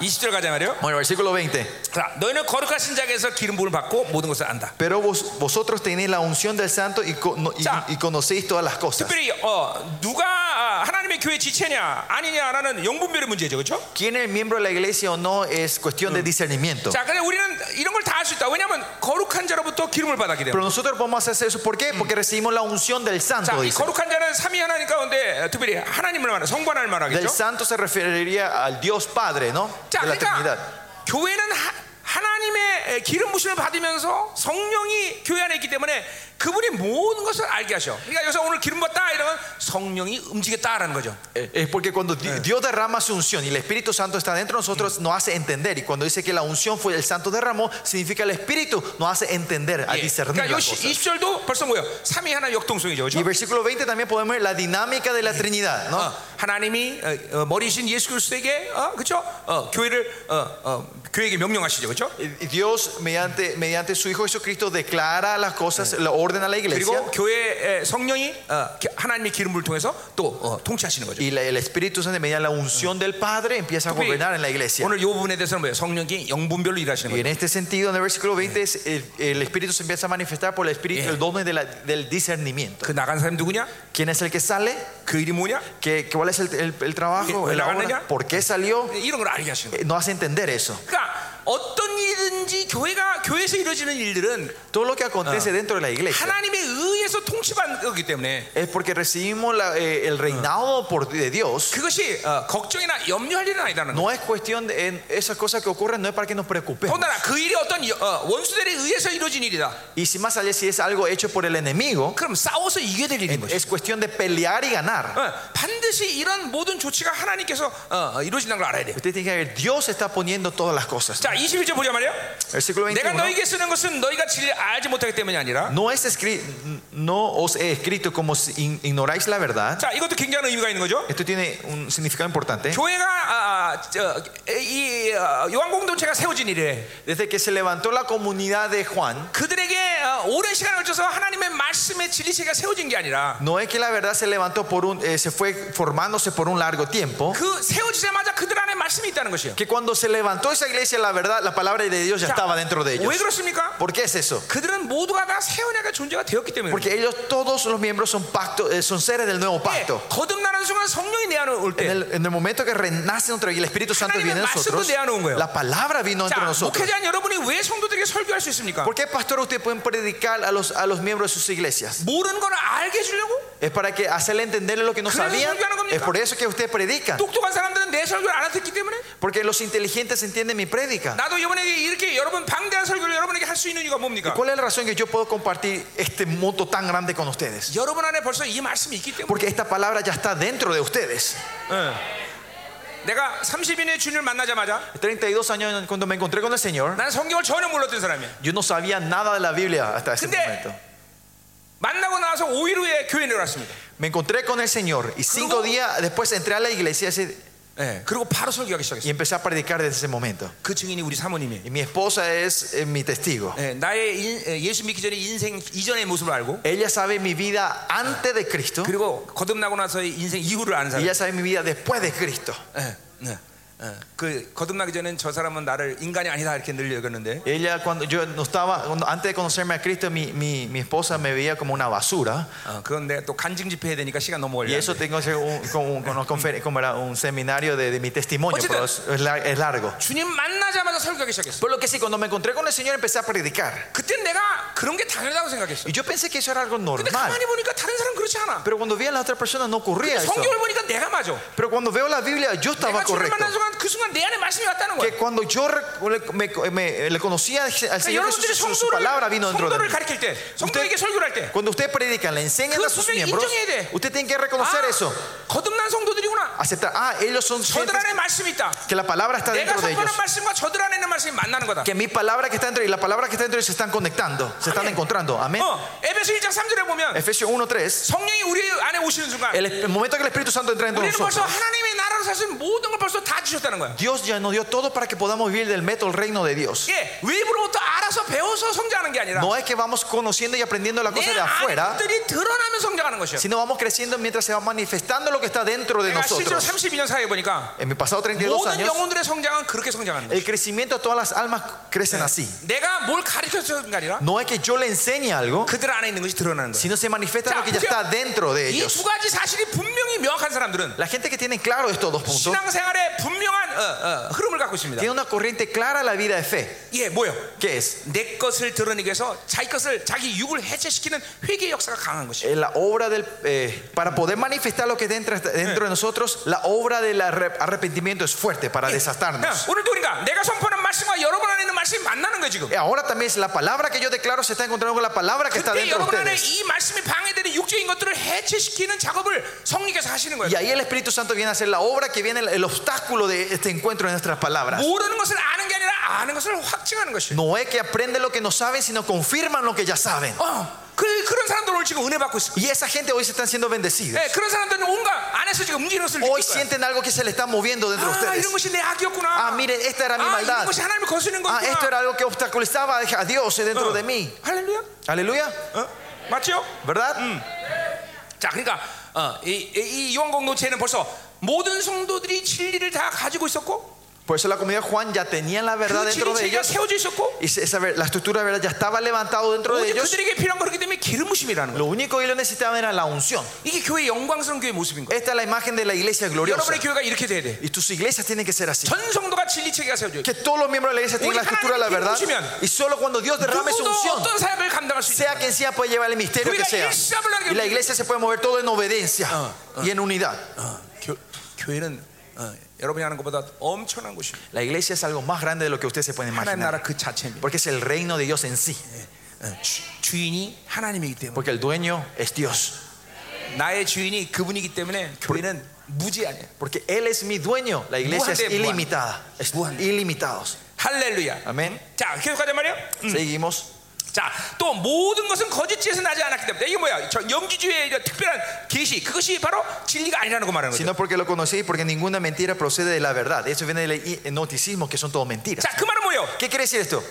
Speaker 1: 20절 가자 말이요.
Speaker 2: Bueno, versículo 20.
Speaker 1: 자, 너희는 거룩하신 자에게서 기름 부음을 받고 모든 것을 안다.
Speaker 2: Pero vos- vosotros tenéis la unción del santo y, cono- y-
Speaker 1: Ya.
Speaker 2: y conocéis todas las cosas.
Speaker 1: 특별히 어, 누가 아, 하나님의 교회 지체냐 아니냐라는 영분별의 문제죠, 그렇죠?
Speaker 2: ¿Quién es miembro de la iglesia o no es cuestión de discernimiento?
Speaker 1: 자, 근데 우리는 이런 걸 다 할 수 있다. 왜냐하면 거룩한 자로부터 기름을 받았기
Speaker 2: Pero
Speaker 1: 때문에.
Speaker 2: nosotros podemos hacer eso. ¿Por qué? Porque recibimos la unción del
Speaker 1: 자,
Speaker 2: santo.
Speaker 1: 이
Speaker 2: Dice.
Speaker 1: 거룩한 자는 삼위 하나님 가운데 어, 특별히 하나님을 말하는 성관을 말하겠죠.
Speaker 2: Del santo se referiría al Dios Padre, ¿no?
Speaker 1: 자,
Speaker 2: De la Trinidad.
Speaker 1: 그러니까 교회는 하, 하나님의 에, 기름 부심을 받으면서 성령이 교회 안에 있기 때문에 그분이 모든 것을 알게 하셔. 그러니까 여기서 오늘 기름 받다 이러면 성령이 움직였다라는 거죠.
Speaker 2: Eh, Mm. Es porque cuando Di- Dios derrama su unción y el Espíritu Santo está dentro de nosotros, nos hace entender. Y cuando dice que la unción fue el santo derramó, significa el Espíritu nos hace entender, a
Speaker 1: 예.
Speaker 2: discernir
Speaker 1: 그러니까 요
Speaker 2: las cosas.
Speaker 1: 20절도 벌써 뭐예요? 삼위 하나 역동성이죠. 그렇죠?
Speaker 2: Y versículo 20 también podemos ver la dinámica de la Trinidad, ¿no?
Speaker 1: 어, 하나님이 어, 어, 머리신 예수 그리스도에게 어, 그렇죠? 어, 교회를 어, 어, 교회에게 명령하시죠. 그렇죠?
Speaker 2: Dios mediante, mediante su Hijo Jesucristo declara las cosas, la- orden a la iglesia
Speaker 1: 그리고 교회 에, 성령이 어, 기- 하나님의 기름을 통해서 또 어, 통치하시는 거죠.
Speaker 2: y la- el Espíritu Santo, mediante la unción del Padre, empieza a
Speaker 1: 특히
Speaker 2: gobernar en la iglesia.
Speaker 1: 오늘 이 부분에 대해서는 뭐예요? 성령이 영분별로 일하시는
Speaker 2: Y
Speaker 1: 거예요.
Speaker 2: en este sentido, en el versículo 20, es el, el Espíritu se empieza a manifestar por el Espíritu, el don de la- del discernimiento.
Speaker 1: 그 나간 사람이 누구냐?
Speaker 2: ¿Quién es el que sale?
Speaker 1: 그 일이 뭐냐?
Speaker 2: ¿Qué, ¿Cuál es el, el- el trabajo?
Speaker 1: ¿Y- la
Speaker 2: la obra?
Speaker 1: ganaña?
Speaker 2: ¿Por qué salió?
Speaker 1: 이런 걸 알게 하시는 거예요.
Speaker 2: Eh, No hace entender eso.
Speaker 1: 그러니까 어떤 일든지 교회가 교회에서 이루어지는 일들은
Speaker 2: Todo lo que acontece dentro de la iglesia
Speaker 1: 하나님의 의해서 통치받는 거기 때문에
Speaker 2: es porque recibimos la- eh, el reinado por, de Dios.
Speaker 1: 그것이 어, 걱정이나 염려할 일은 아니다는 거예요.
Speaker 2: No es cuestión de en esas cosas que ocurren, no es para que nos preocupemos.
Speaker 1: 더군다나 그 일이 어떤 여- 어, 원수들에 의해서 이루어진 일이다.
Speaker 2: Y si más allá, si es algo hecho por el enemigo,
Speaker 1: 그럼 싸워서 이겨야 될 일인 거죠.
Speaker 2: es cuestión de pelear y ganar.
Speaker 1: 어, 반드시 이런 모든 조치가 하나님께서 어, 어, 이루어진다는 걸 알아야 돼요.
Speaker 2: Usted tiene que ver, Dios está poniendo todas las cosas.
Speaker 1: 자, 21절 보자 말이에요.
Speaker 2: Versículo
Speaker 1: 내가
Speaker 2: 21.
Speaker 1: 너에게 쓰는 것은 너희가 진리 알지 못하기 때문이 아니라.
Speaker 2: No, es escri- no os he escrito como si in- ignoráis la verdad.
Speaker 1: 자, 이것도 굉장한 의미가 있는 거죠.
Speaker 2: Esto tiene un significado importante.
Speaker 1: 교회가 아, 아, 저, 이 어, 요한 공동체가 세워진 일에
Speaker 2: Desde que se levantó la comunidad de Juan,
Speaker 1: 그들에게 어, 오랜 시간을 걸쳐서 하나님의 말씀의 진리 체가 세워진 게 아니라
Speaker 2: no es que la verdad se levantó por un, eh, se fue formándose por un largo tiempo.
Speaker 1: 그 세워지자마자 그들 안에 말씀이 있다는 것이에요.
Speaker 2: Que cuando se levantó esa iglesia, la verdad, la palabra de Dios ya
Speaker 1: 자,
Speaker 2: estaba dentro de ellos.
Speaker 1: 왜 그렇습니까?
Speaker 2: ¿Por qué es eso?
Speaker 1: 그들은 모두가 다 세원야가 존재가 되었기 때문에. 그래요.
Speaker 2: Porque ellos, todos los miembros, son pacto, eh, son seres del nuevo pacto.
Speaker 1: 예, 거듭나는 순간 성령이 내 안에 올
Speaker 2: En
Speaker 1: 때.
Speaker 2: el, en el momento que renace otra vez y el Espíritu Santo viene a
Speaker 1: 하나님의
Speaker 2: nosotros,
Speaker 1: 말씀도 내어놓은 거예요.
Speaker 2: la palabra vino
Speaker 1: 자,
Speaker 2: entre nosotros.
Speaker 1: 목회자 여러분이 왜 성도들에게 설교할 수 있습니까?
Speaker 2: ¿Por qué, pastor, usted pueden predicar a los, a los miembros de sus iglesias?
Speaker 1: 모르는 걸 알게 해주려고?
Speaker 2: Es para que hacerle entender lo que no
Speaker 1: ¿Crees que
Speaker 2: sabían.
Speaker 1: son ganas
Speaker 2: Es por eso que usted predica.
Speaker 1: 똑똑한 사람들은 내 설교를 알아듣기 때문에
Speaker 2: Porque los inteligentes entienden mi prédica.
Speaker 1: 나도 이번에 이렇게 여러분 방대한 설교를 여러분에게 할 수 있는 이유가 뭡니까?
Speaker 2: ¿Cuál es la razón que yo puedo compartir este monto tan grande con ustedes?
Speaker 1: 여러분 안에 벌써 이 말씀이 있기 때문에
Speaker 2: Porque esta palabra ya está dentro de ustedes.
Speaker 1: 내가 30인의 주님을 만나자마자
Speaker 2: 32 años cuando me encontré con el Señor,
Speaker 1: 난 성경을 전혀 몰랐던 사람이야
Speaker 2: yo no sabía nada de la Biblia hasta ese
Speaker 1: 근데-
Speaker 2: momento.
Speaker 1: 만나고 나서 5일 후에 교회에 내려왔습니다
Speaker 2: Me encontré con el Señor y cinco
Speaker 1: Luego-
Speaker 2: días después entré a la iglesia ese-
Speaker 1: 예, 그리고 바로 설교하기 시작했어요
Speaker 2: y empecé a predicar desde ese momento.
Speaker 1: 그 증인이 우리 사모님이에요
Speaker 2: Y mi esposa es eh, mi testigo.
Speaker 1: 예, 나의 인- 예, 예수 믿기 전에 인생 이전의 모습을 알고
Speaker 2: Ella sabe mi vida antes de Cristo
Speaker 1: 그리고 거듭나고 나서의 인생 이후를 아는
Speaker 2: y
Speaker 1: 사람
Speaker 2: ella sabe mi vida después de Cristo.
Speaker 1: 예, 예, 예. 그 거듭나기 전엔 저 사람은 나를 인간이 아니다 이렇게 늘 여겼는데
Speaker 2: Ella cuando yo no estaba, cuando- antes de conocerme a Cristo, mi, mi, mi esposa me veía como una basura.
Speaker 1: 어, 그건 내가 또 간증 집회해야 되니까 시간 너무
Speaker 2: Y
Speaker 1: 걸려
Speaker 2: eso tengo que hacer un, con un, con una confer- como era, un seminario de, de mi testimonio,
Speaker 1: Oye,
Speaker 2: pero es, es lar- es largo.
Speaker 1: 주님 만나자마자 설교하기 시작했어
Speaker 2: Por lo que sí, cuando me encontré con el Señor empecé a predicar.
Speaker 1: 그때 내가 그런 게 당연하다고 생각했어
Speaker 2: Y yo pensé que eso era algo
Speaker 1: 근데
Speaker 2: normal.
Speaker 1: 가만히 보니까 다른 사람 그렇지 않아
Speaker 2: Pero cuando vi a la otra persona no ocurría eso.
Speaker 1: 성경을 보니까 내가 맞아
Speaker 2: Pero cuando veo la Biblia yo
Speaker 1: 내가
Speaker 2: estaba
Speaker 1: 주님을
Speaker 2: correcto.
Speaker 1: 만난 순간 그 순간 내 안에 말씀이 왔다는
Speaker 2: Que
Speaker 1: 거야
Speaker 2: cuando yo re- me, me- me- le conocía al
Speaker 1: 그러니까
Speaker 2: Señor
Speaker 1: 여러분들이
Speaker 2: Jesús, su, su palabra
Speaker 1: 성도를,
Speaker 2: vino dentro de
Speaker 1: 성도를
Speaker 2: mí.
Speaker 1: 가르칠 때 성도에게 설교를 할 때
Speaker 2: Cuando usted predica, le enseñan a
Speaker 1: 그거
Speaker 2: sus
Speaker 1: 분명히
Speaker 2: miembros,
Speaker 1: 인정해야 돼.
Speaker 2: usted tiene que reconocer eso.
Speaker 1: 아, 거듭난 성도들이구나
Speaker 2: Aceptar, ah, ellos son
Speaker 1: 저들
Speaker 2: gentes
Speaker 1: 안에 말씀이 있다
Speaker 2: que la palabra está
Speaker 1: 내가
Speaker 2: dentro de ellos.
Speaker 1: 선포하는 말씀과 저들 안에 있는 말씀이 만나는 거다
Speaker 2: Que mi palabra que está dentro y la palabra que está dentro de ellos se están conectando, se están
Speaker 1: Amén.
Speaker 2: encontrando. Amén. Oh.
Speaker 1: 어, 에베소 1장 3절에 보면
Speaker 2: Efesios 1:3.
Speaker 1: 성령이 우리 안에 오시는 순간
Speaker 2: El, el momento que el Espíritu Santo entra dentro de
Speaker 1: 우리는 벌써
Speaker 2: nosotros,
Speaker 1: 하나님의 나라로 사실 모든 걸 벌써 다 주셨다는 거야
Speaker 2: Dios ya nos dio todo para que podamos vivir del método, el reino de Dios.
Speaker 1: 예, 외부로부터 알아서 배워서 성장하는 게 아니라
Speaker 2: No es que vamos conociendo y aprendiendo la cosa
Speaker 1: 내
Speaker 2: de afuera,
Speaker 1: 안들이 드러나면 성장하는 것이야
Speaker 2: sino vamos creciendo mientras se va manifestando lo que está dentro de
Speaker 1: 내가 그러니까 실제로
Speaker 2: nosotros.
Speaker 1: 32년 사이에 보니까
Speaker 2: En mi pasado 32
Speaker 1: 모든
Speaker 2: años,
Speaker 1: 영혼들의 성장은 그렇게 성장하는 거야
Speaker 2: el crecimiento de todas las almas crecen así.
Speaker 1: 내가 뭘 가르쳐주는 게 아니라
Speaker 2: No es que yo le enseñe algo,
Speaker 1: 그들 안에 있는 것이 드러나는 거야
Speaker 2: sino se manifiesta lo que ya está dentro de
Speaker 1: 이
Speaker 2: ellos.
Speaker 1: 두 가지 어, 사실이 분명히 명확한 사람들은
Speaker 2: La gente que tiene claro estos dos puntos
Speaker 1: 신앙생활에 분명한 어, 어, 흐름을 갖고 있습니다.
Speaker 2: tiene una corriente clara en la vida de fe.
Speaker 1: 예, 뭐요?
Speaker 2: ¿Qué es?
Speaker 1: 내 것을 드러내기 위해서 자기 것을 자기 육을 해체시키는 회개 역사가 강한 것이.
Speaker 2: Eh, La obra del eh, para poder manifestar lo que dentro, dentro de nosotros, la obra del arre- arrepentimiento es fuerte para desatarnos.
Speaker 1: 오늘도 그러니까 내가 선포하는 말씀과 여러분 안에 있는 말씀이 만나는 거예요 지금.
Speaker 2: Eh, Ahora también es la palabra que yo declaro se está encontrando con la palabra que está
Speaker 1: 근데
Speaker 2: dentro de
Speaker 1: 여러분 안에
Speaker 2: ustedes.
Speaker 1: 이 말씀이 방해되는 육적인 것들을 해체시키는 작업을 성령께서 하시는
Speaker 2: Y
Speaker 1: 거예요.
Speaker 2: ahí el Espíritu Santo viene a hacer la obra que viene el, el obstáculo de este encuentro en nuestras palabras.
Speaker 1: 모르는 것을 아는 게 아니라 아는 것을 확증하는 것이.
Speaker 2: No es que aprenden lo que no saben, sino confirman lo que ya saben.
Speaker 1: 어, 그 그런 사람들 오늘 지금 은혜 받고 있어.
Speaker 2: Y esa gente hoy se están siendo bendecida.
Speaker 1: 예, 그런 사람들은 온갖 안에서 지금 움직이는 것을
Speaker 2: Hoy
Speaker 1: 느끼고.
Speaker 2: sienten algo que se le está moviendo dentro de
Speaker 1: 아, 이런
Speaker 2: ustedes.
Speaker 1: 것이 내 악이었구나.
Speaker 2: Ah, miren, esta era mi
Speaker 1: 아, 이런
Speaker 2: maldad.
Speaker 1: 것이 하나님을 거스는
Speaker 2: Ah, esto
Speaker 1: 거구나.
Speaker 2: era algo que obstaculizaba a Dios dentro de mí.
Speaker 1: 할렐루야.
Speaker 2: Aleluya.
Speaker 1: 어? 맞죠?
Speaker 2: ¿Verdad?
Speaker 1: 자, 그러니까 어, 이, 이, 이 요한 공동체는 벌써 모든 성도들이 진리를 다 가지고 있었고
Speaker 2: Por eso la comunidad de Juan ya tenía la verdad
Speaker 1: 그
Speaker 2: dentro de
Speaker 1: 진리체가
Speaker 2: ellos.
Speaker 1: 세워져 있었고
Speaker 2: Y esa ver- la estructura de verdad ya estaba levantado dentro de
Speaker 1: 오직
Speaker 2: ellos.
Speaker 1: 그들에게 필요한 거기 때문에 기름부심이라는 거예요.
Speaker 2: Lo único que ellos necesitaban era la unción.
Speaker 1: 이게 교회의 영광스러운 교회 모습인 거예요.
Speaker 2: Esta es la imagen de la iglesia gloriosa.
Speaker 1: 여러분의 교회가 이렇게 돼야 돼.
Speaker 2: Y tus iglesias tienen que ser así.
Speaker 1: 전 성도가 진리 체계가 세워져.
Speaker 2: Que todos los miembros de la iglesia tengan la estructura de la verdad. Y solo cuando Dios derrame su
Speaker 1: 누구도
Speaker 2: unción,
Speaker 1: 어떤 사역을 감당할 수 있어.
Speaker 2: sea quien sea, puede llevar el misterio que sea. Y la iglesia se puede mover todo en obediencia y en unidad.
Speaker 1: 어, 교, 교회는 어, 여러분이 하는 것보다 엄청난 곳이에요.
Speaker 2: La iglesia es algo más grande de lo que ustedes se pueden
Speaker 1: 하나님
Speaker 2: imaginar.
Speaker 1: 나라 그 자체입니다.
Speaker 2: Porque es el reino de Dios en sí.
Speaker 1: 어, 주, 주인이 하나님이기 때문에
Speaker 2: Porque el dueño es Dios.
Speaker 1: 나의 주인이 그분이기 때문에 교회는 무제한이야.
Speaker 2: Porque Él es mi dueño. La iglesia es ilimitada. Es ilimitados.
Speaker 1: 할렐루야.
Speaker 2: Amén.
Speaker 1: 자, 계속 가자 말이야.
Speaker 2: Mm. Seguimos.
Speaker 1: 자, 또 모든 것은 거짓지에서 나지 않았기 때문에 이게 뭐야? 저 영지주의의 이런 특별한 계시 그것이 바로 진리가 아니라는 거 말하는 거죠.
Speaker 2: Sino porque lo conocí, porque ninguna mentira procede de la verdad. Eso viene del i- noticismo, que son todo mentiras.
Speaker 1: 자, 그 말은 뭐예요?
Speaker 2: ¿Qué quiere decir esto?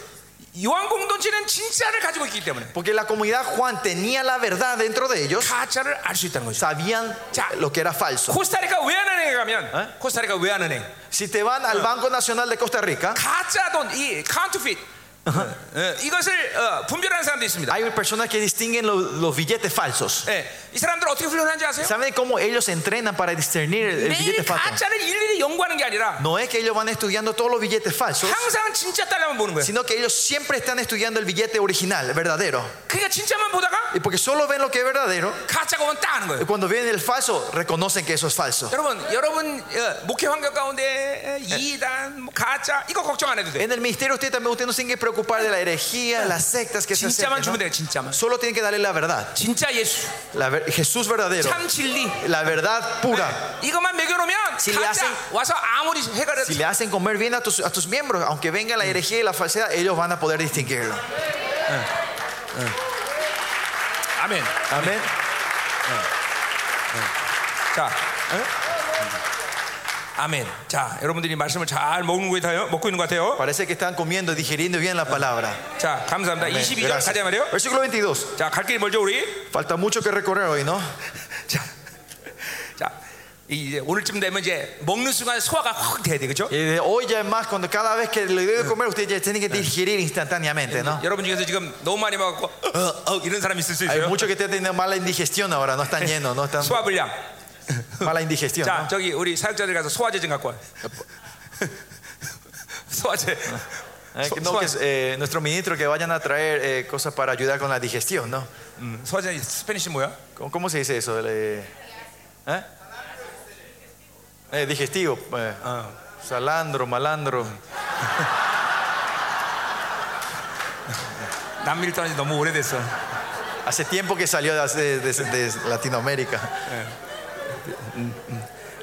Speaker 1: 요한 공동체는 진짜를 가지고 있기 때문에
Speaker 2: Porque la comunidad Juan tenía la verdad dentro de ellos.
Speaker 1: 가짜를 알 수 있다는 거죠.
Speaker 2: Sabían
Speaker 1: Ya.
Speaker 2: lo que era falso.
Speaker 1: 코스타리카 외환은행에 가면 코스타리카 외환은행
Speaker 2: Si te van al Banco Nacional de Costa Rica,
Speaker 1: 가짜 돈이 counterfeit 어, 어, 이것을 어, 분별하는 사람도 있습니다.
Speaker 2: hay personas que distinguen lo- los billetes falsos.
Speaker 1: 예, 이 사람들 어떻게 훈련하는지 아세요?
Speaker 2: ¿Saben cómo ellos entrenan para discernir el, el billete
Speaker 1: 매일
Speaker 2: falso?
Speaker 1: 가짜를 일일이 연구하는 게 아니라
Speaker 2: No es que ellos van estudiando todos los billetes falsos,
Speaker 1: 항상 진짜 달러만 보는 거예요.
Speaker 2: sino que ellos siempre están estudiando el billete original, el verdadero.
Speaker 1: 그러니까 진짜만 보다가
Speaker 2: Y porque solo ven lo que es verdadero,
Speaker 1: 가짜가 오면 딱 하는 거예요.
Speaker 2: y cuando ven el falso, reconocen que eso es falso.
Speaker 1: 여러분, 여러분 어, 목회 환경 가운데 이단, 뭐 가짜 이거 걱정 안 해도 돼.
Speaker 2: En el ministerio usted también usted no se tiene que preocupar de la herejía, las sectas que se
Speaker 1: 진짜만
Speaker 2: acercan.
Speaker 1: 주면 돼요,
Speaker 2: ¿no?
Speaker 1: 진짜만.
Speaker 2: Solo tiene que darle la verdad,
Speaker 1: 진짜 예수,
Speaker 2: la ver- Jesús verdadero,
Speaker 1: 참 진리.
Speaker 2: la verdad pura.
Speaker 1: 이것만 먹여놓으면
Speaker 2: 진리
Speaker 1: 가짜
Speaker 2: 하세요.
Speaker 1: 와서 아무리 해가
Speaker 2: Si
Speaker 1: 려도
Speaker 2: le hacen comer bien a tus, a tus miembros, aunque venga la herejía y la falsedad, ellos van a poder distinguirlo.
Speaker 1: 아멘.
Speaker 2: Amén.
Speaker 1: 자, 응? 아멘. 자, 여러분들이 말씀을 잘 먹는 것 같아요. 먹고 있는 것 같아요.
Speaker 2: Parece que están comiendo y digiriendo bien la palabra.
Speaker 1: 자, 감사합니다. 22절
Speaker 2: Gracias.
Speaker 1: 가자 말이요.
Speaker 2: Versículo 22.
Speaker 1: 자, 갈 길이 멀죠 우리.
Speaker 2: Falta mucho que recorrer hoy, ¿no?
Speaker 1: 자, 자, 이제 오늘쯤 되면 이제 먹는 순간 소화가 확 돼야 돼, 그렇죠?
Speaker 2: Y de hoy ya es más, cuando cada vez que le debe comer, usted ya tiene que digerir instantáneamente, ¿no?
Speaker 1: 여러분 중에서 지금 너무 많이 먹고 어, 어, 이런 사람이 있을 수
Speaker 2: Hay
Speaker 1: 있어요.
Speaker 2: muchos que están teniendo mala indigestión ahora, no están llenos, no están
Speaker 1: 소화 불량.
Speaker 2: mala indigestión.
Speaker 1: 자,
Speaker 2: ¿no?
Speaker 1: 저기 우리 사역자들 가서 소화제 좀 갖고 와. 소화제.
Speaker 2: Eh, que-
Speaker 1: 소-
Speaker 2: no,
Speaker 1: 소화,
Speaker 2: que, eh, nuestro ministro que vayan a traer eh, cosas para ayudar con la digestión, ¿no?
Speaker 1: 음, 소화제 스페니시 뭐야?
Speaker 2: ¿Cómo, cómo se dice eso? El, eh, ¿eh? Eh, digestivo. eh,
Speaker 1: 어,
Speaker 2: Salandro, malandro.
Speaker 1: 남미를 떠난 지 너무 오래됐어.
Speaker 2: Hace tiempo que salió de, de- de Latinoamérica.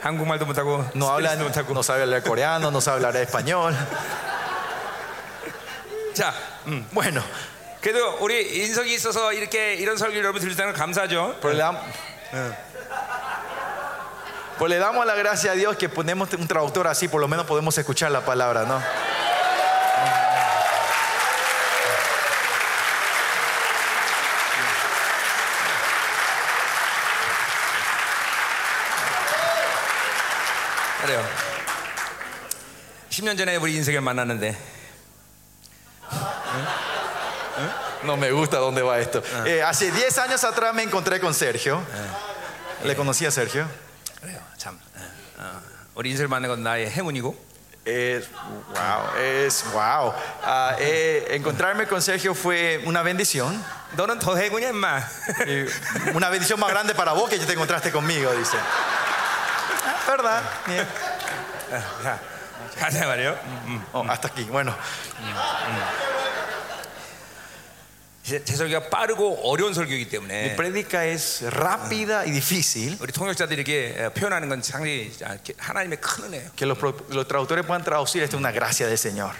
Speaker 1: 한국말도 못하고
Speaker 2: No, habla,
Speaker 1: 스페니시도 못하고.
Speaker 2: no sabe hablar coreano, no sabe hablar español.
Speaker 1: 자, 음.
Speaker 2: Bueno,
Speaker 1: 그래도 우리 인석이 있어서 이렇게 이런 설교를 여러분 들을 때는 감사하죠.
Speaker 2: pues le, dam- pues le damos la gracia a Dios que ponemos un traductor así, por lo menos podemos escuchar la palabra, ¿no?
Speaker 1: 그래요. 10년 전에 우리 인석을 만났는데
Speaker 2: No me gusta dónde va esto. Eh, hace 10 años atrás me encontré con Sergio. Le conocí a Sergio.
Speaker 1: 그래요. 참 어, 우리 인석을 만난 건 나의 행운이고
Speaker 2: Es wow, es wow. Ah, eh, encontrarme con Sergio fue una bendición.
Speaker 1: 너는 더 행운이야 인마. 어,
Speaker 2: Y una bendición más grande para vos que te encontraste conmigo, dice. Ah, ¿Verdad? Bien.
Speaker 1: 자, 가자 말이요. 음, 음.
Speaker 2: Oh, hasta aquí. Bueno,
Speaker 1: 제, 제 설교가 빠르고 어려운 설교이기
Speaker 2: 예,
Speaker 1: 때문에
Speaker 2: prédica es rápida y difícil.
Speaker 1: 우리 통역자들에게 어, 표현하는 건 상당히 아, 게- 하나님의 큰 은혜예요.
Speaker 2: Que los, pro- los traductores puedan traducir esto es una gracia del Señor.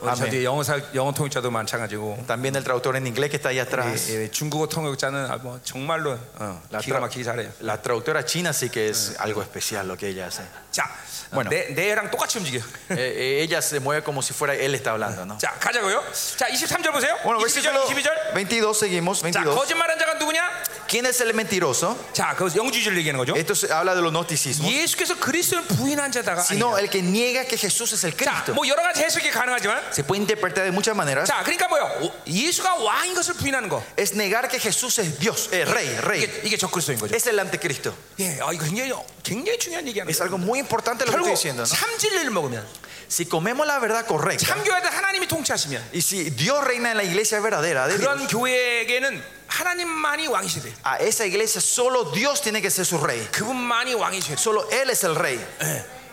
Speaker 1: 어, 저기
Speaker 2: 아멘.
Speaker 1: 영어사 영어 통역자도 마찬가지고
Speaker 2: También el traductor en inglés que está ahí atrás.
Speaker 1: 예, 예, 중국어 통역자는 아, 뭐 정말로 어,
Speaker 2: 라-
Speaker 1: 기가 막히게 잘해요.
Speaker 2: La traductora china sí que es algo especial lo que ella hace.
Speaker 1: 자, 어,
Speaker 2: Bueno.
Speaker 1: 내 내랑 똑같이 움직여.
Speaker 2: Eh, eh, ella se mueve como si fuera él está hablando, ¿no?
Speaker 1: 자, 가자고요. 자, 23절 보세요.
Speaker 2: Bueno,
Speaker 1: 22절,
Speaker 2: versículo
Speaker 1: 22절.
Speaker 2: 22, seguimos.
Speaker 1: 자,
Speaker 2: 22.
Speaker 1: 거짓말한 자가 누구냐?
Speaker 2: ¿Quién es el mentiroso?
Speaker 1: 자, 그 영주주의를 얘기하는 거죠.
Speaker 2: Esto se- habla de los gnosticismos.
Speaker 1: 예수께서 그리스도를 부인한 자다가
Speaker 2: Sino
Speaker 1: 아니다.
Speaker 2: el que niega que Jesús es el
Speaker 1: 자,
Speaker 2: Cristo.
Speaker 1: 뭐 여러 가지 해석이 가능하지만
Speaker 2: Se puede interpretar de muchas maneras.
Speaker 1: 자, 그러니까 뭐요? 오, 예수가 왕인 것을 부인하는 거.
Speaker 2: Es negar que Jesús es Dios, eh, rey,
Speaker 1: 이게
Speaker 2: rey.
Speaker 1: 이게 적그리스도인 거죠.
Speaker 2: Es el anticristo.
Speaker 1: 예, 아, 이거 굉장히 굉장히 중요한 얘기하는
Speaker 2: Es
Speaker 1: 거예요.
Speaker 2: algo muy importante lo que estoy
Speaker 1: 결국
Speaker 2: diciendo. ¿no?
Speaker 1: 삼진리를 먹으면
Speaker 2: Si comemos la verdad correcta
Speaker 1: 참교회든 하나님이 통치하시면
Speaker 2: y si Dios reina en la iglesia verdadera de
Speaker 1: 그런
Speaker 2: Dios,
Speaker 1: 교회에게는 하나님만이 왕이시 돼요.
Speaker 2: a esa iglesia solo Dios tiene que ser su rey.
Speaker 1: 그분만이 왕이시 돼요.
Speaker 2: Solo Él es el rey.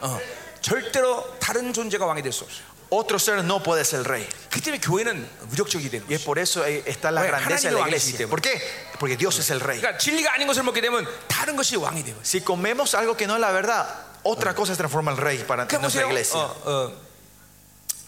Speaker 1: 어, 절대로 다른 존재가 왕이 될 수 없어요.
Speaker 2: Otro ser no puede ser el rey.
Speaker 1: 그 때문에 교회는 무력적이 되는
Speaker 2: Y
Speaker 1: 거예요.
Speaker 2: es por eso eh, está la
Speaker 1: Bueno,
Speaker 2: grandeza
Speaker 1: 하나님이
Speaker 2: de la
Speaker 1: 왕이시기
Speaker 2: iglesia.
Speaker 1: 때문에.
Speaker 2: ¿Por qué? Porque Dios es el rey.
Speaker 1: 그러니까 진리가 아닌 것을 먹게 되면 다른 것이 왕이 돼요.
Speaker 2: Si comemos algo que no es la verdad, otra cosa se transforma en rey para
Speaker 1: 그러니까
Speaker 2: nuestra
Speaker 1: 보세요.
Speaker 2: iglesia.
Speaker 1: 어, 어.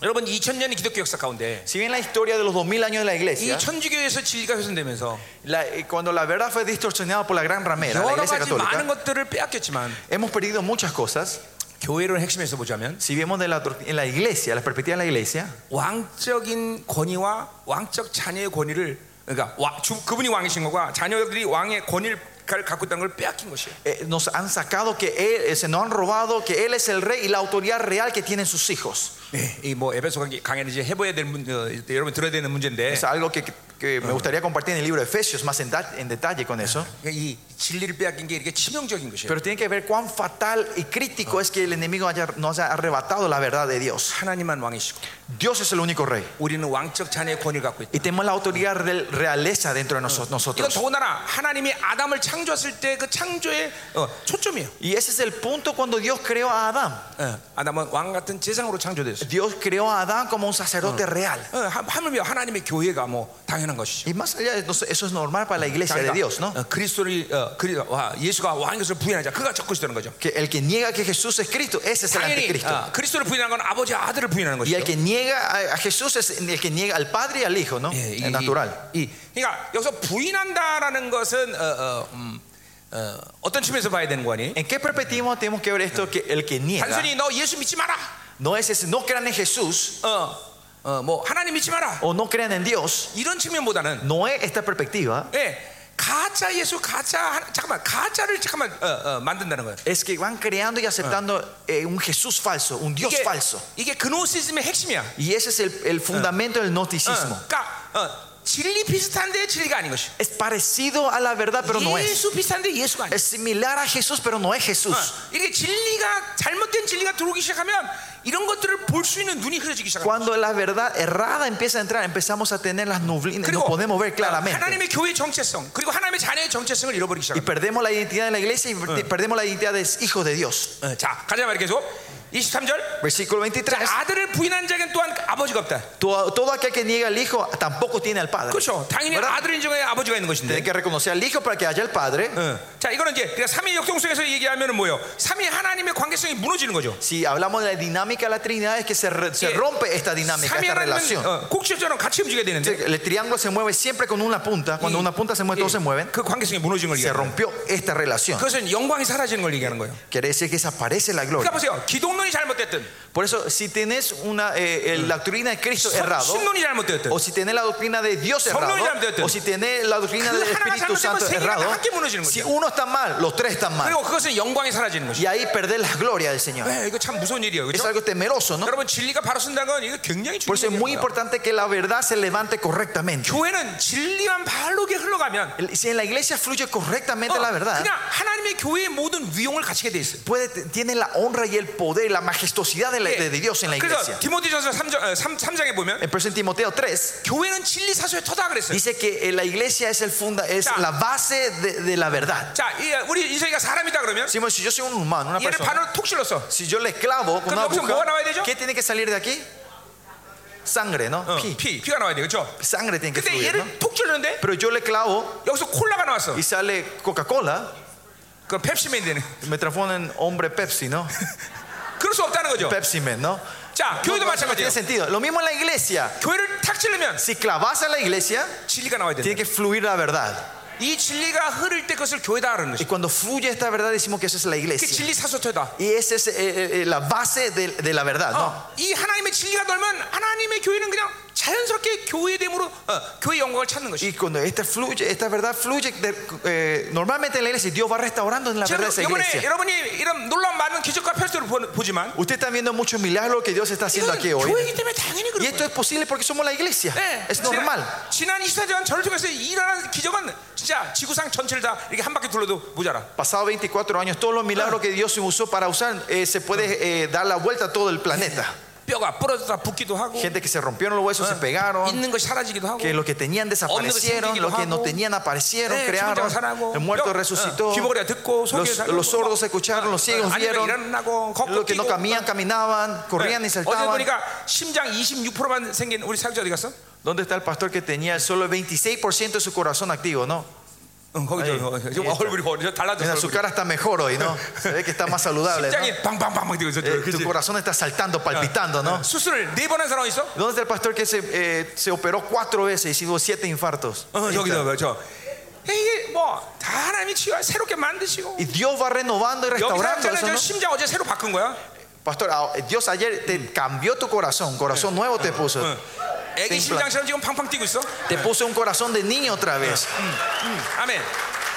Speaker 1: 여러분 2000년의 기독교 역사 가운데
Speaker 2: Si bien la historia de los 2000 años de la iglesia,
Speaker 1: 이 천주교에서 진리가 훼손되면서
Speaker 2: la- eh, cuando la verdad fue distorsionada por la gran ramera, la
Speaker 1: 여러
Speaker 2: iglesia
Speaker 1: 가지 많은
Speaker 2: católica,
Speaker 1: 것들을 빼앗겼지만
Speaker 2: hemos perdido muchas cosas.
Speaker 1: 교회를 핵심에서 보자면
Speaker 2: Si vemos de la, doc- en la iglesia, la perspectiva de la iglesia,
Speaker 1: 왕적인 권위와 왕적 자녀의 권위를 그러니까 와- 주- 그분이 왕이신 것과 자녀들이 왕의 권위를 갖고 있다는 걸 빼앗긴 것이에요.
Speaker 2: eh, nos han sacado que él, eh, se nos han robado que él es el rey y la autoridad real que tienen sus hijos.
Speaker 1: 네, 이뭐 에베소 강의- 강의는 이제 해봐야 될 문, 어, 이제 여러분 들어야 되는 문제인데
Speaker 2: Es algo que, que me gustaría compartir en el libro de Efesios más en, da- en detalle con eso.
Speaker 1: 그러니까 이 진리를 빼앗긴 게 이렇게 치명적인 것이에요.
Speaker 2: Pero tiene que ver cuán fatal y crítico es que el enemigo haya, nos haya arrebatado la verdad de Dios.
Speaker 1: 하나님만 왕이시고
Speaker 2: Dios es el único rey.
Speaker 1: 우리는 왕적 자녀의 권위를 갖고 있다.
Speaker 2: Y tenemos la autoridad de realeza dentro de noso-
Speaker 1: 이건
Speaker 2: nosotros.
Speaker 1: 더군다나 하나님이 아담을 창조했을 때 그 창조의 어, 초점이에요.
Speaker 2: Y ese es el punto cuando Dios creó a Adán.
Speaker 1: 어, 아담은 왕 같은 재상으로 창조됐어요.
Speaker 2: Dios creó a Adán como un sacerdote real.
Speaker 1: 어, 하- 하물며 하나님의 교회가 뭐 당연한 것이죠.
Speaker 2: Y más allá, de eso eso es normal para la iglesia de
Speaker 1: 그러니까,
Speaker 2: Dios, ¿no?
Speaker 1: 어, 그리스도를 어, 그리, 와, 예수가 왕인 것을 부인하자. 그가 적그리스도는 거죠.
Speaker 2: Que el que niega que Jesús es Cristo, ese es el
Speaker 1: 당연히
Speaker 2: anticristo.
Speaker 1: 어, 그리스도를 부인하는 건 아버지 아들을 부인하는
Speaker 2: Y el
Speaker 1: 것이죠.
Speaker 2: que niega a- a Jesús es el que niega al Padre y al Hijo, ¿no?
Speaker 1: 예, 이-
Speaker 2: Es natural.
Speaker 1: 이, 그러니까 여기서 부인한다라는 것은 어, 어, 음, 어, 어떤 측면에서 봐야 되는 거니?
Speaker 2: ¿En qué perspectiva tenemos que ver esto? Que el que niega
Speaker 1: 단순히 너 예수 믿지 마라.
Speaker 2: no es ese, no crean en Jesús
Speaker 1: 어, 어, 뭐 하나님 믿지 마라.
Speaker 2: o no crean en Dios.
Speaker 1: 이런 측면보다는
Speaker 2: No es esta perspectiva.
Speaker 1: 예, 가짜 예수 가짜 하나- 잠깐만 가짜를 잠깐만 어, 어, 만든다는 거예요.
Speaker 2: Es que van creando y aceptando eh, un Jesús falso, un Dios
Speaker 1: 이게,
Speaker 2: falso.
Speaker 1: 이게 그노시즘의 핵심이야. 어,
Speaker 2: Y ese es el, el fundamento del gnosticismo.
Speaker 1: 그러니까 어, 진리 비슷한데 진리가 아닌 것이.
Speaker 2: Es parecido a la verdad, pero no es.
Speaker 1: 예수 비슷한데 예수가 아니야.
Speaker 2: Es similar a Jesús, pero no es
Speaker 1: 어,
Speaker 2: Jesús.
Speaker 1: 이렇게 진리가 잘못된 진리가 들어오기 시작하면 이런 것들을 볼 수 있는 눈이 흐려지기 시작합니다.
Speaker 2: Cuando la verdad errada empieza a entrar, empezamos a tener las nublinas, no
Speaker 1: 그리고
Speaker 2: podemos ver
Speaker 1: 어,
Speaker 2: claramente.
Speaker 1: 하나님의 교회의 정체성 그리고 하나님의 자녀의 정체성을 잃어버리기
Speaker 2: Y
Speaker 1: 시작합니다.
Speaker 2: perdemos la identidad de la iglesia y per- perdemos la identidad de hijo de Dios.
Speaker 1: 어, 자 가자 말이 계속 23절
Speaker 2: Versículo 23.
Speaker 1: 아들을 부인한 자에겐 또한 아버지가 없다.
Speaker 2: Todo, todo aquel que niega al hijo tampoco tiene al padre.
Speaker 1: 그렇죠. 당연히
Speaker 2: ¿Verdad?
Speaker 1: 아들을 인정해야 아버지가 있는 것인데.
Speaker 2: Tiene que reconocer al hijo para que haya el padre.
Speaker 1: 어. 자 이거는 이제 그냥 삼위 역동성에서 얘기하면은 뭐예요? 삼위 하나님의 관계성이 무너지는 거죠.
Speaker 2: Si hablamos de la dinámica de la Trinidad, es que se, re- se
Speaker 1: Sí.
Speaker 2: rompe esta dinámica,
Speaker 1: 삼위 하나님은
Speaker 2: esta relación.
Speaker 1: 어, 곡식처럼 같이 움직여야 되는데
Speaker 2: El triángulo se mueve siempre con una punta. Cuando
Speaker 1: 이-
Speaker 2: una punta se mueve, todos
Speaker 1: 예,
Speaker 2: se mueven.
Speaker 1: 그 관계성이 무너지는 걸
Speaker 2: Se
Speaker 1: 얘기하는 거예요.
Speaker 2: rompió esta relación.
Speaker 1: 그것은 영광이 사라지는 걸 얘기하는 거예요.
Speaker 2: Quiere decir que desaparece la
Speaker 1: 그러니까
Speaker 2: gloria.
Speaker 1: 보세요. 기독론이 잘못됐든
Speaker 2: Por eso, si tenés una, eh, el- la doctrina de Cristo errado,
Speaker 1: 신론이 잘못됐든
Speaker 2: o si tenés la doctrina de Dios errado,
Speaker 1: 성령이 잘못됐든.
Speaker 2: o si tenés la doctrina
Speaker 1: 그
Speaker 2: del
Speaker 1: 하나가
Speaker 2: Espíritu Santo
Speaker 1: 잘못되면 세 개가
Speaker 2: errado,
Speaker 1: 다 함께 무너지는
Speaker 2: si
Speaker 1: 거죠.
Speaker 2: uno está mal, los tres están mal.
Speaker 1: 그리고 그것은 영광이 사라지는 것이.
Speaker 2: Y ahí perdés la gloria del Señor.
Speaker 1: 네, 이거 참 무서운 일이에요.
Speaker 2: Es
Speaker 1: 그렇죠?
Speaker 2: algo temeroso, ¿no?
Speaker 1: 여러분 진리가 바로 쓴다는 건 이거 굉장히
Speaker 2: Por eso es
Speaker 1: 중요해요.
Speaker 2: muy importante que la verdad se levante correctamente.
Speaker 1: 교회는 진리만 바르게 흘러가면
Speaker 2: El- Si en la iglesia fluye correctamente
Speaker 1: 어,
Speaker 2: la verdad,
Speaker 1: 그냥 하나님의 교회의 모든 위용을 갖추게 돼 있어요. 예.
Speaker 2: puede, tiene la honra y el poder, la majestuosidad
Speaker 1: 네,
Speaker 2: de, la- de- de Dios en la
Speaker 1: 그래서
Speaker 2: iglesia.
Speaker 1: 디모데전서 3장, 어, 3장에 보면
Speaker 2: En en Timoteo 3
Speaker 1: 교회는 진리 사소의 터다 그랬어요.
Speaker 2: dice que eh, la iglesia es, el funda, es
Speaker 1: Ya.
Speaker 2: la base de, de la verdad.
Speaker 1: 자, 이, 우리 인생이가 사람이다 그러면
Speaker 2: Si, si yo soy un humano, una
Speaker 1: 얘를
Speaker 2: persona,
Speaker 1: 바늘로 툭 찔렀어.
Speaker 2: si yo le clavo con
Speaker 1: Pero
Speaker 2: una
Speaker 1: ¿cómo se mueve la
Speaker 2: aguja,
Speaker 1: vaina de ello?
Speaker 2: ¿qué tiene que salir de aquí? Sangre, ¿no?
Speaker 1: 어,
Speaker 2: Pi.
Speaker 1: 피, 피가 나와야 돼, 그렇죠?
Speaker 2: Sangre tiene que
Speaker 1: 근데
Speaker 2: fluir, ¿no?
Speaker 1: 얘를 툭 찔렀는데
Speaker 2: Pero yo le clavo
Speaker 1: 여기서 콜라가 나왔어.
Speaker 2: y sale Coca-Cola,
Speaker 1: 그럼 펩시맨 되는.
Speaker 2: me transformo en hombre Pepsi, ¿no?
Speaker 1: 그럴 수 없다는 거죠.
Speaker 2: Pepsi Man, ¿no?
Speaker 1: 자,
Speaker 2: No,
Speaker 1: 교회도
Speaker 2: no, eso no
Speaker 1: 마찬가지예요.
Speaker 2: tiene sentido. Lo mismo en la iglesia.
Speaker 1: 교회를 탁 찌르면
Speaker 2: Si clavas a la iglesia,
Speaker 1: 진리가 나와야
Speaker 2: tiene
Speaker 1: 된다.
Speaker 2: que fluir la verdad.
Speaker 1: 이 진리가 흐를 때 그것을 교회다 하는
Speaker 2: Y
Speaker 1: 것이.
Speaker 2: cuando fluye esta verdad, decimos que eso es la
Speaker 1: 그게
Speaker 2: iglesia.
Speaker 1: 진리 사소터다.
Speaker 2: Y esa es eh, eh, la base de, de la verdad. ¿no?
Speaker 1: 어, 이 하나님의 진리가 돌면 하나님의 교회는 그냥 자연스럽게 교회됨으로 어, 교회 영광을 찾는 것이.
Speaker 2: Y cuando esta, fluye, esta verdad fluye de- eh, normalmente en la iglesia, Dios va restaurando en la verdad esa
Speaker 1: 이번에
Speaker 2: iglesia.
Speaker 1: 여러분이 이런 놀라운 많은 기적과 표적을 보- 보지만
Speaker 2: Usted está viendo muchos milagros que Dios está haciendo
Speaker 1: 이건
Speaker 2: aquí hoy.
Speaker 1: 교회이기 때문에 당연히
Speaker 2: Y
Speaker 1: 그런
Speaker 2: esto
Speaker 1: 거예요.
Speaker 2: es posible porque somos la iglesia.
Speaker 1: 네,
Speaker 2: Es normal.
Speaker 1: 지난- 지난 24시간 저를 통해서 일어난 기적은 진짜 지구상 전체를 다 이렇게 한 바퀴 둘러도 모자라.
Speaker 2: Pasado 24 años, todos los milagros que Dios usó para usar eh, se puede eh, dar la vuelta a todo el planeta.
Speaker 1: 뼈가 부러졌다 붓기도 하고
Speaker 2: Gente que se rompieron los huesos, se pegaron.
Speaker 1: 있는 것이 사라지기도 하고
Speaker 2: Que los que Eh, tenían desaparecieron, los que no tenían aparecieron,
Speaker 1: 네,
Speaker 2: crearon.
Speaker 1: 죽은 자가 살아나고,
Speaker 2: El muerto
Speaker 1: 어,
Speaker 2: resucitó.
Speaker 1: 어, 귀머거리가 듣고 소리가
Speaker 2: Los,
Speaker 1: 살리고, 어,
Speaker 2: los sordos escucharon, los ciegos
Speaker 1: 아니면
Speaker 2: vieron.
Speaker 1: 일어나고 걷고
Speaker 2: Los que no
Speaker 1: 뛰고
Speaker 2: camían, caminaban, corrían
Speaker 1: 네.
Speaker 2: y
Speaker 1: 어제
Speaker 2: saltaban.
Speaker 1: 보니까 심장 26%만 생긴 우리 사역자 어디 갔어?
Speaker 2: ¿Dónde está el pastor que tenía solo el 26% de su corazón activo, no?
Speaker 1: 응, 거기
Speaker 2: 아니,
Speaker 1: 저 어, 지금
Speaker 2: 예,
Speaker 1: 얼굴이 벌- 달라졌어
Speaker 2: Mira, su
Speaker 1: 얼굴이.
Speaker 2: cara está mejor hoy, ¿no? Se ve que está más saludable, ¿no?
Speaker 1: 심장이 빵빵빵빵 뛰고 있어
Speaker 2: Eh,
Speaker 1: 그치?
Speaker 2: tu corazón está saltando, palpitando, ¿no?
Speaker 1: 수술을 네 번 한 사람 있어?
Speaker 2: ¿Dónde está el pastor que se, eh, se operó cuatro veces y tuvo siete infartos? Este,
Speaker 1: 어,
Speaker 2: Ahí
Speaker 1: 여기다
Speaker 2: está.
Speaker 1: 봐, 저 예, 이게 뭐다 하나님이 치유 새롭게 만드시고
Speaker 2: Y Dios va renovando y
Speaker 1: 여기
Speaker 2: restaurando
Speaker 1: 사역자는
Speaker 2: eso,
Speaker 1: 저
Speaker 2: ¿no?
Speaker 1: 심장 어제 새로 바꾼 거야
Speaker 2: Pastor, ah, Dios ayer te cambió tu corazón, corazón nuevo te puso.
Speaker 1: 응. 어. 애기
Speaker 2: Te
Speaker 1: 심장처럼 지금 팡팡 뛰고 있어
Speaker 2: Te puso un corazón de niño otra vez.
Speaker 1: 아멘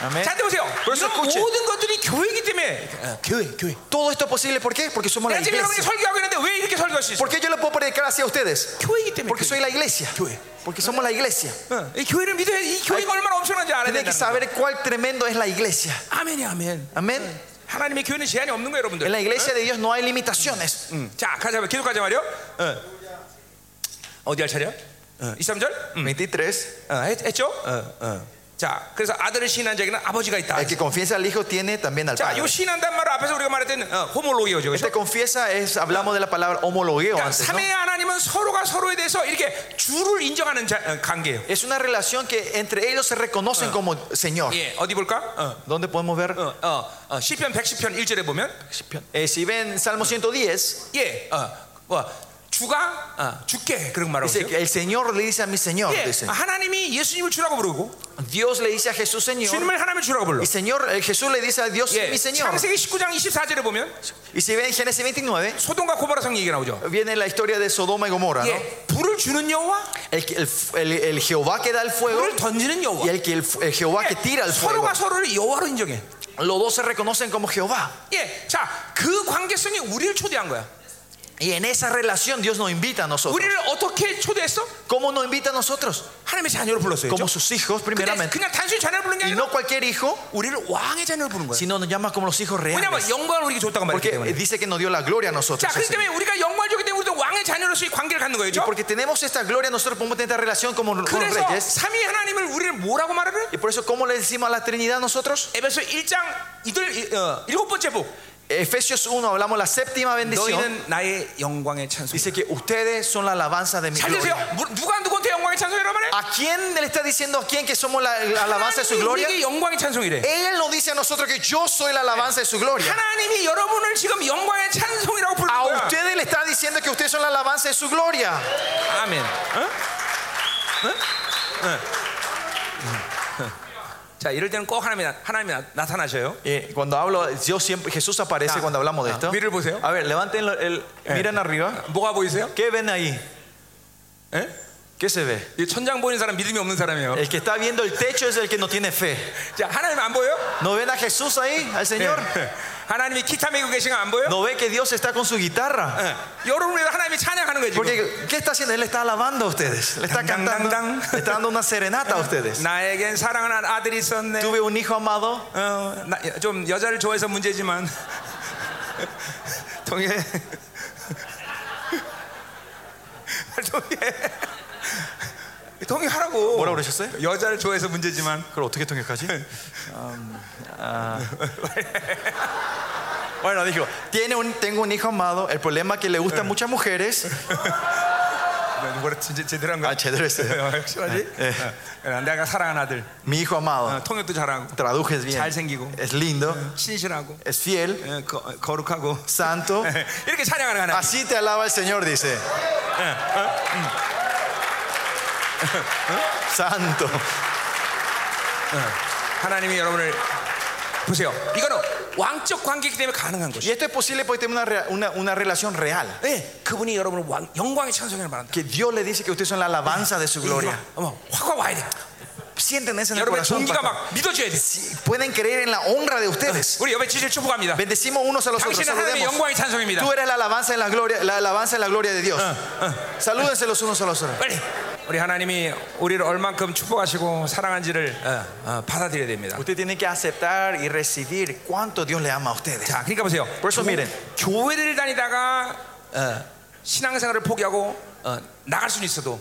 Speaker 2: Amén. Ah,
Speaker 1: 자, 근데 보세요.
Speaker 2: 네. 벌써
Speaker 1: 이런
Speaker 2: 꽃이-
Speaker 1: 모든 것들이 교회이기 때문에 교회, 교회.
Speaker 2: Todo esto es posible, ¿por qué? Porque somos la
Speaker 1: 내가 지금 여러분이
Speaker 2: iglesia.
Speaker 1: 설교하고 있는데 왜 이렇게 설교할 수 있어?
Speaker 2: ¿Por qué yo le puedo predicar hacia ustedes?
Speaker 1: 교회이기 때문에.
Speaker 2: Porque soy
Speaker 1: 교회.
Speaker 2: la iglesia.
Speaker 1: 교회.
Speaker 2: Porque somos la iglesia.
Speaker 1: 어, 이 교회를 믿어야 이 교회가 얼마나 엄청난지 알아야
Speaker 2: Tienen que
Speaker 1: 된다.
Speaker 2: saber cuál tremendo es la iglesia.
Speaker 1: 아멘이야, 아멘.
Speaker 2: Amén.
Speaker 1: 하나님의 교회는 제한이 없는 거예요,
Speaker 2: En
Speaker 1: 여러분들.
Speaker 2: la iglesia de Dios no hay limitaciones.
Speaker 1: 음. 자, 가자. 계속 가자 말이요. 어. 어디 할 차례야? 어, 23절?
Speaker 2: Mm. 23.
Speaker 1: 어, 했, 했죠? 어, 어. 자, 그래서 아들을 신한 자에게는 아버지가 있다.
Speaker 2: El que confiesa al Hijo tiene también al
Speaker 1: 자, 요
Speaker 2: Padre.
Speaker 1: 신한단 말은 앞에서 우리가 말했던 어, 호몰로기어죠. 그렇죠?
Speaker 2: Este confiesa es, hablamos de la palabra homologueo
Speaker 1: 그러니까
Speaker 2: antes, ¿no?
Speaker 1: 삼위의 하나님은 서로가 서로에 대해서 이렇게 주를 인정하는 자, 어, 관계예요.
Speaker 2: Es una relación que entre ellos se reconocen como Señor.
Speaker 1: 예, 어디 볼까? 어,
Speaker 2: ¿Dónde podemos ver?
Speaker 1: 어, 어, 어, 시편 110편 1절에 보면
Speaker 2: Eh, si ven Salmo 110,
Speaker 1: 예, 어, 뭐 주가 어, 주께 그런 말하고
Speaker 2: dice
Speaker 1: 있어요.
Speaker 2: que el Señor le dice a mi Señor,
Speaker 1: 예,
Speaker 2: dice.
Speaker 1: 하나님이 예수님을 주라고 부르고
Speaker 2: Dios le dice a Jesús Señor.
Speaker 1: 주님을 하나님을 주라고 불러.
Speaker 2: Y Señor, eh, Jesús le dice a Dios
Speaker 1: 예,
Speaker 2: mi Señor.
Speaker 1: 창세기 19장 24절에 보면
Speaker 2: Y si ven Génesis 29,
Speaker 1: 소돔과 고모라성 얘기 나오죠.
Speaker 2: viene la historia de Sodoma y Gomorra, ¿no?
Speaker 1: 예, 불을 주는 여호와,
Speaker 2: El, que- el- el- el Jehová que da el fuego
Speaker 1: 불을 던지는 여호와.
Speaker 2: y el, que el, el Jehová que tira el fuego.
Speaker 1: 서로가 서로를 여호와로 인정해.
Speaker 2: Los dos se reconocen como Jehová.
Speaker 1: 예, 자, 그 관계성이 우리를 초대한 거야.
Speaker 2: Y en esa relación Dios nos invita a nosotros.
Speaker 1: 우리를 어떻게 초대했어?
Speaker 2: ¿Cómo nos invita a nosotros?
Speaker 1: 하나님의 자녀로 불렀어요.
Speaker 2: Como sus hijos,
Speaker 1: 근데
Speaker 2: primeramente.
Speaker 1: 그냥 단순히 자녀를 부른 게
Speaker 2: Y
Speaker 1: 아니라
Speaker 2: no cualquier hijo,
Speaker 1: 우리를 왕의 자녀로 부른 거야.
Speaker 2: sino nos llama como los hijos reales.
Speaker 1: 왜냐면 영광을 우리에게 줬다고 말했기
Speaker 2: Porque
Speaker 1: 때문에.
Speaker 2: eh, dice que nos dio la gloria a
Speaker 1: 자,
Speaker 2: nosotros.
Speaker 1: 그렇기
Speaker 2: Y
Speaker 1: 때문에 우리가 영광을 주기 때문에 우리도 왕의 자녀로서의 관계를 갖는 거예요. 그렇죠?
Speaker 2: porque tenemos esta gloria, nosotros podemos tener esta relación como los
Speaker 1: 그래서
Speaker 2: reyes.
Speaker 1: 삼위 하나님을 우리를 뭐라고 말하는?
Speaker 2: Y por eso, ¿cómo le decimos a la Trinidad nosotros?
Speaker 1: 에베소 1장 이들 어, 일곱 번째 복.
Speaker 2: Efesios 1, hablamos la séptima bendición.
Speaker 1: 너희는 나의 영광의 찬송.
Speaker 2: Dice que ustedes son la alabanza de mi
Speaker 1: 잘 들으세요.
Speaker 2: gloria.
Speaker 1: 무- 누가 누구한테 영광의 찬송이라고 말해?
Speaker 2: ¿A quién le está diciendo a quién que somos la, la alabanza de su
Speaker 1: 아, 하나님이
Speaker 2: gloria?
Speaker 1: 우리에게 영광의 찬송이래.
Speaker 2: Él nos dice a nosotros que yo soy la alabanza de su gloria.
Speaker 1: 하나님이 여러분을 지금 영광의 찬송이라고 부르는
Speaker 2: A
Speaker 1: 거야.
Speaker 2: ustedes le está diciendo que ustedes son la alabanza de su gloria.
Speaker 1: 아멘. 응? 응? 응. 응. 어? 자, 이럴 때는 꼭 하나님이 나- 하나님이 나- 나타나셔요.
Speaker 2: Eh, cuando hablo, Dios siempre, Jesús aparece
Speaker 1: Ah,
Speaker 2: cuando hablamos de
Speaker 1: ah,
Speaker 2: esto.
Speaker 1: miren, poseo.
Speaker 2: A ver, levanten lo- el, miren arriba.
Speaker 1: 뭐가 보이세요?
Speaker 2: ¿Qué ven ahí?
Speaker 1: 예?
Speaker 2: ¿Qué se ve?
Speaker 1: 이 천장 보이는 사람 믿음이 없는 사람이에요.
Speaker 2: El que está viendo el techo es el que no tiene fe.
Speaker 1: 자, 하나님 안 보여?
Speaker 2: ¿No ven a Jesús ahí, al
Speaker 1: 예.
Speaker 2: Señor?
Speaker 1: Eh. 하나님이 기타 메고 계신 거 안 보여?
Speaker 2: ¿No ven que Dios está con su guitarra?
Speaker 1: 예. 여러분을 위해서 하나님이 찬양하는 거예요, 지금.
Speaker 2: Porque, ¿qué está haciendo? Él está alabando a ustedes. Le está
Speaker 1: Dang, dang,
Speaker 2: cantando.
Speaker 1: dang.
Speaker 2: Le está dando una serenata a ustedes.
Speaker 1: 나에겐 사랑하는 아들이 있었네.
Speaker 2: Tuve un hijo amado.
Speaker 1: 어, 나, 좀 여자를 좋아해서 문제지만 동해 동해 동의하라고
Speaker 2: 뭐라 그러셨어요?
Speaker 1: 여자를 좋아해서 문제지만
Speaker 2: 그걸 어떻게 통역하지? ah. Bueno,
Speaker 1: Eh.
Speaker 2: dijo, tiene un, tengo un hijo amado. El problema es que le gustan muchas mujeres.
Speaker 1: 네, 뭐라 진짜 제대로 한 거야?
Speaker 2: 아, 제대로 했어요.
Speaker 1: 어, 확실하지? 어, 내가 사랑하는 아들
Speaker 2: Mi hijo
Speaker 1: 어,
Speaker 2: amado,
Speaker 1: 통역도 잘하고
Speaker 2: tradujes bien,
Speaker 1: 잘생기고.
Speaker 2: es lindo,
Speaker 1: Eh. 신실하고
Speaker 2: es fiel,
Speaker 1: 어, 거- 어, 거룩하고
Speaker 2: santo.
Speaker 1: 이렇게 찬양하는 하나님
Speaker 2: Así te alaba el Señor, dice.
Speaker 1: Eh, mm.
Speaker 2: Santo.
Speaker 1: 하나님이 여러분을 보세요 이거는 왕적 관계이기 때문에 가능한 것이에요
Speaker 2: Y esto es posible porque tenemos una, rea- una, una relación real.
Speaker 1: 예, 그분이 여러분을 왕- 영광의 찬송을 바란다
Speaker 2: Que Dios le dice que ustedes son la alabanza de su gloria.
Speaker 1: 어머, 확확 와야 돼
Speaker 2: Sienten eso en el
Speaker 1: 여러분의
Speaker 2: corazón.
Speaker 1: 동기가
Speaker 2: Pastor.
Speaker 1: 막 믿어져야 돼
Speaker 2: Si Pueden creer en la honra de ustedes.
Speaker 1: 우리 옆에 지실 축복합니다
Speaker 2: Bendecimos unos a los otros.
Speaker 1: 당신은 하나님의
Speaker 2: Saludemos.
Speaker 1: 영광의 찬송입니다
Speaker 2: Tú eres la alabanza de la gloria, la alabanza de la gloria de Dios. Salúdense los unos a los otros.
Speaker 1: 빨리 우리 하나님이 우리를 얼만큼 축복하시고 사랑한지를 어, 어, 받아들여야 됩니다.
Speaker 2: Usted tiene que aceptar y recibir cuánto Dios le ama a ustedes.
Speaker 1: 자, 그러니까 보세요.
Speaker 2: 벌써 미래.
Speaker 1: 교회를 다니다가 어, 신앙생활을 포기하고 어, 나갈 수는 있어도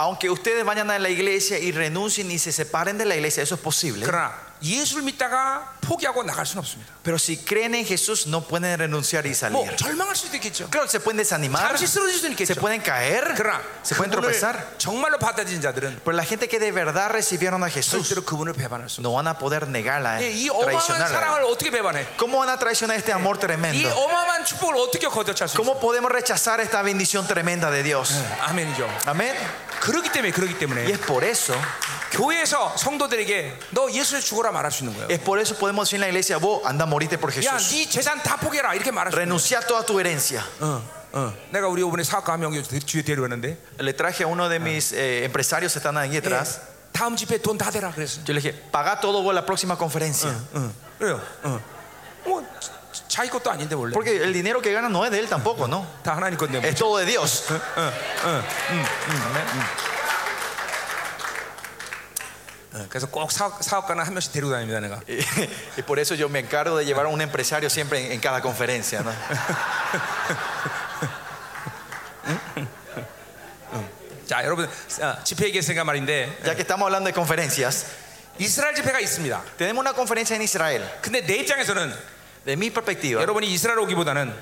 Speaker 2: Aunque ustedes vayan a la iglesia y renuncien y se separen de la iglesia, eso es posible.
Speaker 1: 그러나 예수를 믿다가 포기하고 나갈 수는 없습니다.
Speaker 2: Pero si creen en Jesús, no pueden renunciar y
Speaker 1: 뭐
Speaker 2: salir.
Speaker 1: 절망할 수도 있겠죠.
Speaker 2: Claro, se pueden desanimar,
Speaker 1: 잠시 쓰러질 수도
Speaker 2: se
Speaker 1: 있겠죠.
Speaker 2: pueden caer,
Speaker 1: 그러나
Speaker 2: se pueden
Speaker 1: 그분을
Speaker 2: tropezar.
Speaker 1: 정말로 받아들인 자들은
Speaker 2: Pero la gente que de verdad recibieron a Jesús
Speaker 1: 절대로 그분을 배반할 수 없어요.
Speaker 2: no van a poder negarla,
Speaker 1: 예, 이
Speaker 2: eh,
Speaker 1: 어마어마한
Speaker 2: traicionarla.
Speaker 1: 사랑을 어떻게 배반해?
Speaker 2: ¿Cómo van a traicionar este amor
Speaker 1: 이
Speaker 2: tremendo?
Speaker 1: 어마어마한 축복을 어떻게 거둬찰 수 있어?
Speaker 2: ¿Cómo podemos rechazar esta bendición tremenda de Dios?
Speaker 1: 아멘이죠.
Speaker 2: Amén.
Speaker 1: 그렇기 때문에 그렇기 때문에
Speaker 2: Y es por eso,
Speaker 1: 교회에서 성도들에게 너 예수를 죽어라 말할 수 있는 거예요.
Speaker 2: es por eso podemos decir en la iglesia, vos anda morite por
Speaker 1: 야,
Speaker 2: Jesús.
Speaker 1: 네 재산 다 포기해라 이렇게 말할 수 있는 거예요.
Speaker 2: Renuncia a toda tu herencia.
Speaker 1: 어, 어. 예. 내가 우리 이번에 사업가 한 명이 뒤에 데려왔는데
Speaker 2: Le traje a uno de mis eh, empresarios, están ahí atrás.
Speaker 1: 예, 다음 집회 돈 다 대라 그랬어.
Speaker 2: Yo le dije, paga todo vos la próxima conferencia.
Speaker 1: 어, 그래요. 어. 뭐 자- 자기 것도 아닌데 원래
Speaker 2: Porque el dinero que gana no es de él tampoco, ¿no?
Speaker 1: 다 하나님 건데. 뭐.
Speaker 2: Es todo de Dios.
Speaker 1: 어, 그래서 꼭 사업, 사업가는 한 명씩 데리고 다닙니다 내가.
Speaker 2: Y, y por eso yo me encargo de llevar a un empresario siempre en, en cada conferencia. ¿no?
Speaker 1: 자, 여러분 어, 집회 얘기했으니까 말인데
Speaker 2: Ya que estamos hablando de conferencias,
Speaker 1: 이스라엘 집회가 있습니다.
Speaker 2: tenemos una conferencia en Israel.
Speaker 1: 근데 내 입장에서는
Speaker 2: De mi perspectiva,
Speaker 1: 여러분이 이스라엘 오기보다는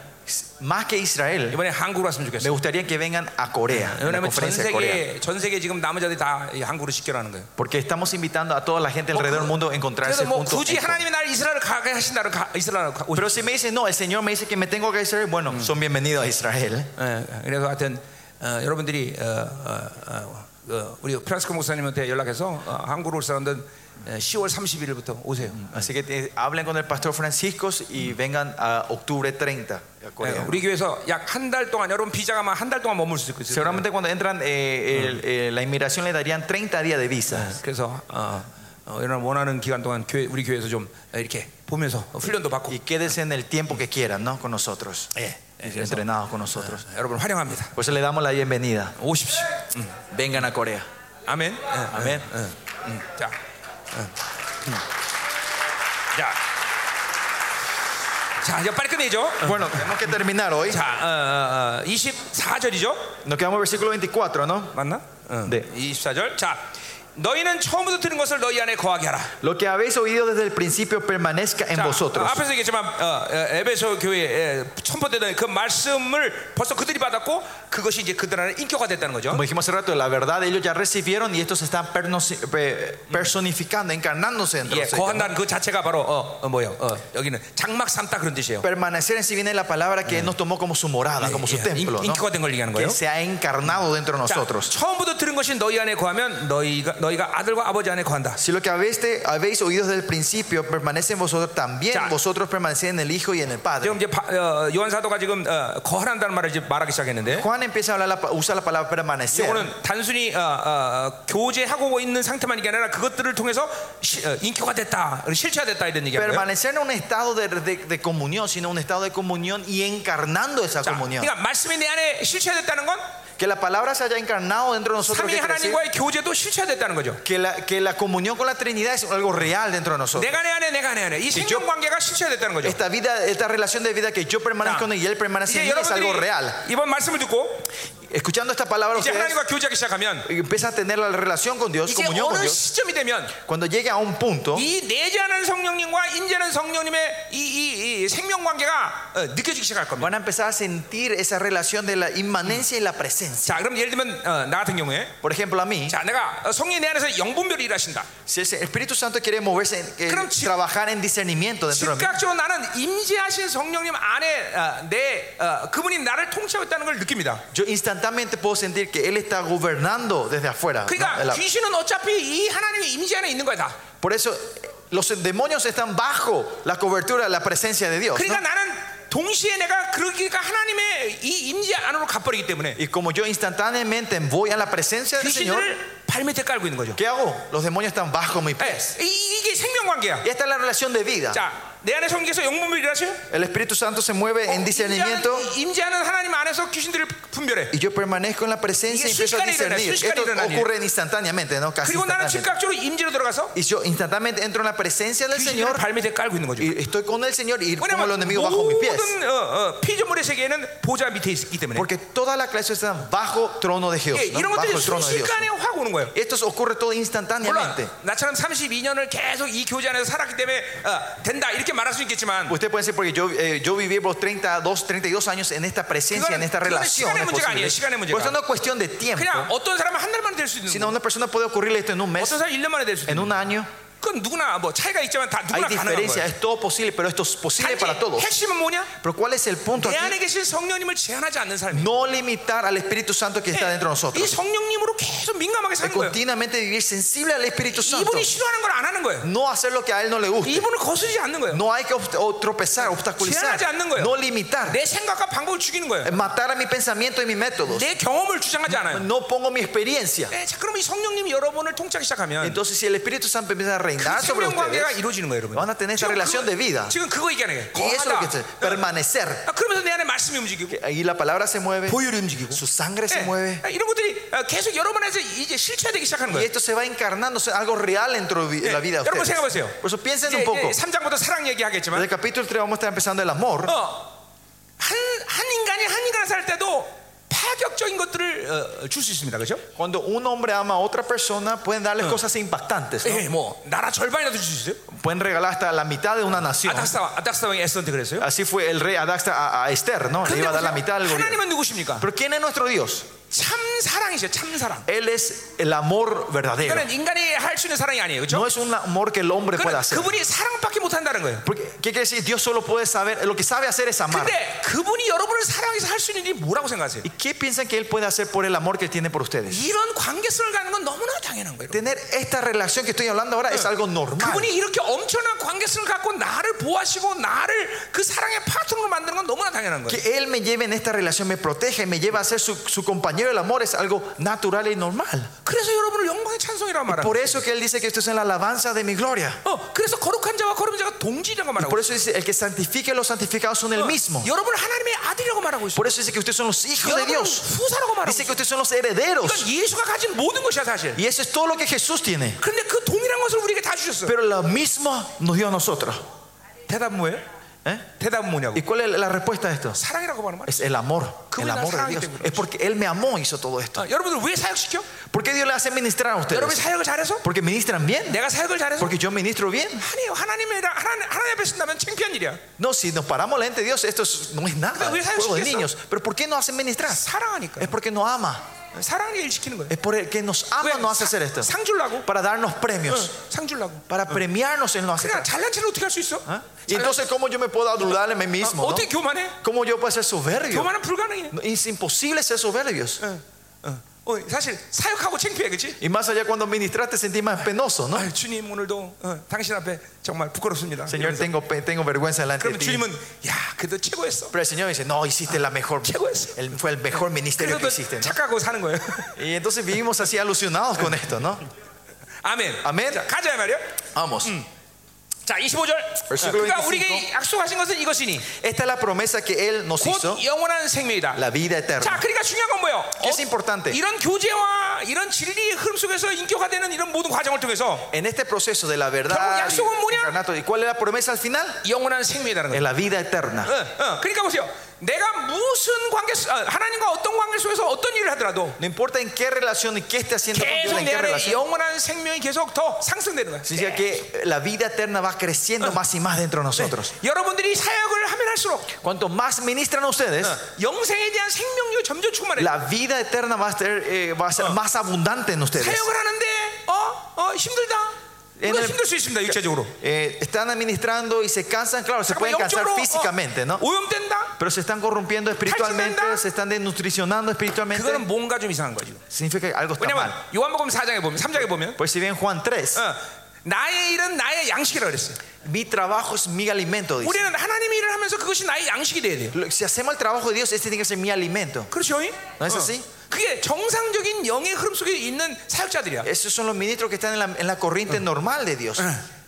Speaker 2: más que Israel,
Speaker 1: 이번에 한국으로 왔으면
Speaker 2: me
Speaker 1: 좋겠어요.
Speaker 2: gustaría que vengan a Corea,
Speaker 1: 네,
Speaker 2: una
Speaker 1: 왜냐하면 전
Speaker 2: conferencia de Corea.
Speaker 1: 세계 전 세계 지금 남은 자들이 다이 한국으로 집결하는 거예요.
Speaker 2: Porque estamos invitando a toda la gente alrededor del mundo a encontrarse
Speaker 1: 그래서 뭐
Speaker 2: juntos.
Speaker 1: 굳이
Speaker 2: en Corea.
Speaker 1: 하나님이 나를 이스라엘 가게 하신다는 가, 이스라엘 가, 오십-
Speaker 2: Pero si me dicen, no, el Señor me dice que me tengo que ir a Israel, bueno, son bienvenidos a Israel.
Speaker 1: 예, 그래서 하여튼 어, 여러분들이 어, 어, 어, 어, 우리 프란스코 목사님한테 연락해서 어, 한국으로 올 사람들은 에, 10월 31일부터 오세요.
Speaker 2: Así que eh, hablen con el pastor Francisco y vengan a octubre 30 a
Speaker 1: 예,
Speaker 2: Corea.
Speaker 1: 우리 교회에서 약 한 달 동안 여러분 비자가 막 한 달 동안 머물 수 있거든요.
Speaker 2: Seguramente cuando entran, eh, el- eh, la inmigración le darían 30 días de visa.
Speaker 1: 그래서 어, 어, 여러분 원하는 기간 동안 교회, 우리 교회에서 좀 이렇게 보면서 훈련도 받고
Speaker 2: Y quédense en el tiempo que quieran, ¿no? Con nosotros.
Speaker 1: 예, 예, 그래서
Speaker 2: Entrenados con nosotros.
Speaker 1: 여러분 환영합니다.
Speaker 2: Por eso le damos la bienvenida.
Speaker 1: 오십시오. 음,
Speaker 2: Vengan a Corea.
Speaker 1: 아멘. 예,
Speaker 2: 아멘.
Speaker 1: 예, 예, 음, 자, 예, 음. 자, 자 이제 빨리 끝내죠.
Speaker 2: Bueno, tenemos que terminar hoy.
Speaker 1: 자, 어, 어, 어, 24절이죠?
Speaker 2: Nos quedamos en el versículo 24, ¿no?
Speaker 1: 맞나?
Speaker 2: 네.
Speaker 1: 24절. 자, 너희는 처음부터 들은 것을 너희 안에 거하게 하라.
Speaker 2: Lo que habéis oído desde el principio permanezca en
Speaker 1: 자,
Speaker 2: vosotros.
Speaker 1: 어, 앞에서 얘기했지만 어, 어, 에베소 교회에 선포되던 그 말씀을 벌써 그들이 받았고 그것이 이제 그들 안에 인격화됐다는 거죠.
Speaker 2: Como dijimos hace rato, la verdad ellos ya recibieron y estos están pernosi- pe- personificando, encarnándose entre
Speaker 1: 예,
Speaker 2: nosotros.
Speaker 1: 거한다는 그 자체가 바로 어, 어, 뭐예요? 어, 여기는 장막 삼다 그런 뜻이에요.
Speaker 2: Permanecer en sí viene la palabra que Él nos tomó como su morada, como su
Speaker 1: 예,
Speaker 2: templo,
Speaker 1: 인-
Speaker 2: ¿no?
Speaker 1: 인격화된 걸 얘기하는 거예요.
Speaker 2: que se ha encarnado dentro de
Speaker 1: 자,
Speaker 2: nosotros.
Speaker 1: 처음부터 들은 것이 너희 안에 거하면 너희가 너희가 아들과 아버지 안에 거한다.
Speaker 2: Si lo que habéis, te- habéis oído desde el principio permanece en vosotros, también
Speaker 1: Ya.
Speaker 2: vosotros permanecéis en el Hijo y en el Padre.
Speaker 1: 지금 이제 바- 어, 요한 사도가 지금 어, 거한다는 말을 이제 말하기 시작했는데
Speaker 2: Juan empieza a hablar la pa- usa la palabra permanecer.
Speaker 1: 이거는 단순히 어, 어, 교제하고 있는 상태만 이게 아니라 그것들을 통해서 시- 어, 인격화 됐다, 실체화 됐다 이런 얘기하는 거예요.
Speaker 2: Permanecer no en un estado de, de- de comunión, sino un estado de comunión y encarnando esa
Speaker 1: 자,
Speaker 2: comunión.
Speaker 1: 그러니까 말씀이 내 안에 실체화됐다는 건
Speaker 2: Que la palabra se haya encarnado dentro de nosotros.
Speaker 1: 삼위
Speaker 2: ¿qué quiere decir?
Speaker 1: 하나님과의 교제도 실체화됐다는 거죠.
Speaker 2: Que, la, que la comunión con la Trinidad es algo real dentro de nosotros.
Speaker 1: 내가 내 안에 내가 내 안에 이 생명 관계가 실체화됐다는 거죠.
Speaker 2: Esta vida, esta relación de vida que yo permanezco
Speaker 1: 자,
Speaker 2: en él y él permanece en
Speaker 1: 이제
Speaker 2: mí es algo real.
Speaker 1: 여러분들이 이번 말씀을 듣고
Speaker 2: escuchando esta palabra,
Speaker 1: 이제
Speaker 2: ustedes
Speaker 1: 하나님과 교제하기 시작하면
Speaker 2: empiezan a tener la relación con Dios,
Speaker 1: 이제
Speaker 2: comunión con
Speaker 1: 어느
Speaker 2: Dios.
Speaker 1: 시점이 되면
Speaker 2: Cuando llegue a un punto,
Speaker 1: 이 내재하는 성령님과 인재는 성령님의 이, 이, 이 생명 관계가 어, 느껴지기 시작할 겁니다.
Speaker 2: van a empezar a sentir esa relación de la inmanencia y la presencia.
Speaker 1: 자, 그럼 예를 들면 어, 나 같은 경우에
Speaker 2: Por ejemplo, a mí,
Speaker 1: 자, 내가 어, 성령이 내 안에서 영분별이 일하신다.
Speaker 2: si el Espíritu Santo quiere moverse, eh,
Speaker 1: Creo que-
Speaker 2: trabajar en discernimiento dentro de mí,
Speaker 1: 즉각적으로 나는 임재하신 성령님 안에 어, 내 어, 그분이 나를 통치하고 있다는 걸 느낍니다.
Speaker 2: yo instantáneamente puedo sentir que Él está gobernando desde afuera. ¿no?
Speaker 1: 그러니까
Speaker 2: La-
Speaker 1: 귀신은 어차피 이 하나님의 임재 안에 있는 거야 다.
Speaker 2: Por eso, eh, los demonios están bajo la cobertura, la presencia de Dios. ¿no?
Speaker 1: 그러니까 나는 동시에 내가 그러니까 하나님의 이 임재 안으로 가버리기 때문에
Speaker 2: Y como yo instantáneamente voy a la presencia del Señor,
Speaker 1: 귀신을 발밑에 깔고 있는 거죠.
Speaker 2: ¿qué hago? Los demonios están bajo mis
Speaker 1: 예,
Speaker 2: pies.
Speaker 1: 이- 이게 생명 관계야.
Speaker 2: Y esta es la relación de vida.
Speaker 1: 자, 내 안에 성기에서 영분별 일하세요.
Speaker 2: El Espíritu Santo se
Speaker 1: Oh,
Speaker 2: mueve en discernimiento
Speaker 1: 임재하는, 임재하는 하나님 안에서 귀신들을 분별해.
Speaker 2: y yo permanezco en la presencia y
Speaker 1: Y
Speaker 2: empiezo a
Speaker 1: 순식간에 일어나,
Speaker 2: discernir. Esto
Speaker 1: 순식간에 일어나니.
Speaker 2: ocurre instantáneamente, ¿no? Casi
Speaker 1: 그리고 나는
Speaker 2: instantáneamente.
Speaker 1: 즉각적으로 임재로 들어가서
Speaker 2: Y yo instantáneamente entro en la presencia del
Speaker 1: 귀신을
Speaker 2: Señor
Speaker 1: 발밑에 깔고 있는 거죠.
Speaker 2: y estoy con el Señor y pongo los
Speaker 1: 왜냐하면
Speaker 2: enemigos bajo mis pies.
Speaker 1: 모든 어, 어, 피조물의 세계에는 보좌 밑에 있기 때문에
Speaker 2: Porque toda la clase está bajo trono de Dios.
Speaker 1: 예,
Speaker 2: ¿no?
Speaker 1: 이런
Speaker 2: Bajo
Speaker 1: 것들이
Speaker 2: el trono de Dios.
Speaker 1: 순식간에 확 오는 거예요.
Speaker 2: Esto ocurre todo
Speaker 1: 물론
Speaker 2: instantáneamente.
Speaker 1: 나처럼 32년을 계속 이 교제 안에서 살았기 때문에 어, 된다 이렇게 말할 수 있겠지만
Speaker 2: Usted puede decir, porque yo, eh, yo viví por 32, 32 años en esta presencia, en esta
Speaker 1: 그거는
Speaker 2: relación.
Speaker 1: 시간의
Speaker 2: es
Speaker 1: 문제가
Speaker 2: posible.
Speaker 1: 아니에요, 시간의 문제가.
Speaker 2: Por eso no es cuestión de tiempo,
Speaker 1: 그냥 어떤 사람은 한 달 만에 될 수 있는
Speaker 2: sino
Speaker 1: 거예요.
Speaker 2: a una persona puede ocurrirle esto en un mes,
Speaker 1: 어떤 사람은 1년 만에 될 수 있는
Speaker 2: en
Speaker 1: 거예요.
Speaker 2: un año.
Speaker 1: 그건 누구나 뭐 차이가 있지만 다
Speaker 2: Hay
Speaker 1: 누구나 가능한
Speaker 2: diferencia,
Speaker 1: 거예요.
Speaker 2: es todo posible, pero esto es posible
Speaker 1: 단지
Speaker 2: para todos.
Speaker 1: 핵심은 뭐냐?
Speaker 2: Pero ¿cuál es el punto
Speaker 1: 내
Speaker 2: aquí?
Speaker 1: 안에 계신 성령님을 제한하지 않는 삶이에요.
Speaker 2: No limitar al Espíritu Santo que está dentro de
Speaker 1: 이
Speaker 2: nosotros.
Speaker 1: 성령님으로 계속 민감하게 사는 거예요.
Speaker 2: Continuamente vivir sensible al Espíritu Santo.
Speaker 1: 이분이 싫어하는 걸 안 하는 거예요.
Speaker 2: No hacer lo que a Él no le gusta.
Speaker 1: 이분을 거스르지 않는 거예요.
Speaker 2: No hay que obst- o tropezar, obstaculizar.
Speaker 1: Silen하지 않는 거예요.
Speaker 2: No limitar. Eh,
Speaker 1: 내 생각과 방법을 죽이는 거예요.
Speaker 2: Matar a mi pensamiento y mis métodos.
Speaker 1: 내 경험을 주장하지 않아요.
Speaker 2: No pongo mi experiencia.
Speaker 1: 네, 자, 그럼 이 성령님이 여러분을 통치하기 시작하면
Speaker 2: Entonces, si el Espíritu Santo empieza a reinar sobre
Speaker 1: 생명 관계가
Speaker 2: ustedes,
Speaker 1: 이루어지는 거예요, 여러분.
Speaker 2: van a tener esa relación de vida.
Speaker 1: 지금 그거 얘기하는 거예요.
Speaker 2: Y eso es lo que se-
Speaker 1: 거하다.
Speaker 2: permanecer.
Speaker 1: 아, 그러면서 내 안에 말씀이 움직이고
Speaker 2: Ahí la palabra se mueve,
Speaker 1: 보혈이 움직이고
Speaker 2: su sangre se
Speaker 1: 예,
Speaker 2: mueve.
Speaker 1: 아, 이런 것들이 아, 계속 여러분에서 이제 실체되기 시작하는
Speaker 2: Y
Speaker 1: 거예요.
Speaker 2: esto se va encarnando, es algo real dentro de vi- la vida de
Speaker 1: 여러분
Speaker 2: ustedes.
Speaker 1: 생각해보세요.
Speaker 2: Por eso piensen
Speaker 1: 이제,
Speaker 2: un poco.
Speaker 1: 이제 3장부터 사랑
Speaker 2: Desde
Speaker 1: 얘기하겠지만
Speaker 2: el capítulo 3 vamos a estar empezando el amor.
Speaker 1: 어, 한, 한 인간이 한 인간을 살 때도 파격적인 것들을 줄 수 있습니다. 그렇죠?
Speaker 2: Cuando un hombre ama a otra persona, pueden darles cosas impactantes. ¿no?
Speaker 1: 예, 뭐 나라 절반이라도 줄 수 있어요.
Speaker 2: Pueden regalar hasta la mitad de una nación.
Speaker 1: 아닥사왕, 아닥사왕이 에스더한테 그랬어요.
Speaker 2: Así fue el rey Adaxta a, a Esther, ¿no? Le
Speaker 1: 그런데
Speaker 2: iba a dar la mitad del
Speaker 1: 보세요.
Speaker 2: gobierno.
Speaker 1: 하나님은 누구십니까?
Speaker 2: Pero ¿quién es nuestro Dios?
Speaker 1: 참 사랑이죠. 참 사랑.
Speaker 2: Él es el amor verdadero.
Speaker 1: 그러니까 인간이 할 수 있는 사랑이 아니에요. 그렇죠?
Speaker 2: No es un amor que el hombre puede
Speaker 1: 그러니까
Speaker 2: hacer.
Speaker 1: 그분이 사랑밖에 못 한다는 거예요.
Speaker 2: Porque, ¿Qué quiere decir? Dios solo puede saber, lo que sabe hacer es amar.
Speaker 1: 근데 그분이 여러분을 사랑해서 할 수 있는 일이 뭐라고 생각하세요?
Speaker 2: ¿Y qué piensan que Él puede hacer por el amor que Él tiene por ustedes?
Speaker 1: 이런 관계성을 갖는 건 너무나 당연한 거예요.
Speaker 2: Tener esta relación que estoy hablando ahora es algo normal.
Speaker 1: 그분이 이렇게 엄청난 관계성을 갖고 나를 보호하시고 나를 그 사랑의 파트너로 만드는 건 너무나 당연한 거예요.
Speaker 2: Que Él me lleve en esta relación, me proteja y me lleva a ser su, su compañero del amor es algo natural y normal.
Speaker 1: 그래서 여러분을 영광의 찬송이라고 말하는
Speaker 2: Por
Speaker 1: 거예요.
Speaker 2: eso que Él dice que esto es en la alabanza de mi gloria.
Speaker 1: 어, 그래서 거룩한 자와 거룩한 자가 동질이라고 말하고
Speaker 2: Por eso dice, el que santifica y los santificados son el mismo.
Speaker 1: 있어요. 여러분 하나님의 아들이라고 말하고 있어요.
Speaker 2: Por eso dice que ustedes son los hijos de
Speaker 1: 여러분
Speaker 2: Dios.
Speaker 1: 후사라고 말하고
Speaker 2: Dice
Speaker 1: 있어요.
Speaker 2: que ustedes son los herederos.
Speaker 1: 그러니까 예수가 가진 모든 것이야 사실.
Speaker 2: Y eso es todo lo que Jesús tiene.
Speaker 1: 그런데 그 동일한 것을 우리에게 다 주셨어요.
Speaker 2: Pero lo mismo nos dio a nosotros.
Speaker 1: 대답 뭐예요?
Speaker 2: ¿Eh?
Speaker 1: 대답 뭐냐고?
Speaker 2: ¿Y cuál es la respuesta a esto?
Speaker 1: 사랑이라고 말하는 말이에요.
Speaker 2: Es el amor. El amor de Dios. Es porque Él me amó, hizo todo esto.
Speaker 1: 어, 여러분들 왜 사역시켜?
Speaker 2: ¿Por qué Dios le hace ministrar a
Speaker 1: 여러분이
Speaker 2: ustedes?
Speaker 1: 사역을 잘해서?
Speaker 2: Porque ministran bien.
Speaker 1: 내가 사역을 잘해서?
Speaker 2: Porque yo ministro bien.
Speaker 1: 아니에요. 하나님이랑 하나님, 하나님 앞에 쓴다면 창피한 일이야.
Speaker 2: No, si nos paramos delante de Dios, esto es- no es nada. es Juego de niños. Pero ¿por qué no hacen ministrar?
Speaker 1: 사랑하니까.
Speaker 2: Es porque nos ama.
Speaker 1: 사랑이 일 시키는 거예요.
Speaker 2: Es porque nos ama, nos hace hacer esto.
Speaker 1: 상 주려고?
Speaker 2: Para darnos
Speaker 1: 응,
Speaker 2: premios.
Speaker 1: 상 주려고.
Speaker 2: Para premiarnos, Él nos hace.
Speaker 1: 그러니까 잘난 체를 어떻게 할 수 있어?
Speaker 2: ¿Ah? Y entonces, ¿cómo yo me puedo adular en mí mismo? no?
Speaker 1: 어떻게 교만해?
Speaker 2: ¿Cómo yo puedo ser soberbio?
Speaker 1: 교만은 불가능해.
Speaker 2: No, Es imposible ser soberbios.
Speaker 1: 어, 사실 사역하고 창피해, 그렇지?
Speaker 2: Y más allá cuando ministras te sentís más penoso, ¿no?
Speaker 1: 아, 주님 오늘도 어, 당신 앞에 정말 부끄럽습니다.
Speaker 2: Señor, tengo, pe- tengo vergüenza delante de
Speaker 1: 그러면
Speaker 2: ti.
Speaker 1: 주님은 야, 그래도 최고였어.
Speaker 2: Pero el Señor dice, no, hiciste la mejor,
Speaker 1: Chegos.
Speaker 2: el- fue el mejor ministerio que
Speaker 1: 그래도
Speaker 2: hiciste. ¿no?
Speaker 1: 착각하고 사는 거예요.
Speaker 2: Y entonces vivimos así alusionados con esto, ¿no?
Speaker 1: 아멘.
Speaker 2: 아멘.
Speaker 1: 자, 가자 말이야.
Speaker 2: Vamos.
Speaker 1: 자, 25절.
Speaker 2: Versículo
Speaker 1: 그가
Speaker 2: 25.
Speaker 1: 우리에게 약속하신 것은 이것이니
Speaker 2: Esta es la promesa que Él nos hizo,
Speaker 1: 곧 영원한 생명이다.
Speaker 2: la vida
Speaker 1: 자,
Speaker 2: eterna.
Speaker 1: 그러니까 중요한 건 뭐예요?
Speaker 2: Que es importante.
Speaker 1: 이런 교제와 이런 진리의 흐름 속에서 인격화되는 이런 모든 과정을 통해서
Speaker 2: En este proceso de la
Speaker 1: 결국
Speaker 2: verdad,
Speaker 1: 약속은 뭐냐?
Speaker 2: y- ¿y cuál es la promesa al final?
Speaker 1: 영원한 생명이라는 거예요.
Speaker 2: Es la vida eterna.
Speaker 1: 어, 어. 그러니까 보세요. 내가 무슨 관계 속- 아, 하나님과 어떤 관계 속에서 어떤 일을 하더라도
Speaker 2: No importa en qué relación y qué esté haciendo con Dios,
Speaker 1: 계속
Speaker 2: en
Speaker 1: 내
Speaker 2: qué
Speaker 1: 안에
Speaker 2: relación.
Speaker 1: 영원한 생명이 계속 더 상승되는 거야.
Speaker 2: Significa que la vida eterna va creciendo más y más dentro de nosotros.
Speaker 1: 여러분들이 사역을 하면 할수록
Speaker 2: Cuanto más ministran ustedes,
Speaker 1: 영생에 대한 생명력이 점점 충만해.
Speaker 2: la vida eterna va a ser, eh, va a ser más abundante en ustedes.
Speaker 1: 사역을 하는데 어, 어 힘들다. 물론
Speaker 2: 옛날에-
Speaker 1: 힘들 수 있습니다. 육체적으로.
Speaker 2: Eh, están administrando y se cansan, claro, se pueden
Speaker 1: 잠깐만,
Speaker 2: cansar
Speaker 1: 영적으로
Speaker 2: físicamente,
Speaker 1: 어,
Speaker 2: ¿no?
Speaker 1: 오염된다.
Speaker 2: Pero se están corrompiendo espiritualmente,
Speaker 1: ¿Calcinando?
Speaker 2: Ah. se están desnutricionando
Speaker 1: 그거는
Speaker 2: espiritualmente.
Speaker 1: 뭔가 좀 이상한 거죠.
Speaker 2: Significa que algo está
Speaker 1: 왜냐면
Speaker 2: mal.
Speaker 1: 요한복음 4장에 보면 3장에 보면
Speaker 2: Pues si bien Juan 3,
Speaker 1: 어, 나의 일은 나의 양식이라고 그랬어요.
Speaker 2: mi trabajo es mi alimento, dice.
Speaker 1: 우리는 하나님의 일을 하면서 그것이 나의 양식이 돼야 돼요.
Speaker 2: Lo- Si hacemos el trabajo de Dios, este tiene que ser mi alimento.
Speaker 1: 그렇죠?
Speaker 2: 아, 그래서 씨?
Speaker 1: 그게 정상적인 영의 흐름 속에 있는 사역자들이야.
Speaker 2: Esos son los ministros que están en la, en la corriente normal de Dios.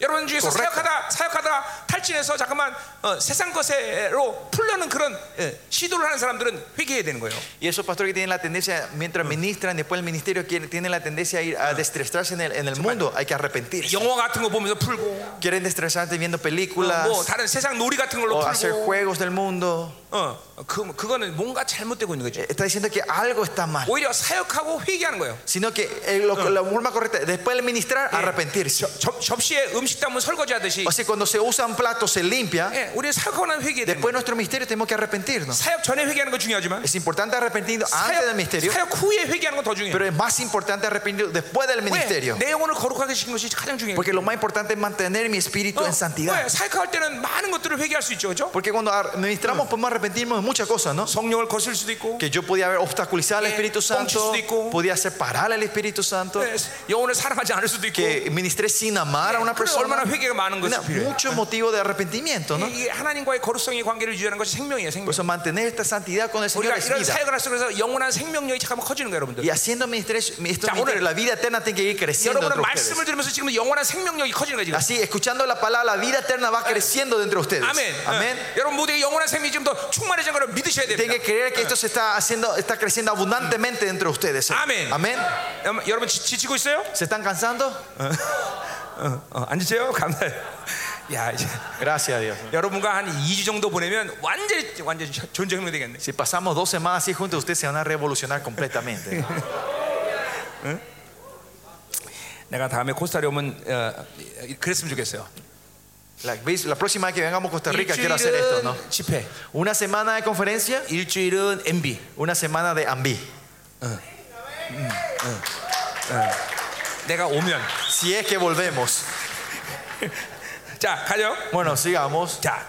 Speaker 1: 여러분 중에서
Speaker 2: Correcto.
Speaker 1: 사역하다 사역하다 탈진해서 잠깐만 어, 세상 것으로 풀려는 그런 예, 시도를 하는 사람들은 회개해야 되는 거예요.
Speaker 2: Y esos pastores que tienen la tendencia, mientras ministran, después el ministerio, que tienen la tendencia a ir a destrezarse en el, en el mundo, hay que arrepentirse.
Speaker 1: 영화 같은 거 보면서 풀고 어,
Speaker 2: Quieren destrezarse viendo películas
Speaker 1: 뭐 다른 세상 놀이 같은 걸로
Speaker 2: o hacer
Speaker 1: 풀고
Speaker 2: juegos del mundo.
Speaker 1: 어, 그, 그거는 뭔가 잘못되고 있는 거죠.
Speaker 2: Eh, Está diciendo que algo está mal.
Speaker 1: 오히려 사역하고 회개하는 거예요.
Speaker 2: Sino que eh, lo- la forma correcta, después de ministrar, arrepentirse.
Speaker 1: 접, 접시에 음식 담은 설거지 하듯이
Speaker 2: O sea, cuando se usa un plato, se limpia.
Speaker 1: 예, 우리는 사역하고 나면 회개해야 되는 거예요.
Speaker 2: Después de nuestro ministerio tenemos que arrepentirnos.
Speaker 1: 사역 전에 회개하는 거 중요하지만
Speaker 2: Es importante arrepentirnos antes del
Speaker 1: 사역,
Speaker 2: ministerio,
Speaker 1: 사역 후에 회개하는 건 더 중요해요.
Speaker 2: pero es más importante arrepentirnos después del
Speaker 1: 왜?
Speaker 2: ministerio.
Speaker 1: 내 영혼을 거룩하게 지킨 것이 가장 중요해요. 어,
Speaker 2: Porque lo más importante es mantener mi espíritu en santidad.
Speaker 1: 왜? 사역할 때는 많은 것들을 회개할 수 있죠, 그렇죠?
Speaker 2: Porque cuando ar- ministramos podemos arrepentirnos de muchas cosas, ¿no?
Speaker 1: 성령을 거슬 수도 있고,
Speaker 2: Que yo podía haber obstaculizado al
Speaker 1: Eh,
Speaker 2: Espíritu Santo,
Speaker 1: ponchisico.
Speaker 2: podía separar al Espíritu Santo,
Speaker 1: 네, 영혼을 사랑하지 않을 수도 있고,
Speaker 2: que ministré sin amar a
Speaker 1: Eh,
Speaker 2: una
Speaker 1: 그래,
Speaker 2: persona.
Speaker 1: 얼마나 회개가 많은 것이
Speaker 2: Mira,
Speaker 1: 필요해.
Speaker 2: Mucho motivo de arrepentimiento, ¿no?
Speaker 1: 이게 하나님과의 거룩성의 관계를 유지하는 것이 생명이에요, 생명.
Speaker 2: Por eso mantener esta santidad con el Señor
Speaker 1: 우리가
Speaker 2: es
Speaker 1: 이런
Speaker 2: vida.
Speaker 1: 사역을 할수록 그래서 영원한 생명력이 잠깐만 커지는 거예요,
Speaker 2: Y
Speaker 1: 여러분들.
Speaker 2: haciendo ministerios, estos
Speaker 1: Ya,
Speaker 2: ministerios,
Speaker 1: ahora-
Speaker 2: la vida eterna tiene que ir creciendo
Speaker 1: 여러분은
Speaker 2: entre ustedes.
Speaker 1: 말씀을 들으면서 지금 영원한 생명력이 커지는 거예요, 지금.
Speaker 2: Así, escuchando la palabra, la vida eterna va creciendo dentro de ustedes.
Speaker 1: 아멘.
Speaker 2: Amén.
Speaker 1: 어, 여러분 모두에게 영원한 생명이 지금 더 충만해진 걸 믿으셔야
Speaker 2: Tienen
Speaker 1: 됩니다.
Speaker 2: que creer que esto se está haciendo, está creciendo abundantemente dentro de ustedes. ¿eh?
Speaker 1: Amén.
Speaker 2: Amén.
Speaker 1: 음, 여러분, 여러분 지- 지치고 있어요?
Speaker 2: ¿Se están cansando?
Speaker 1: 어, 어, 앉으세요. 감사해요. 야, 이제
Speaker 2: Gracias a Dios.
Speaker 1: 여러분과 한 2주 정도 보내면 완전히 완전히 존재 혁명 되겠네.
Speaker 2: Si pasamos dos semanas así juntos, ustedes se van a revolucionar completamente.
Speaker 1: 내가 다음에 코스타리 오면 어, 그랬으면 좋겠어요.
Speaker 2: La, ¿veis? La próxima vez que vengamos a Costa
Speaker 1: 그러니까
Speaker 2: Rica, quiero hacer esto, ¿no?
Speaker 1: 일주일은 집회,
Speaker 2: Una semana de conferencia,
Speaker 1: 일주일은 MB.
Speaker 2: una semana de ambi.
Speaker 1: 내가 오면
Speaker 2: Si es que volvemos.
Speaker 1: 자 가죠.
Speaker 2: Bueno, sigamos.
Speaker 1: 자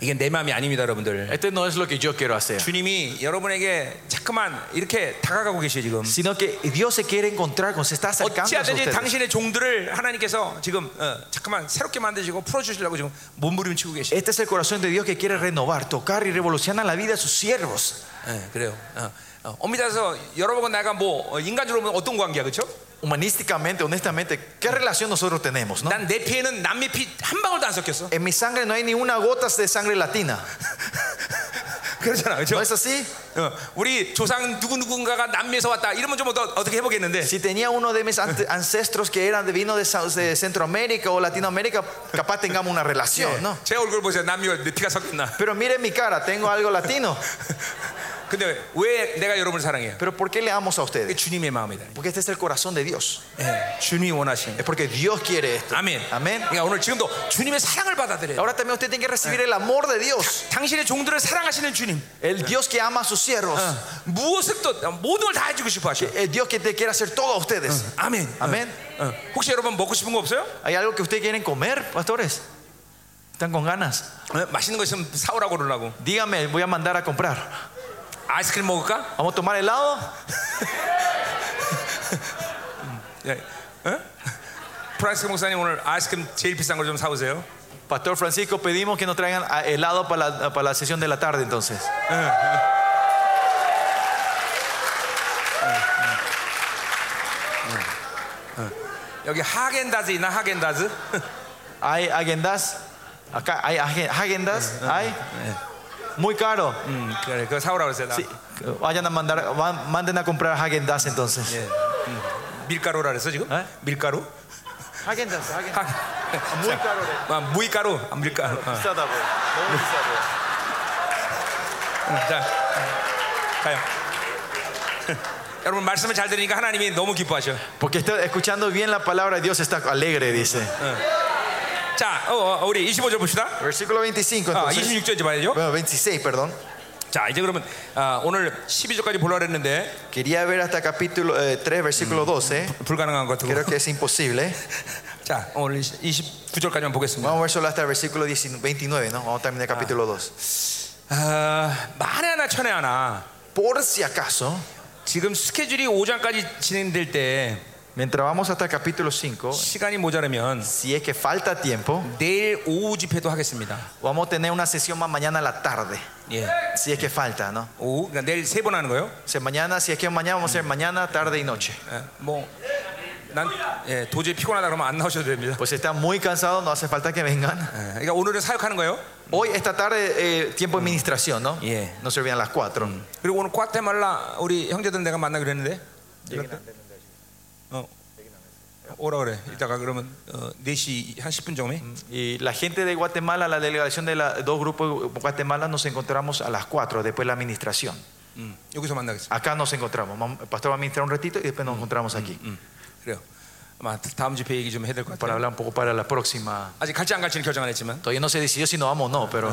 Speaker 1: 이게 내 마음이 아닙니다, 여러분들.
Speaker 2: Este no es lo que yo quiero hacer,
Speaker 1: 주님이 여러분에게 자꾸만 이렇게 다가가고 계시요 지금.
Speaker 2: sino que Dios se quiere encontrar con, se está acercando a
Speaker 1: 어찌하든지
Speaker 2: ustedes.
Speaker 1: 당신의 종들을 하나님께서 지금 어, 자꾸만 새롭게 만드시고 풀어주시려고 지금 몸부림치고 계시.
Speaker 2: Este es el corazón de Dios que quiere renovar, tocar y revolucionar la vida de sus siervos.
Speaker 1: 예, 그래요. 어, 어, 엄밀히 따서 여러분과 내가 뭐 어, 인간적으로 보면 어떤 관계야, 그렇죠?
Speaker 2: Humanísticamente, honestamente, ¿qué relación nosotros tenemos? no?
Speaker 1: 난 내 피에는 남의 피 한 방울도 안 섞였어.
Speaker 2: En mi sangre no hay ni una gota de sangre latina.
Speaker 1: 그렇잖아,
Speaker 2: ¿No
Speaker 1: 그렇죠?
Speaker 2: es así?
Speaker 1: 어, 우리 조상 누구 누군가가 남미에서 왔다 이러면 좀 어떠- 어떻게 해보겠는데
Speaker 2: Si tenía uno de mis ante- ancestros que eran de vino de, Sa- de Centroamérica o Latinoamérica, capaz tengamos una relación, ¿no?
Speaker 1: 예, 제 얼굴 보세요 남미와 내 피가 섞였나
Speaker 2: Pero mire mi cara, tengo algo latino.
Speaker 1: 근데 왜 내가 여러분을 사랑해요
Speaker 2: Pero ¿por qué le amos a
Speaker 1: 그게
Speaker 2: ustedes?
Speaker 1: 주님의 마음이다
Speaker 2: Porque este es el corazón de Dios.
Speaker 1: 예, 주님이 원하시는
Speaker 2: Es porque Dios quiere esto.
Speaker 1: 아멘
Speaker 2: Amén.
Speaker 1: 그러니까 오늘 지금도 주님의 사랑을 받아들여요
Speaker 2: Ahora también usted tiene que recibir el amor de Dios.
Speaker 1: 당신의 종들을 사랑하시는 주님 어,
Speaker 2: El Dios que ama a sus siervos.
Speaker 1: Ah. 무엇을 또 모든 걸 다 해주고 싶어 하셔
Speaker 2: El eh, Dios que te quiere hacer todo a ustedes.
Speaker 1: 아멘
Speaker 2: Amén.
Speaker 1: 어, 혹시 여러분 먹고 싶은 거 없어요?
Speaker 2: ¿Hay algo que ustedes quieren comer, pastores? ¿Están con ganas?
Speaker 1: 어, 맛있는 거 있으면 사오라고 그러려고
Speaker 2: Dígame, voy a mandar a comprar.
Speaker 1: 아이스크림 먹을까?
Speaker 2: ¿Vamos a tomar helado?
Speaker 1: 예. 어? 프란스 목사님 오늘 아이스크림 제일 비싼 걸 좀 사오세요
Speaker 2: Pastor Francisco, pedimos que nos traigan ah, helado para la, para la sesión de la tarde entonces.
Speaker 1: 여기 하겐다즈 있나 하겐다즈?
Speaker 2: ¿Hay agendas? Acá hay agen- agendas. ¿Hay? Muy caro.
Speaker 1: 음, 그래, 그거 사오라고 그랬어요. 나.
Speaker 2: Sí, Vayan a mandar, van- manden a comprar agendas
Speaker 1: 예,
Speaker 2: entonces.
Speaker 1: 음. 밀가루라 그랬어 지금?
Speaker 2: 에?
Speaker 1: 밀가루?
Speaker 2: Agendas, agendas.
Speaker 1: 하...
Speaker 2: Ah,
Speaker 1: 뭐
Speaker 2: Muy caro.
Speaker 1: Ah. 어, 아, 무이가루, 아, 밀가루. 아.
Speaker 2: Está bien.
Speaker 1: 자, 가요. 여러분 말씀을 잘 들으니까 하나님이 너무 기뻐하셔.
Speaker 2: Porque está escuchando bien la palabra de Dios, está alegre, dice.
Speaker 1: 자, 어, 어, 우리 25절 봅시다.
Speaker 2: Versículo 25,
Speaker 1: 아,
Speaker 2: entonces.
Speaker 1: 26절 봐야죠.
Speaker 2: Bueno, 26, perdón.
Speaker 1: 자, 이제 그러면 아, 오늘 12절까지 보려고 했는데
Speaker 2: Quería ver hasta capítulo eh, 3, versículo 12.
Speaker 1: 불가능한 것
Speaker 2: Creo
Speaker 1: 같고.
Speaker 2: que es imposible.
Speaker 1: 자, 오늘 29절까지만 보겠습니다.
Speaker 2: Vamos a ver solo hasta el versículo 19, 29, ¿no? Vamos a terminar el capítulo 2.
Speaker 1: 아, 만에 하나 천에 하나
Speaker 2: Por si acaso,
Speaker 1: 지금 스케줄이 5장까지 진행될 때
Speaker 2: mientras vamos hasta el capítulo 5,
Speaker 1: 시간이 모자르면
Speaker 2: si es que falta tiempo,
Speaker 1: 내일 오후 집회도 하겠습니다.
Speaker 2: vamos a tener una sesión más mañana a la tarde.
Speaker 1: 예.
Speaker 2: Si es que falta, ¿no?
Speaker 1: 오후 그러니까 내일 세 번 하는 거예요.
Speaker 2: O sea, mañana, si es que mañana, vamos a hacer mañana, tarde y noche.
Speaker 1: 예, 뭐난 예, 도저히 피곤하다 그러면 안 나오셔도 됩니다.
Speaker 2: Pues si están muy cansados, no hace falta que vengan.
Speaker 1: 예, 그러니까 오늘은 사역하는 거예요.
Speaker 2: Hoy, esta tarde, eh, tiempo de administración, ¿no?
Speaker 1: Yeah.
Speaker 2: No se olviden las 4.
Speaker 1: 그리고 오늘 과테말라 우리 형제들 내가 만나기로 했는데 어. 오라 그래. 이따가 그러면 어, 4시 한 10분 정도에.
Speaker 2: Y la gente de Guatemala, la delegación de los dos grupos de Guatemala, nos encontramos a las 4, después la administración.
Speaker 1: 음, 여기서 만나겠습니다.
Speaker 2: Acá nos encontramos. Vamos- El pastor va a ministrar un ratito y después nos encontramos aquí.
Speaker 1: mm. 그래요. 아마 다음 집회 얘기 좀 해야 될 것
Speaker 2: Para
Speaker 1: 같아요.
Speaker 2: hablar un poco para la próxima.
Speaker 1: 아직 갈지 안 갈지는 결정 안 했지만.
Speaker 2: Todavía no se decidió si nos vamos o no, pero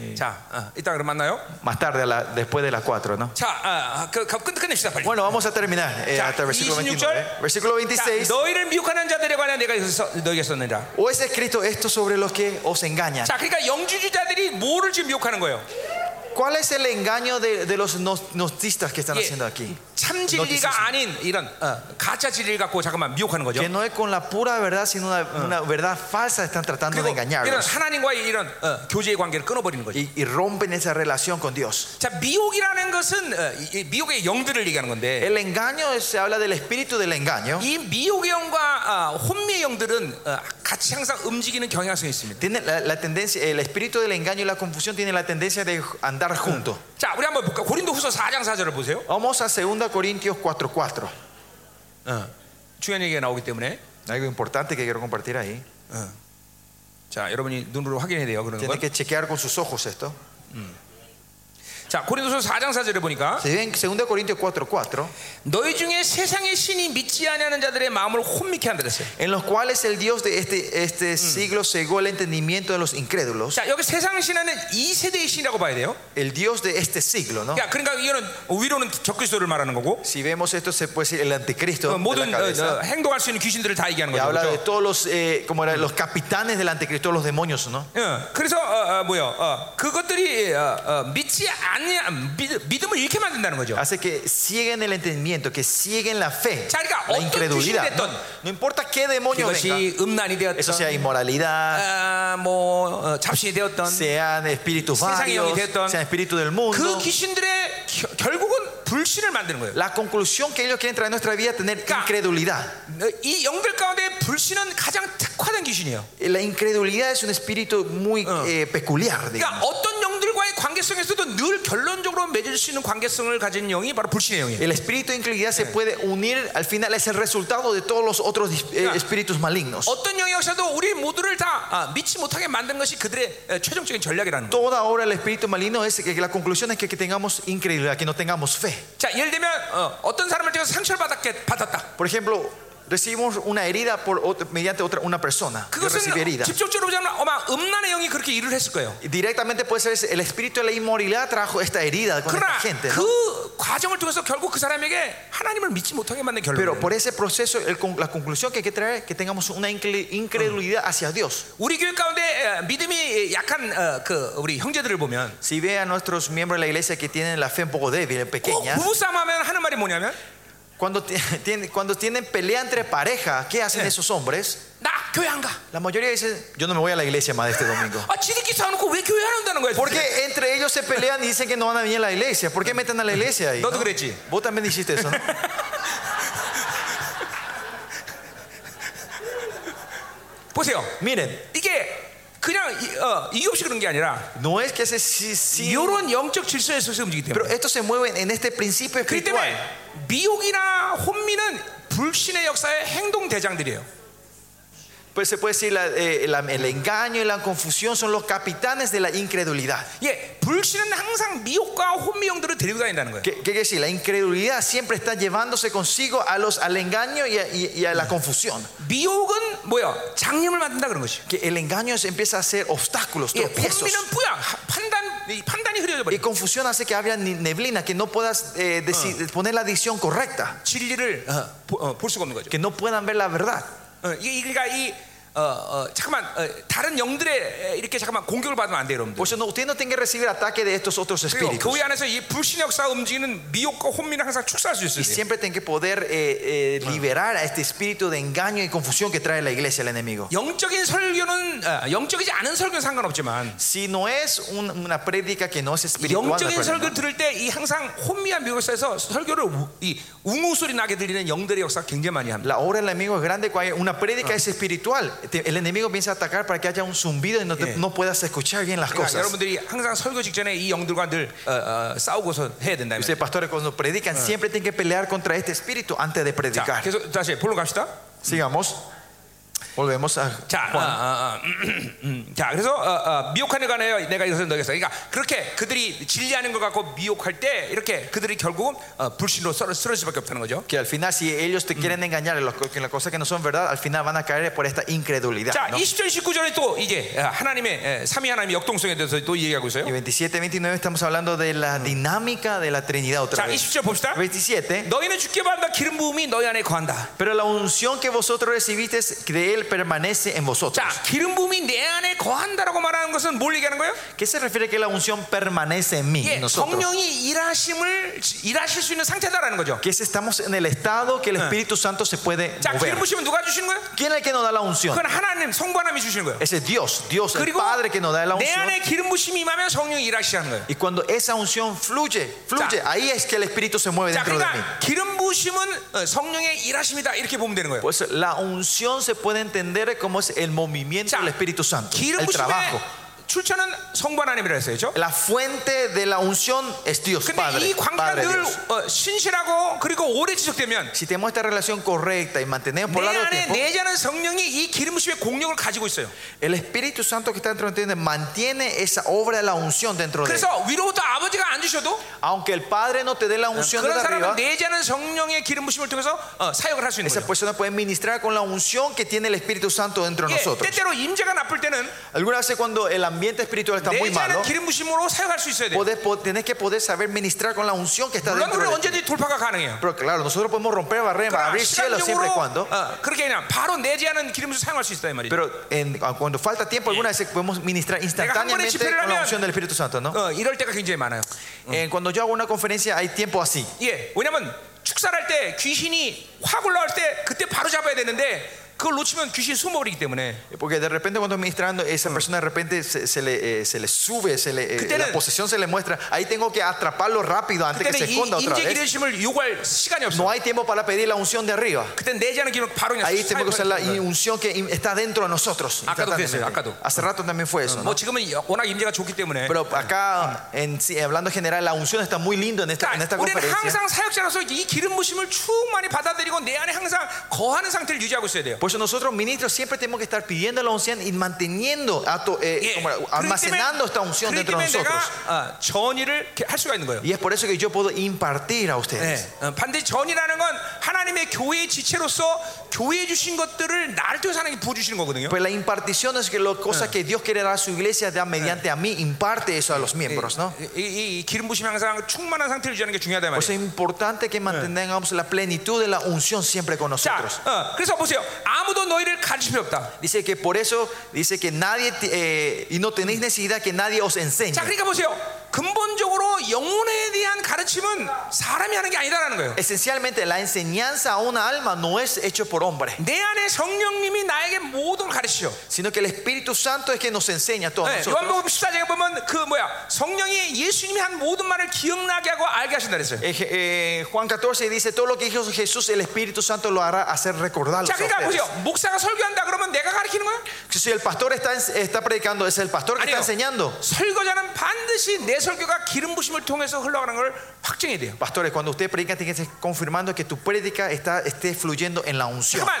Speaker 2: eh,
Speaker 1: 자, 어, 이따 그럼 만나요.
Speaker 2: más tarde, a la- después de las 4, ¿no?
Speaker 1: 자, 아, 그, 그, 끝, 끝냅시다 빨리.
Speaker 2: Bueno, vamos a terminar eh,
Speaker 1: Ya,
Speaker 2: hasta el versículo
Speaker 1: 26.
Speaker 2: 29. Versículo
Speaker 1: 자,
Speaker 2: 26.
Speaker 1: 너희를 미혹하는 자들에 관해 내가 여기서 써- 너희에게 썼느니라.
Speaker 2: O es escrito esto sobre los que os engañan.
Speaker 1: 자, 그러니까 영주주자들이 뭐를 지금 미혹하는 거예요?
Speaker 2: ¿Cuál es el engaño de, de los nos- gnostistas que están
Speaker 1: 예,
Speaker 2: haciendo aquí?
Speaker 1: 참
Speaker 2: Gnosticismo.
Speaker 1: 진리가 아닌 이런 어, 가짜 진리를 갖고 잠깐만 미혹하는 거죠.
Speaker 2: Que no es con la pura verdad, sino una, una verdad falsa, están tratando de
Speaker 1: 그리고 이런
Speaker 2: engañarlos.
Speaker 1: 하나님과의 이런 어, 교제의 관계를 끊어버리는 거죠.
Speaker 2: Y, y rompen esa relación con Dios.
Speaker 1: 자, 미혹이라는 것은 어, 이- 이 미혹의 영들을 얘기하는 건데
Speaker 2: El engaño es- se habla del espíritu del engaño.
Speaker 1: 이 미혹의 영과 어, 혼미의 영들은 어, 같이 항상 움직이는 경향성이 있습니다.
Speaker 2: Tiene la, la tendencia, el espíritu del engaño y la confusión tienen la tendencia de andar juntos.
Speaker 1: 자, 우리 한번 볼까? 고린도후서 4장 4절을 보세요.
Speaker 2: Vamos a 2 Corintios 4:4.
Speaker 1: 중요한 어, 얘기가 나오기 때문에
Speaker 2: Algo importante que quiero compartir ahí.
Speaker 1: 자, 여러분이 눈으로 확인해야 돼요. 그런 건.
Speaker 2: Tienen que chequear con sus ojos esto.
Speaker 1: 자, 고린도서 4장 4절을 보니까
Speaker 2: Si ven 2 Corintios 4:4,
Speaker 1: 너희 중에 세상의 신이 믿지 아니하는 자들의 마음을 혼미케 한다 그랬어요.
Speaker 2: en los cuales el Dios de este, este siglo cegó el entendimiento de los incrédulos.
Speaker 1: 자, 여기 세상 신하는 이 세대의 신이라고 봐야 돼요.
Speaker 2: El Dios de este siglo, ¿no?
Speaker 1: 야, 그러니까 이거는 위로는 적그리스도를 말하는 거고
Speaker 2: Si vemos esto, se puede decir el anticristo.
Speaker 1: 어,
Speaker 2: de la
Speaker 1: 모든 어,
Speaker 2: cabeza.
Speaker 1: 어, 행동할 수 있는 귀신들을 다 얘기하는
Speaker 2: Y
Speaker 1: 거죠.
Speaker 2: habla
Speaker 1: 그렇죠?
Speaker 2: de todos los, eh, como era, los capitanes del anticristo, los demonios, ¿no?
Speaker 1: 어, 그래서 어, 어, 뭐요? 어, 그것들이 어, 어, 믿지 않냐 믿- 믿음을 잃게 만든다는 거죠.
Speaker 2: Hace que siguen el entendimiento, que siguen la fe,
Speaker 1: 자, 그러니까
Speaker 2: la
Speaker 1: 어떤
Speaker 2: incredulidad.
Speaker 1: 귀신이
Speaker 2: ¿no?
Speaker 1: 됐던
Speaker 2: No importa qué demonio venga,
Speaker 1: 그것이 음란이
Speaker 2: eso
Speaker 1: 되었던
Speaker 2: sea inmoralidad,
Speaker 1: 아, 뭐 어, 잡신이 되었던
Speaker 2: sean espíritus
Speaker 1: 세상의
Speaker 2: varios,
Speaker 1: 영이 됐던
Speaker 2: sean espíritus del
Speaker 1: 그
Speaker 2: mundo.
Speaker 1: 귀신들의 겨- 결국은 불신을 만드는 거예요.
Speaker 2: La conclusión que ellos quieren traer a nuestra vida es tener
Speaker 1: Claro.
Speaker 2: incredulidad.
Speaker 1: 이 영들 가운데 불신은 가장 특화된 귀신이에요.
Speaker 2: La incredulidad es un espíritu muy eh, peculiar.
Speaker 1: 그러니까
Speaker 2: digamos.
Speaker 1: 어떤 영들과의 관계성에서도 늘 결론적으로 맺을 수 있는 관계성을 가진 영이 바로 불신의 영이에요.
Speaker 2: El espíritu de incredulidad se puede unir, al final es el resultado de todos los otros dis- eh,
Speaker 1: Claro.
Speaker 2: espíritus malignos.
Speaker 1: 어떤 영이 역사도 우리 모두를 다 아, 믿지 못하게 만든 것이 그들의 에, 최종적인 전략이라는 거예요.
Speaker 2: Toda obra del espíritu maligno es que la conclusión es que, que tengamos incredulidad, que no tengamos fe.
Speaker 1: 자, 예를 들면 어, 떤 사람을 통해서 상처를 받았게, 받았다.
Speaker 2: Por ejemplo, recibimos una herida por ot- mediante otra, una persona. Yo
Speaker 1: 그것은
Speaker 2: recibí herida.
Speaker 1: 직접적으로 보자면 아마 음란의 영이 그렇게 일을 했을 거예요.
Speaker 2: Directamente puede ser el espíritu de la inmoralidad trajo esta herida con
Speaker 1: 그러나
Speaker 2: esta gente. ¿no?
Speaker 1: 그 과정을 통해서 결국 그 사람에게 하나님을 믿지 못하게 만든 결론이에요.
Speaker 2: Pero por ese proceso, el con- la conclusión que hay que traer es que tengamos una incre- incredulidad hacia Dios.
Speaker 1: 우리 교회 가운데 에, 믿음이 약한 어, 그 우리 형제들을 보면
Speaker 2: Si ve a nuestros miembros de la iglesia que tienen la fe un poco débil, eh,
Speaker 1: 꼭
Speaker 2: pequeña,
Speaker 1: 부부싸움하면 하는 말이 뭐냐면
Speaker 2: cuando, ti- tienen- cuando tienen pelea entre pareja, ¿qué hacen esos hombres?
Speaker 1: 나 교회 안 가.
Speaker 2: La mayoría dicen, yo no me voy a la iglesia más este domingo.
Speaker 1: 아, 지들끼리 싸우놓고 왜 교회 안 온다는 거야?
Speaker 2: Porque entre ellos se pelean y dicen que no van a venir a la iglesia. ¿Por qué meten a la iglesia ahí?
Speaker 1: No te
Speaker 2: no?
Speaker 1: crees, chi.
Speaker 2: Vos también dijiste eso, ¿no?
Speaker 1: 보세요.
Speaker 2: Miren,
Speaker 1: 이게 그냥 이- 어, 이유 없이 그런 게 아니라
Speaker 2: no es que se sí, sí,
Speaker 1: 이런 영적 질서에 속해서 움직이기
Speaker 2: pero
Speaker 1: 때문에.
Speaker 2: estos se mueven en este principio
Speaker 1: 그렇기
Speaker 2: espiritual.
Speaker 1: 때문에 미혹이나 혼미는 불신의 역사의 행동 대장들이에요.
Speaker 2: pues se puede decir la- eh, la- el engaño y la confusión son los capitanes de la incredulidad.
Speaker 1: 예, 불신은 항상 미혹과 혼미용들을 데리고 다닌다는 거예요.
Speaker 2: ¿Qué, qué quiere decir? La incredulidad siempre está llevándose consigo a los, al engaño y a, y- y a la confusión.
Speaker 1: 미혹은 뭐야? 장님을 만든다 그런 것이.
Speaker 2: Que el engaño es- empieza a ser obstáculos,
Speaker 1: 예,
Speaker 2: tropiezos.
Speaker 1: 혼미는 뿌야. 하- 판단 이 판단이 흐려져
Speaker 2: Y
Speaker 1: 버려.
Speaker 2: confusión hace que haya ni- neblina, que no puedas eh, deci-
Speaker 1: Ah.
Speaker 2: poner la decisión correcta,
Speaker 1: 진리를 보- 어, 볼 수가 없는 거죠.
Speaker 2: que no puedan ver la verdad.
Speaker 1: 어, 이, 이- 그러니까 이 어, 어, 잠깐만 어, 다른 영들의 에, 이렇게 잠깐만 공격을 받으면 안 돼요, 여러분들.
Speaker 2: Por eso no, usted no tiene que recibir ataque de estos otros
Speaker 1: 그리고
Speaker 2: espíritus.
Speaker 1: 교회 안에서 이 불신 역사 움직이는 미혹과 혼미를 항상 축소할 수
Speaker 2: Y
Speaker 1: 있어야 돼요.
Speaker 2: siempre tiene que poder eh, eh, liberar a este espíritu de engaño y confusión que trae la iglesia, el enemigo.
Speaker 1: 영적인 설교는 어, 영적이지 않은 설교는 상관없지만
Speaker 2: Si no es un- una prédica que no es espiritual, no hay
Speaker 1: 영적인
Speaker 2: problema.
Speaker 1: 설교 를 들을 때 이 항상 혼미한 미혹에서 설교를 우- 이 웅웅 소리 나게 들리는 영들의 역사 굉장히 많이 합니다.
Speaker 2: La obra del enemigo es grande. cuando hay Una prédica es espiritual. Te- El enemigo piensa atacar para que haya un zumbido y no, te-
Speaker 1: Eh.
Speaker 2: no puedas escuchar bien las
Speaker 1: 그러니까
Speaker 2: cosas.
Speaker 1: 여러분들이 항상 설교 직전에 이 영들과 늘 어, 어, 싸우고서 해야 된다. 이 말이에요.
Speaker 2: Ustedes, pastores, cuando predican, siempre tienen que pelear contra este espíritu antes de
Speaker 1: 자,
Speaker 2: predicar.
Speaker 1: 계속 다시 본론 갑시다.
Speaker 2: Sigamos. Volvemos a
Speaker 1: 자, 어,
Speaker 2: Juan.
Speaker 1: 어, 어, 음, 자, 그래서 어, 어, 미혹하는 거네요. 내가 이것을 너겠어. 그러니까 그렇게 그들이 진리하는 걸 갖고 미혹할 때 이렇게 그들이 결국은 어, 불신으로 쓰러- 쓰러질 수밖에 없다는 거죠.
Speaker 2: Que al final, si ellos te quieren engañar en las co- en las cosas que no son verdad, al final van a caer por esta incredulidad.
Speaker 1: 자,
Speaker 2: ¿no?
Speaker 1: 20절 19절에 또 이제 어, 하나님의 에, 삼위 하나님의 역동성에 대해서 또 얘기하고 있어요.
Speaker 2: Y 27, 29 estamos hablando de la dinámica de la Trinidad otra
Speaker 1: 자,
Speaker 2: vez.
Speaker 1: 20절 봅시다.
Speaker 2: 27.
Speaker 1: 너희는 주께 받는다 기름 부음이 너희 안에 거한다.
Speaker 2: Pero la unción que vosotros recibiste de Él permanece en vosotros.
Speaker 1: 자, 기름 부음이 내 안에 거한다라고 말하는 것은 뭘 얘기하는 거예요?
Speaker 2: ¿Qué se refiere que la unción permanece en mí,
Speaker 1: 예,
Speaker 2: en nosotros?
Speaker 1: 성령이 일하심을 일하실 수 있는 상태다라는 거죠.
Speaker 2: Que es- estamos en el estado que el Espíritu Santo se puede
Speaker 1: 자, 기름
Speaker 2: mover.
Speaker 1: 부심은 누가 주시는 거예요?
Speaker 2: ¿Quién es el que nos da la unción?
Speaker 1: 그건 하나님 성부 하나님이 주시는 거예요.
Speaker 2: Ese es Dios, Dios el
Speaker 1: 그리고
Speaker 2: Padre que nos da la
Speaker 1: 내
Speaker 2: unción.
Speaker 1: 안에 기름 부심이 임하면 성령이 일하시는 거예요.
Speaker 2: Y cuando esa unción fluye, fluye,
Speaker 1: 자.
Speaker 2: ahí es que el Espíritu se mueve
Speaker 1: 자,
Speaker 2: dentro de mí.
Speaker 1: 그러니까 기름 부심은 어, 성령의 일하심이다 이렇게 보면 되는 거예요.
Speaker 2: Pues la unción se puede entender como es el movimiento
Speaker 1: 자,
Speaker 2: del Espíritu Santo,
Speaker 1: 기름
Speaker 2: el trabajo.
Speaker 1: 부심의 출처는 성부 하나님이라 했어요, 그죠
Speaker 2: La fuente de la unción es Dios,
Speaker 1: 근데
Speaker 2: Padre,
Speaker 1: 이 관계가
Speaker 2: Padre
Speaker 1: 늘
Speaker 2: Dios.
Speaker 1: 어, 신실하고 그리고 오래 지속되면
Speaker 2: Si tenemos esta relación correcta y mantenemos por
Speaker 1: 내
Speaker 2: largo
Speaker 1: 안에
Speaker 2: tiempo,
Speaker 1: 내자는 성령이 이 기름 부심의 공력을 ga지고 있어요.
Speaker 2: el Espíritu Santo que está dentro de nosotros mantiene esa obra de la unción dentro de él.
Speaker 1: 그래서 위로부터 아버지가 안 주셔도
Speaker 2: Aunque el Padre no te dé la unción de
Speaker 1: 그런
Speaker 2: arriba,
Speaker 1: 사람은 내자는 성령의 기름 부심을 통해서 어, 사역을 할 수 있는
Speaker 2: esa
Speaker 1: 거예요.
Speaker 2: persona puede ministrar con la unción que tiene el Espíritu Santo dentro de
Speaker 1: 예,
Speaker 2: nosotros.
Speaker 1: 때때로 임재가 나쁠 때는
Speaker 2: Algunas veces cuando el ambiente espiritual está muy malo,
Speaker 1: 내자는 기름 부심으로 뭐 사역할 수 있어야 돼요.
Speaker 2: podés- po- tenés que poder saber ministrar con la unción que está
Speaker 1: 물론
Speaker 2: dentro
Speaker 1: 우리
Speaker 2: de ti.
Speaker 1: 언제든지 돌파가 가능해요.
Speaker 2: Pero claro, nosotros podemos romper barreras,
Speaker 1: 그러나
Speaker 2: abrir cielo siempre
Speaker 1: 아,
Speaker 2: y
Speaker 1: 시간적으로
Speaker 2: cuando.
Speaker 1: 어, 그렇게 그냥 바로 내지 않은 기름을 사용할 수 있다 이 말이죠.
Speaker 2: Pero en- ah, cuando falta tiempo, algunas veces podemos ministrar instantáneamente
Speaker 1: 집회를
Speaker 2: con la
Speaker 1: 하면-
Speaker 2: unción del Espíritu Santo, ¿no?
Speaker 1: 어, 이럴 때가 굉장히 많아요.
Speaker 2: Eh, cuando yo hago una conferencia, hay tiempo así.
Speaker 1: 예, 왜냐면 축사할 때 귀신이 확 올라올 때 그때 바로 잡아야 되는데 그걸 놓치면 귀신 숨어버리기 때문에
Speaker 2: Porque de repente, cuando ministrando, esa persona de repente se, se le, eh, se le sube, se le, eh,
Speaker 1: 그때는-
Speaker 2: la posesión se le muestra. Ahí tengo que atraparlo rápido antes que se
Speaker 1: 그때는 이
Speaker 2: esconda otra
Speaker 1: 임재
Speaker 2: vez.
Speaker 1: 기름심을 요구할 시간이 없어.
Speaker 2: No hay tiempo para pedir la unción de arriba.
Speaker 1: 그때 내지 않은 기름 바로 그냥
Speaker 2: Ahí tenemos que usar la
Speaker 1: 사용하는 거예요.
Speaker 2: unción que in- está dentro de nosotros.
Speaker 1: Acá-do fue eso,
Speaker 2: instantáneamente.
Speaker 1: acá-do.
Speaker 2: Hace rato también fue eso. ¿no?
Speaker 1: 뭐 지금은 여- 워낙 임재가 좋기 때문에.
Speaker 2: Pero acá, en, sí, hablando en general, la unción está muy lindo en esta, en esta
Speaker 1: 그러니까 우리는
Speaker 2: conferencia.
Speaker 1: 항상 사역자로서 이 기름 부심을 충만히 받아들이고 내 안에 항상 거하는 상태를 유지하고 있어야 돼요.
Speaker 2: Por eso nosotros ministros siempre tenemos que estar pidiendo la unción y manteniendo, ato- eh,
Speaker 1: 예,
Speaker 2: como era,
Speaker 1: 그렇기
Speaker 2: almacenando esta
Speaker 1: 때문에-
Speaker 2: unción
Speaker 1: 그렇기
Speaker 2: dentro de
Speaker 1: 때문에
Speaker 2: nosotros.
Speaker 1: 내가 어, 전의를 이렇게 할 수가 있는 거예요.
Speaker 2: Y es por eso que yo puedo impartir a ustedes.
Speaker 1: 예, 어, 반드시 전이라는 건 하나님의 교회의 지체로서 교회에 주신 것들을 나를 통해서 하나님이 부어주시는 거거든요.
Speaker 2: Pues la impartición es que las cosas que Dios quiere dar a su iglesia, da mediante a mí, imparte eso a los miembros, ¿no?
Speaker 1: 이, 이- 이 기름 부심 항상 충만한 상태를 유지하는 게 중요하다
Speaker 2: Por eso
Speaker 1: 말이에요.
Speaker 2: es importante que mantengamos la plenitud de la unción siempre con
Speaker 1: 자,
Speaker 2: nosotros.
Speaker 1: 어, 그래서 보세요. 아무도 너희를 가르칠 필요 없다.
Speaker 2: Dice que por eso, dice que nadie, te- eh, y no tenéis necesidad que nadie os enseñe.
Speaker 1: 자, 그러니까 보세요. 근본적으로 영혼에 대한 가르침은 사람이 하는 게 아니다라는 거예요.
Speaker 2: Esencialmente, la enseñanza a una alma no es hecho por hombre.
Speaker 1: 내 안에 성령님이 나에게 모든 걸 가르치죠.
Speaker 2: sino que el Espíritu Santo es que nos enseña todo.
Speaker 1: 네, 요한복음 14장에 보면 그 뭐야 성령이 예수님이 한 모든 말을 기억나게 하고 알게 하신다 그랬어요.
Speaker 2: Eh, Juan 14 dice todo lo que dijo Jesús, el Espíritu Santo lo hará hacer recordarlo.
Speaker 1: 자, 그러니까 보세요. 목사가 설교한다 그러면 내가 가르치는 거야?
Speaker 2: Si el pastor está, está predicando, es el pastor que está
Speaker 1: 아니요.
Speaker 2: enseñando.
Speaker 1: 설교자는 반드시 내 설교가 기름 부심을 통해서 흘러가는 걸 확증해야 돼요.
Speaker 2: Pastores, cuando usted predica, tiene que estar confirmando que tu prédica está, esté fluyendo en la unción.
Speaker 1: 잠깐만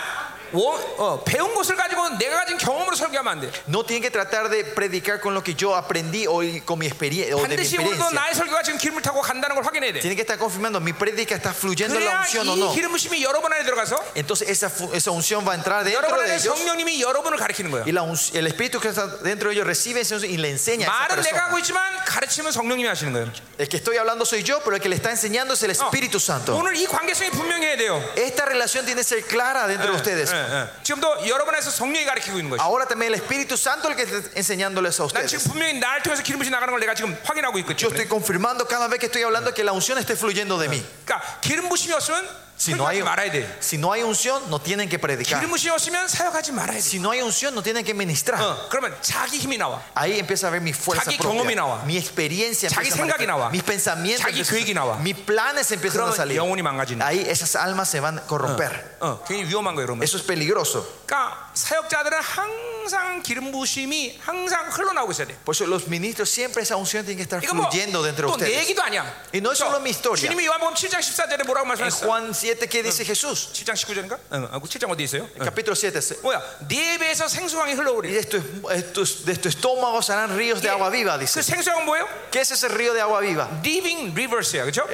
Speaker 1: 원- 어, 배운 것을 가지고 내가 가진 경험으로 설교하면 안 돼.
Speaker 2: No tienen que tratar de predicar con lo que yo aprendí hoy con mi experiencia o de mi
Speaker 1: 반드시 오늘도
Speaker 2: experiencia.
Speaker 1: 나의 설교가 지금 기름을 타고 간다는 걸 확인해야 돼.
Speaker 2: Tienen que estar confirmando mi prédica está fluyendo
Speaker 1: 그래야
Speaker 2: la unción o
Speaker 1: 이
Speaker 2: no.
Speaker 1: 기름 부심이 여러 번 안에 들어가서
Speaker 2: Entonces esa, fu- esa unción va a entrar
Speaker 1: 여러
Speaker 2: dentro
Speaker 1: 번
Speaker 2: de
Speaker 1: 안에
Speaker 2: ellos
Speaker 1: 성령님이 여러 번을 가리키는 거야.
Speaker 2: y la unc- el espíritu que está dentro de ellos recibe esa unción y le enseña a esa
Speaker 1: 말은 내가 하고
Speaker 2: persona.
Speaker 1: 있지만 가르침은 성령님이 하시는 거예요.
Speaker 2: El que estoy hablando soy yo, pero el que le está enseñando es
Speaker 1: 어,
Speaker 2: el Espíritu Santo.
Speaker 1: 오늘 이 관계성이 분명해야 돼요.
Speaker 2: Esta relación tiene que ser clara dentro de ustedes.
Speaker 1: 예, 예. 지금도 여러 번에서 성령이 가르치고 있는 거죠.
Speaker 2: Ahora también el Espíritu Santo es el que está enseñándoles a
Speaker 1: 난
Speaker 2: ustedes.
Speaker 1: 지금 분명히 날 통해서 기름부심 나가는 걸 내가 지금 확인하고 있거든요.
Speaker 2: Yo estoy confirmando cada vez que estoy hablando que la unción esté fluyendo de mí.
Speaker 1: 그러니까 기름부심이 없으면
Speaker 2: Si no hay,
Speaker 1: 설교하지 말아야 돼.
Speaker 2: si no hay unción, no tienen que predicar.
Speaker 1: 기름부심이 없으면 사역하지 말아야 돼.
Speaker 2: Si no hay unción, no tienen que ministrar.
Speaker 1: 어, 그러면 자기 힘이 나와.
Speaker 2: Ahí empieza a ver mi fuerza
Speaker 1: 자기 경험이
Speaker 2: propia,
Speaker 1: 나와.
Speaker 2: mi experiencia,
Speaker 1: 자기
Speaker 2: empieza a
Speaker 1: 생각이
Speaker 2: manifestar.
Speaker 1: 나와.
Speaker 2: mis pensamientos,
Speaker 1: 자기
Speaker 2: empiezan-
Speaker 1: 계획이 나와.
Speaker 2: mis planes empiezan a
Speaker 1: 그러면
Speaker 2: salir.
Speaker 1: 영혼이 망가지는
Speaker 2: Ahí esas almas se van a corromper.
Speaker 1: 어, 굉장히 위험한 거예요, 여러분.
Speaker 2: Eso es peligroso.
Speaker 1: 그러니까 사역자들은 항상 기름부심이 항상 흘러나오고 있어야 돼.
Speaker 2: Por eso los ministros siempre esa unción tiene que estar
Speaker 1: 이건 뭐
Speaker 2: fluyendo dentro de
Speaker 1: 또 내
Speaker 2: ustedes.
Speaker 1: 얘기도 아니야. 그렇죠?
Speaker 2: Y no es solo mi historia.
Speaker 1: 주님이 요한복음 7장 14절에 뭐라고
Speaker 2: En
Speaker 1: 말씀하셨어?
Speaker 2: Juan 7, ¿qué dice Jesús?
Speaker 1: 7장 19절인가? 어, 어, 7장 어디 있어요? 어.
Speaker 2: Capítulo 7.
Speaker 1: 뭐야? 네 입에서 생수강이
Speaker 2: Y
Speaker 1: 흘러오리.
Speaker 2: de tu, estos- de tu estómago serán ríos de agua viva,
Speaker 1: 그
Speaker 2: dice.
Speaker 1: 생수강은 뭐예요?
Speaker 2: ¿Qué es ese río de agua viva?
Speaker 1: Living rivers야, 그렇죠?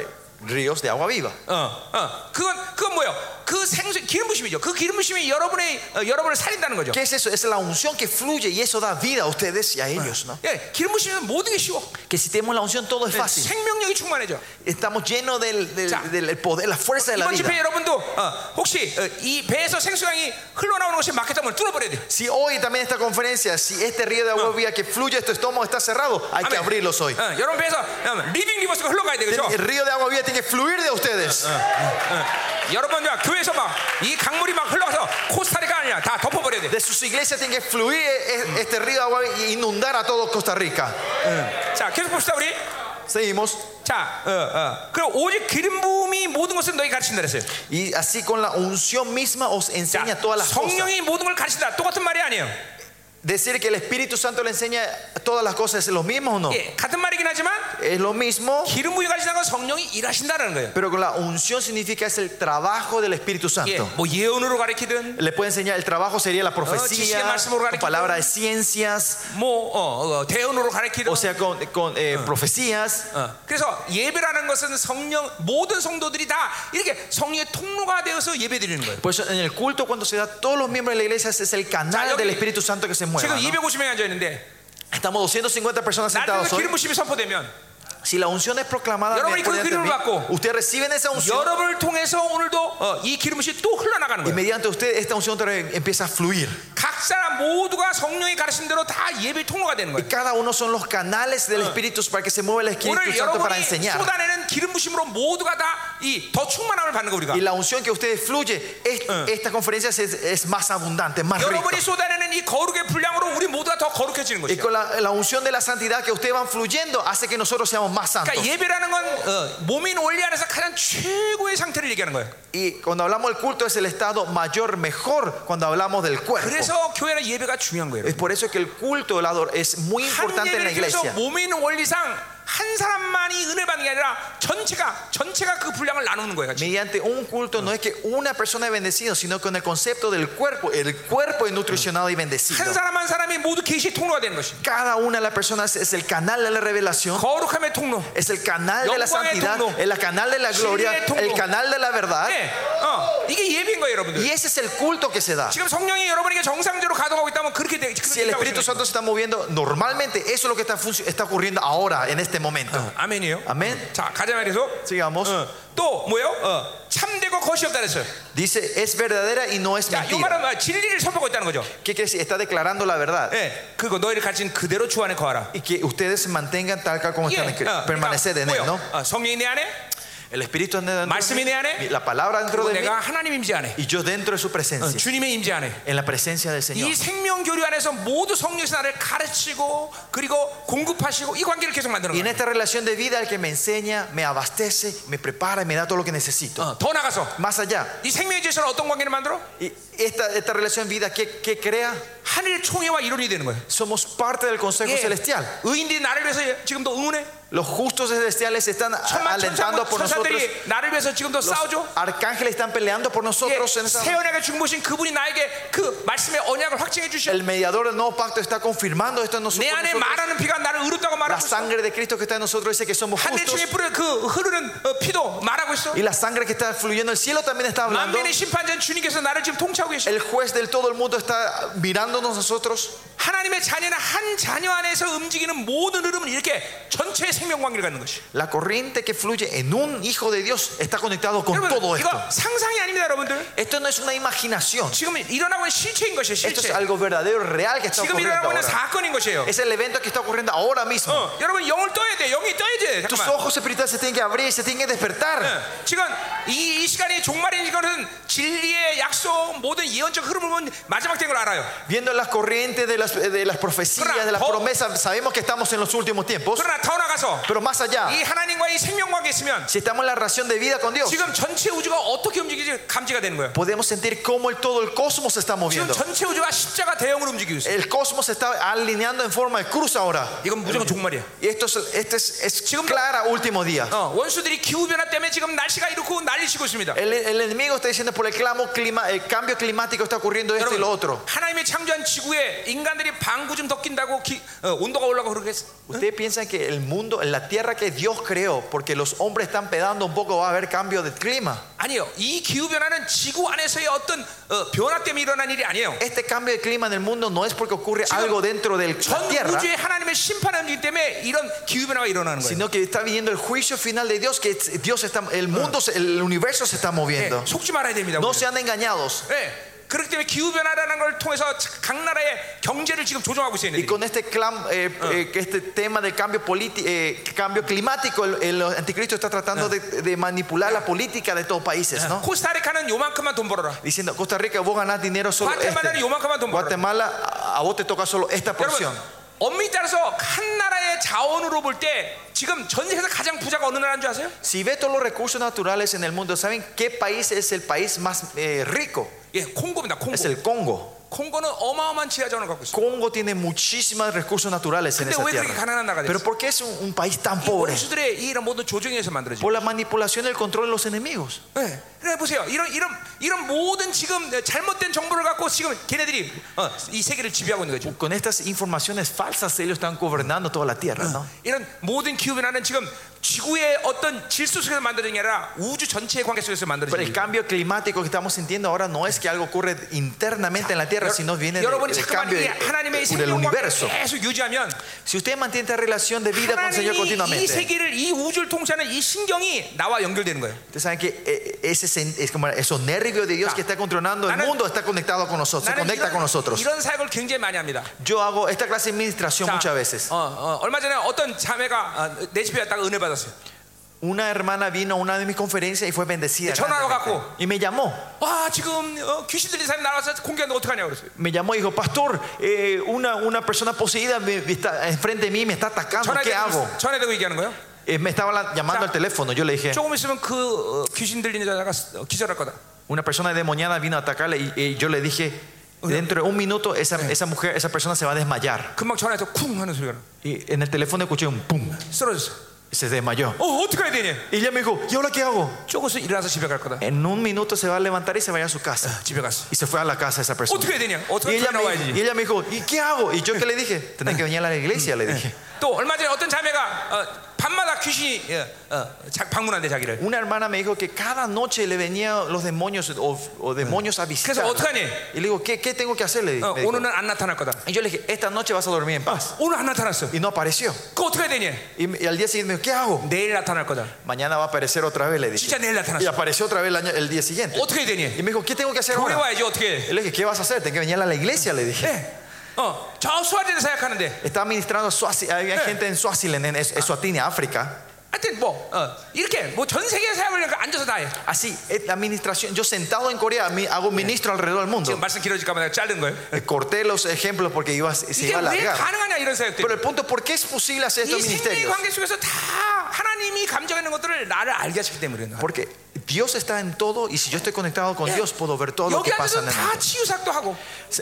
Speaker 2: Ríos de agua viva.
Speaker 1: 어, 어, 그건 그건 뭐예요? 그 생수 기름부심이죠. 그 기름부심이 여러분의 어, 여러분을 살린다는 거죠.
Speaker 2: ¿Qué es eso? Es la unción que fluye y eso da vida a ustedes y a ellos, ¿no?
Speaker 1: 예, 기름부심은 모든 게 쉬워. 아,
Speaker 2: Que si tenemos la unción todo
Speaker 1: Eh,
Speaker 2: es fácil.
Speaker 1: 생명력이 충만해져.
Speaker 2: Estamos llenos del, del-
Speaker 1: Ya.
Speaker 2: del poder, la fuerza de la
Speaker 1: 이번 집회
Speaker 2: vida.
Speaker 1: 여러분도 어, 혹시 어, 이 배에서 생수강이 흘러나오는 것이 막혔다면 뚫어버려야 돼.
Speaker 2: Si hoy también esta conferencia, si este río de agua viva que fluye a tu estómago está cerrado, hay que
Speaker 1: Amén.
Speaker 2: abrirlos hoy.
Speaker 1: 어, 여러분 배에서 어, 리빙 리버스가 흘러가야 돼, 그렇죠?
Speaker 2: El río de agua viva tiene que fluir de ustedes.
Speaker 1: Ah, 여러분 야, 교회에서 막 이 강물이 막 흘러가서 코스타리카 아니라 다 덮어버려야 돼.
Speaker 2: De sus iglesias tiene que fluir
Speaker 1: Mm.
Speaker 2: e- este río de agua viva e inundar a todo Costa Rica.
Speaker 1: 자, 계속 봅시다 우리.
Speaker 2: Seguimos.
Speaker 1: 자, 어, 어. 그리고 오직 기름 부음이 모든 것을 너희 가르친다 그랬어요.
Speaker 2: Y así con la unción misma os
Speaker 1: 자,
Speaker 2: enseña todas las cosas.
Speaker 1: 성령이 모든 걸 가르친다. 똑같은 말이 아니에요.
Speaker 2: Decir que el Espíritu Santo le enseña todas las cosas, ¿es lo mismo o no?
Speaker 1: 예, 같은 말이긴 하지만
Speaker 2: Es lo mismo,
Speaker 1: 기름 부음이 가르친다는 건 성령이 일하신다는 거예요.
Speaker 2: pero con la unción significa es el trabajo del Espíritu
Speaker 1: 예,
Speaker 2: Santo.
Speaker 1: 뭐 예언으로 가르치든
Speaker 2: Le puede enseñar, el trabajo sería la
Speaker 1: 지식의
Speaker 2: profecía,
Speaker 1: 말씀으로
Speaker 2: con
Speaker 1: 가르치고.
Speaker 2: palabra de ciencias,
Speaker 1: 뭐 어, 어, 대언으로 가르치든
Speaker 2: o sea, con, con, eh, profecías.
Speaker 1: 어, 그래서 예배라는 것은 성령 모든 성도들이 다 이렇게 성령의 통로가 되어서 예배드리는 거예요.
Speaker 2: Por eso Pues en el culto cuando se da, todos los miembros de la iglesia es el canal
Speaker 1: Chayomi.
Speaker 2: del Espíritu Santo que se mueve.
Speaker 1: 지금 250명이 앉아 있는데
Speaker 2: Estamos 250 personas sentados
Speaker 1: 나중에
Speaker 2: hoy.
Speaker 1: 기름 부심이 선포되면
Speaker 2: Si la unción es proclamada,
Speaker 1: Yorobun,
Speaker 2: mediante
Speaker 1: 그 기름을
Speaker 2: mí,
Speaker 1: 받고,
Speaker 2: ustedes reciben esa unción
Speaker 1: 여러분을 통해서 오늘도 어, 이 기름 부심이 또 흘러나가는
Speaker 2: y
Speaker 1: 거예요.
Speaker 2: mediante ustedes esta unción otra vez empieza a fluir.
Speaker 1: 각 사람 모두가 성령이 가르친 대로 다 예배 통로가 되는
Speaker 2: Y
Speaker 1: 거예요.
Speaker 2: cada uno son los canales del Espíritu para que se mueva el Espíritu
Speaker 1: 오늘
Speaker 2: Santo para
Speaker 1: 여러분이
Speaker 2: enseñar.
Speaker 1: 쏟아내는 기름 부심으로 모두가 다 이 더 충만함을 받는 거 우리가.
Speaker 2: Y la unción que ustedes fluye, es- esta conferencia es, es más abundante, más rica.
Speaker 1: 여러분이 쏟아내는 이 거룩의 분량으로 우리 모두가 더 거룩해지는
Speaker 2: Y
Speaker 1: 것이에요.
Speaker 2: con la, la unción de la santidad que ustedes van fluyendo hace que nosotros seamos más santos.
Speaker 1: 그러니까 예배라는 건 어, 몸인 원리 안에서 가장 최고의 상태를 얘기하는 거예요.
Speaker 2: Y cuando hablamos del culto es el estado mayor, mejor cuando hablamos del cuerpo.
Speaker 1: 그래서 교회는 예배가 중요한 거예요.
Speaker 2: Es por eso que el culto del adorador es muy
Speaker 1: 한
Speaker 2: importante en la
Speaker 1: 예배를 통해서
Speaker 2: iglesia.
Speaker 1: 몸인 원리상 한 사람만이 은혜 받는 게 아니라 전체가 전체가 그 분량을 나누는 거예요. 같이.
Speaker 2: Mediante un culto no es que una persona es bendecida, sino con el concepto del cuerpo. El cuerpo es nutricionado y bendecido.
Speaker 1: 한 사람 한 사람이 모두 계시 통로가 되는 것이.
Speaker 2: Cada una de las personas es el canal de la revelación.
Speaker 1: 거룩함의 통로.
Speaker 2: Es el canal de la santidad, el canal de la gloria, el canal de la verdad.
Speaker 1: 예, 어, 이게 예배인 거예요,
Speaker 2: Y
Speaker 1: 여러분들.
Speaker 2: ese es el culto que se da.
Speaker 1: 지금 성령이 여러분에게 정상적으로 가동하고 있다면 그렇게 되.
Speaker 2: Si el Espíritu Santo se está moviendo normalmente, eso es lo que está, func- está ocurriendo ahora, en este
Speaker 1: Ah.
Speaker 2: momento.
Speaker 1: 아멘이요.
Speaker 2: Amén.
Speaker 1: 자, 가자 말해서
Speaker 2: Sigamos.
Speaker 1: Ah. 또 뭐요? 어, 참되고 것이 없다 그랬어요.
Speaker 2: Dice, es verdadera y no es
Speaker 1: 자, 요
Speaker 2: mentira.
Speaker 1: 말은 뭐야? 진리를 선포하고 있다는 거죠.
Speaker 2: ¿Qué quiere decir? Está declarando la verdad.
Speaker 1: 예, 그거 너희를 가진 그대로 주 안에 거하라.
Speaker 2: Y que ustedes se mantengan tal cual como
Speaker 1: 예,
Speaker 2: están.
Speaker 1: 어,
Speaker 2: en Cristo.
Speaker 1: 그러니까
Speaker 2: Permaneced en él,
Speaker 1: 뭐예요?
Speaker 2: ¿no?
Speaker 1: 어, 성령이 내 안에,
Speaker 2: El Espíritu dentro de
Speaker 1: 말씀이 내 안에,
Speaker 2: mí, la palabra dentro
Speaker 1: 그리고
Speaker 2: de mí
Speaker 1: 내가 하나님 임재 안에, 어,
Speaker 2: y yo dentro de su presencia,
Speaker 1: 주님의 임재 안에.
Speaker 2: en la presencia del Señor.
Speaker 1: 이 생명 교류 안에서 모두 성령이 나를 가르치고 그리고 공급하시고 이 관계를 계속 만드는
Speaker 2: Y en
Speaker 1: 거예요.
Speaker 2: esta relación de vida, el que me enseña, me abastece, me prepara y me da todo lo que necesito.
Speaker 1: 어, 더 나가서
Speaker 2: Más allá,
Speaker 1: 이 생명의 질서는 어떤 관계를 만들어?
Speaker 2: y esta, esta relación de vida, ¿qué, qué crea?
Speaker 1: 하늘 총회와 이론이 되는 거예요.
Speaker 2: Somos parte del Consejo
Speaker 1: 예.
Speaker 2: Celestial.
Speaker 1: 의인들이 나를 위해서 지금도 응원해.
Speaker 2: Los justos celestiales están a-
Speaker 1: 천만
Speaker 2: alentando
Speaker 1: 천사
Speaker 2: por nosotros.
Speaker 1: 천사들이 나를 위해서 지금도 싸우죠.
Speaker 2: Arcángeles están peleando por
Speaker 1: 예,
Speaker 2: nosotros. En esa-
Speaker 1: 세원에게 중보신 그분이 나에게 그 말씀의 언약을 확증해 주시오.
Speaker 2: El mediador del nuevo pacto está confirmando esto en
Speaker 1: 내
Speaker 2: nosotros.
Speaker 1: 안에 말하는 피가 나를 의롭다고
Speaker 2: La
Speaker 1: 말하고 있어.
Speaker 2: sangre de Cristo que está en nosotros dice que somos
Speaker 1: 하늘
Speaker 2: justos.
Speaker 1: 중에 뿌려 그 흐르는 어, 피도 말하고 있어.
Speaker 2: Y la sangre que está fluyendo del cielo también está hablando.
Speaker 1: 만민의 심판자인 주님께서 나를 지금 통치하고 계셔.
Speaker 2: El juez del todo el mundo está mirándonos a nosotros.
Speaker 1: 하나님의 자녀는 한 자녀 안에서 움직이는 모든 흐름은 이렇게 전체의 생명 관계를 갖는 것이.
Speaker 2: La corriente que fluye en un hijo de Dios está conectado con todo
Speaker 1: 여러분
Speaker 2: esto.
Speaker 1: 이거 상상이 아닙니다, 여러분들.
Speaker 2: Esto no es una imaginación.
Speaker 1: 지금 일어나고 있는 실체인 것이에요,
Speaker 2: Esto es
Speaker 1: 실체.
Speaker 2: algo verdadero, real que está
Speaker 1: 지금
Speaker 2: ocurriendo
Speaker 1: 일어나고 있는
Speaker 2: ahora.
Speaker 1: 사건인 것이에요.
Speaker 2: Es el evento que está ocurriendo ahora mismo.
Speaker 1: 어, 여러분 영을 떠야 돼, 영이 떠야 돼.
Speaker 2: Tus
Speaker 1: 잠깐만.
Speaker 2: ojos espirituales se tienen que abrir, se tienen que despertar.
Speaker 1: 어, 지금 이, 이 시간이 종말인 시간은 진리의 약속 모든 예언적 흐름을 보면 마지막 된 걸 알아요.
Speaker 2: Viendo las corrientes de las, de las profecías, de las
Speaker 1: Pero-
Speaker 2: promesas, sabemos que estamos en los últimos tiempos.
Speaker 1: 그러나 더 나가서
Speaker 2: Pero más allá,
Speaker 1: 이 하나님과의 생명 관계 있으면
Speaker 2: si estamos en la relación de vida con Dios,
Speaker 1: 지금 전체 우주가 어떻게 움직이지 감지가 되는 거예요.
Speaker 2: podemos sentir cómo el, todo el cosmos se está
Speaker 1: 지금
Speaker 2: moviendo.
Speaker 1: 전체 우주가 십자가 대형으로 움직이고 있어요.
Speaker 2: El cosmos se está alineando en forma de cruz ahora.
Speaker 1: 이건 무조건 종말이야.
Speaker 2: Y esto es, este es, es
Speaker 1: Chicos,
Speaker 2: clara último día.
Speaker 1: 어, 원수들이 기후 변화 때문에 지금 날씨가 이렇고 난리 치고 있습니다.
Speaker 2: El, el enemigo está diciendo por el, clamo clima, el cambio climático está ocurriendo esto y lo otro.
Speaker 1: 하나님이 창조한 지구에 인간들이 방구 좀 더 낀다고 기- 어, 온도가 올라가 그렇게 했-
Speaker 2: Ustedes piensan que el mundo, la tierra que Dios creó, porque los hombres están pedando un poco, va a haber cambio de clima.
Speaker 1: 아니요. 이 기후 변화는 지구 안에서의 어떤 어, 변화 때문에 일어난 일이 아니에요.
Speaker 2: Este cambio de clima en el mundo no es porque ocurre
Speaker 1: Chicos,
Speaker 2: algo dentro de la
Speaker 1: 전
Speaker 2: tierra,
Speaker 1: 우주의 하나님의 심판의 움직임 때문에 이런 기후 변화가 일어나는 거예요.
Speaker 2: sino que está viniendo el juicio final de Dios, que es- Dios está, el mundo, se- el universo se está
Speaker 1: 예,
Speaker 2: moviendo.
Speaker 1: 속지 말아야 됩니다.
Speaker 2: No
Speaker 1: 우리는.
Speaker 2: sean engañados.
Speaker 1: 예, 그렇기 때문에 기후 변화라는 걸 통해서 각 나라의 경제를 지금 조정하고 있어요.
Speaker 2: Y
Speaker 1: 얘네들이.
Speaker 2: con este, clam- eh, eh, que este tema del cambio, politi- eh, cambio climático, el, el anticristo está tratando de, de manipular la política de todos los países, ¿no?
Speaker 1: 코스타리카는 요만큼만 돈 벌어라.
Speaker 2: Diciendo, Costa Rica, vos ganás dinero solo
Speaker 1: Guatemala는
Speaker 2: este.
Speaker 1: 요만큼만 돈 벌어라.
Speaker 2: Guatemala, a a vos te toca solo esta porción.
Speaker 1: 여러분 엄밀히 따라서 한 나라의 자원으로 볼 때 지금 전 세계에서 가장 부자가 어느 나라인 줄 아세요?
Speaker 2: Si ve todos los recursos naturales en el mundo, ¿saben qué país es el país más eh, rico?
Speaker 1: 예, 콩고입니다. 콩고.
Speaker 2: Es el Congo.
Speaker 1: 콩고는 어마어마한 지하 자원을 갖고 있어요.
Speaker 2: Congo tiene muchísimos recursos naturales en
Speaker 1: 근데
Speaker 2: esa
Speaker 1: 왜 그렇게
Speaker 2: tierra.
Speaker 1: 가난한 나라가
Speaker 2: Pero
Speaker 1: 됐어?
Speaker 2: ¿por qué es un, un país tan
Speaker 1: 이
Speaker 2: pobre?
Speaker 1: 원수들의 이 이런 모든 조정에서 만들어진.
Speaker 2: Por la manipulación y el control de los enemigos.
Speaker 1: 예. 그래 보세요. 이런 이런 이런 모든 지금 잘못된 정보를 갖고 지금 걔네들이 어, 이 세계를 지배하고 있는 거죠.
Speaker 2: Con estas informaciones falsas ellos están gobernando toda la tierra, ¿no?
Speaker 1: 이런 모든 기후 변화는 지금 지구의 어떤 질서 속에서 만들어진 게 아니라 우주 전체의 관계 속에서
Speaker 2: Pero
Speaker 1: 만들어진
Speaker 2: el
Speaker 1: 거예요.
Speaker 2: cambio climático que estamos sintiendo ahora no es que algo ocurre internamente en la tierra, sino viene del,
Speaker 1: 여러분이
Speaker 2: del
Speaker 1: 잠깐만
Speaker 2: cambio
Speaker 1: 이
Speaker 2: de-
Speaker 1: 하나님의
Speaker 2: del
Speaker 1: 생명 관계를
Speaker 2: universo.
Speaker 1: 계속 유지하면
Speaker 2: Si usted mantiene esta relación de vida con el Señor
Speaker 1: 하나님이 이
Speaker 2: continuamente,
Speaker 1: 세계를 이 우주를 통치하는 이 신경이 나와 연결되는 거예요.
Speaker 2: ustedes saben que eh, ese sen- es como esos nervios de Dios que está controlando el
Speaker 1: 나는-
Speaker 2: mundo está conectado con nosotros, se conecta con nosotros.
Speaker 1: 이런 사역을 굉장히 많이 합니다.
Speaker 2: Yo hago esta clase de administración
Speaker 1: 자,
Speaker 2: muchas veces.
Speaker 1: 어, 어, 얼마 전에 어떤 자매가 어, 내 집에 왔다가 은혜 받았어요.
Speaker 2: Una hermana vino a una de mis conferencias y fue bendecida.
Speaker 1: 네, 전화로
Speaker 2: grandemente.
Speaker 1: 갖고.
Speaker 2: Y me llamó.
Speaker 1: 와 지금 어, 귀신 들린 사람이 나와서 공개하는데 어떡하냐고 그랬어요.
Speaker 2: Me llamó y dijo, pastor, eh, una, una persona poseída me, me está enfrente de mí, me está atacando.
Speaker 1: 전화에
Speaker 2: ¿Qué hago?
Speaker 1: 대고, 전화에 대고 얘기하는 거예요.
Speaker 2: Eh, me estaba la- llamando
Speaker 1: 자,
Speaker 2: al teléfono. Yo le dije,
Speaker 1: 조금 있으면 그 어, 귀신 들린 자가 어, 기절할 거다.
Speaker 2: una persona endemoniada vino a atacarle y, y yo le dije, dentro de un minuto esa, esa mujer, esa persona se va a desmayar.
Speaker 1: 금방 전화에서 쿵 하는 소리가 나.
Speaker 2: Y en el teléfono escuché un pum,
Speaker 1: 쓰러졌어.
Speaker 2: se desmayó.
Speaker 1: 어 어떻게 해야 되냐?
Speaker 2: Y ella me dijo, ¿y ahora qué hago?
Speaker 1: 조금 있으면 일어나서 집에 갈 거다.
Speaker 2: En un minuto se va a levantar y se va a ir a su casa.
Speaker 1: 집에 갔어.
Speaker 2: Y se fue a la casa esa persona.
Speaker 1: 어떻게 해야 되냐?
Speaker 2: Y
Speaker 1: 어떻게
Speaker 2: ella,
Speaker 1: 나와야지.
Speaker 2: me, y ella me dijo, ¿y qué hago? Y yo qué le dije, tenés que venir a la iglesia, le dije.
Speaker 1: 또 얼마 전에 어떤 자매가 어, 밤마다 귀신이 예, 어, 자- 방문한대 자기를.
Speaker 2: Una hermana me dijo que cada noche le venían los demonios o, o demonios a visitar.
Speaker 1: 그래서 어떡하니?
Speaker 2: Y le digo, ¿qué, qué tengo que hacer? Le
Speaker 1: 어,
Speaker 2: dije.
Speaker 1: 오늘은 안 나타날 거다.
Speaker 2: Y yo le dije, esta noche vas a dormir en paz.
Speaker 1: 오늘 안 나타났어.
Speaker 2: Y no apareció.
Speaker 1: 그거 어떻게 해야 되냐?
Speaker 2: Y, y al día siguiente me dijo, ¿qué hago?
Speaker 1: 내일 나타날 거다.
Speaker 2: Mañana va a aparecer otra vez, le dije.
Speaker 1: 진짜 내일
Speaker 2: Y
Speaker 1: 나타났어.
Speaker 2: apareció otra vez el, año- el día siguiente.
Speaker 1: 어떻게 해야 되냐?
Speaker 2: Y me dijo, ¿qué tengo que hacer
Speaker 1: 교회
Speaker 2: ahora?
Speaker 1: 와야지 어떻게 해?
Speaker 2: Y le dije, ¿qué vas a hacer? Tengo que venir a la iglesia, le dije.
Speaker 1: 예. 어, 저 수화제를 사역하는데
Speaker 2: Estaba ministrando a Suazi- había
Speaker 1: Eh.
Speaker 2: gente en Suaziland, en Es- Eswatini, África.
Speaker 1: 하여튼 뭐 어, 이렇게 뭐 전 세계 사역을 그냥 앉아서 다 해.
Speaker 2: Así, eh, la administración, yo sentado en Corea, mi- ha고 ministro alrededor del mundo.
Speaker 1: 지금 말씀 길어질까 봐 내가 자른 거예요.
Speaker 2: Eh, Corté los ejemplos porque iba, a- se
Speaker 1: 이게
Speaker 2: iba a
Speaker 1: 왜
Speaker 2: alargar.
Speaker 1: 가능하냐 이런 사역들.
Speaker 2: Pero el punto, ¿por qué es posible hacer
Speaker 1: 이 생명의
Speaker 2: estos ministerios?
Speaker 1: 관계 속에서 다 하나님이 감정하는 것들을 나를 알게 하셨기 때문에 그래요.
Speaker 2: Porque Dios está en todo y si yo estoy conectado con Dios puedo ver todo lo
Speaker 1: 여기
Speaker 2: que pasa
Speaker 1: 앉아서
Speaker 2: en el
Speaker 1: 다
Speaker 2: mundo.
Speaker 1: 치유사역도 하고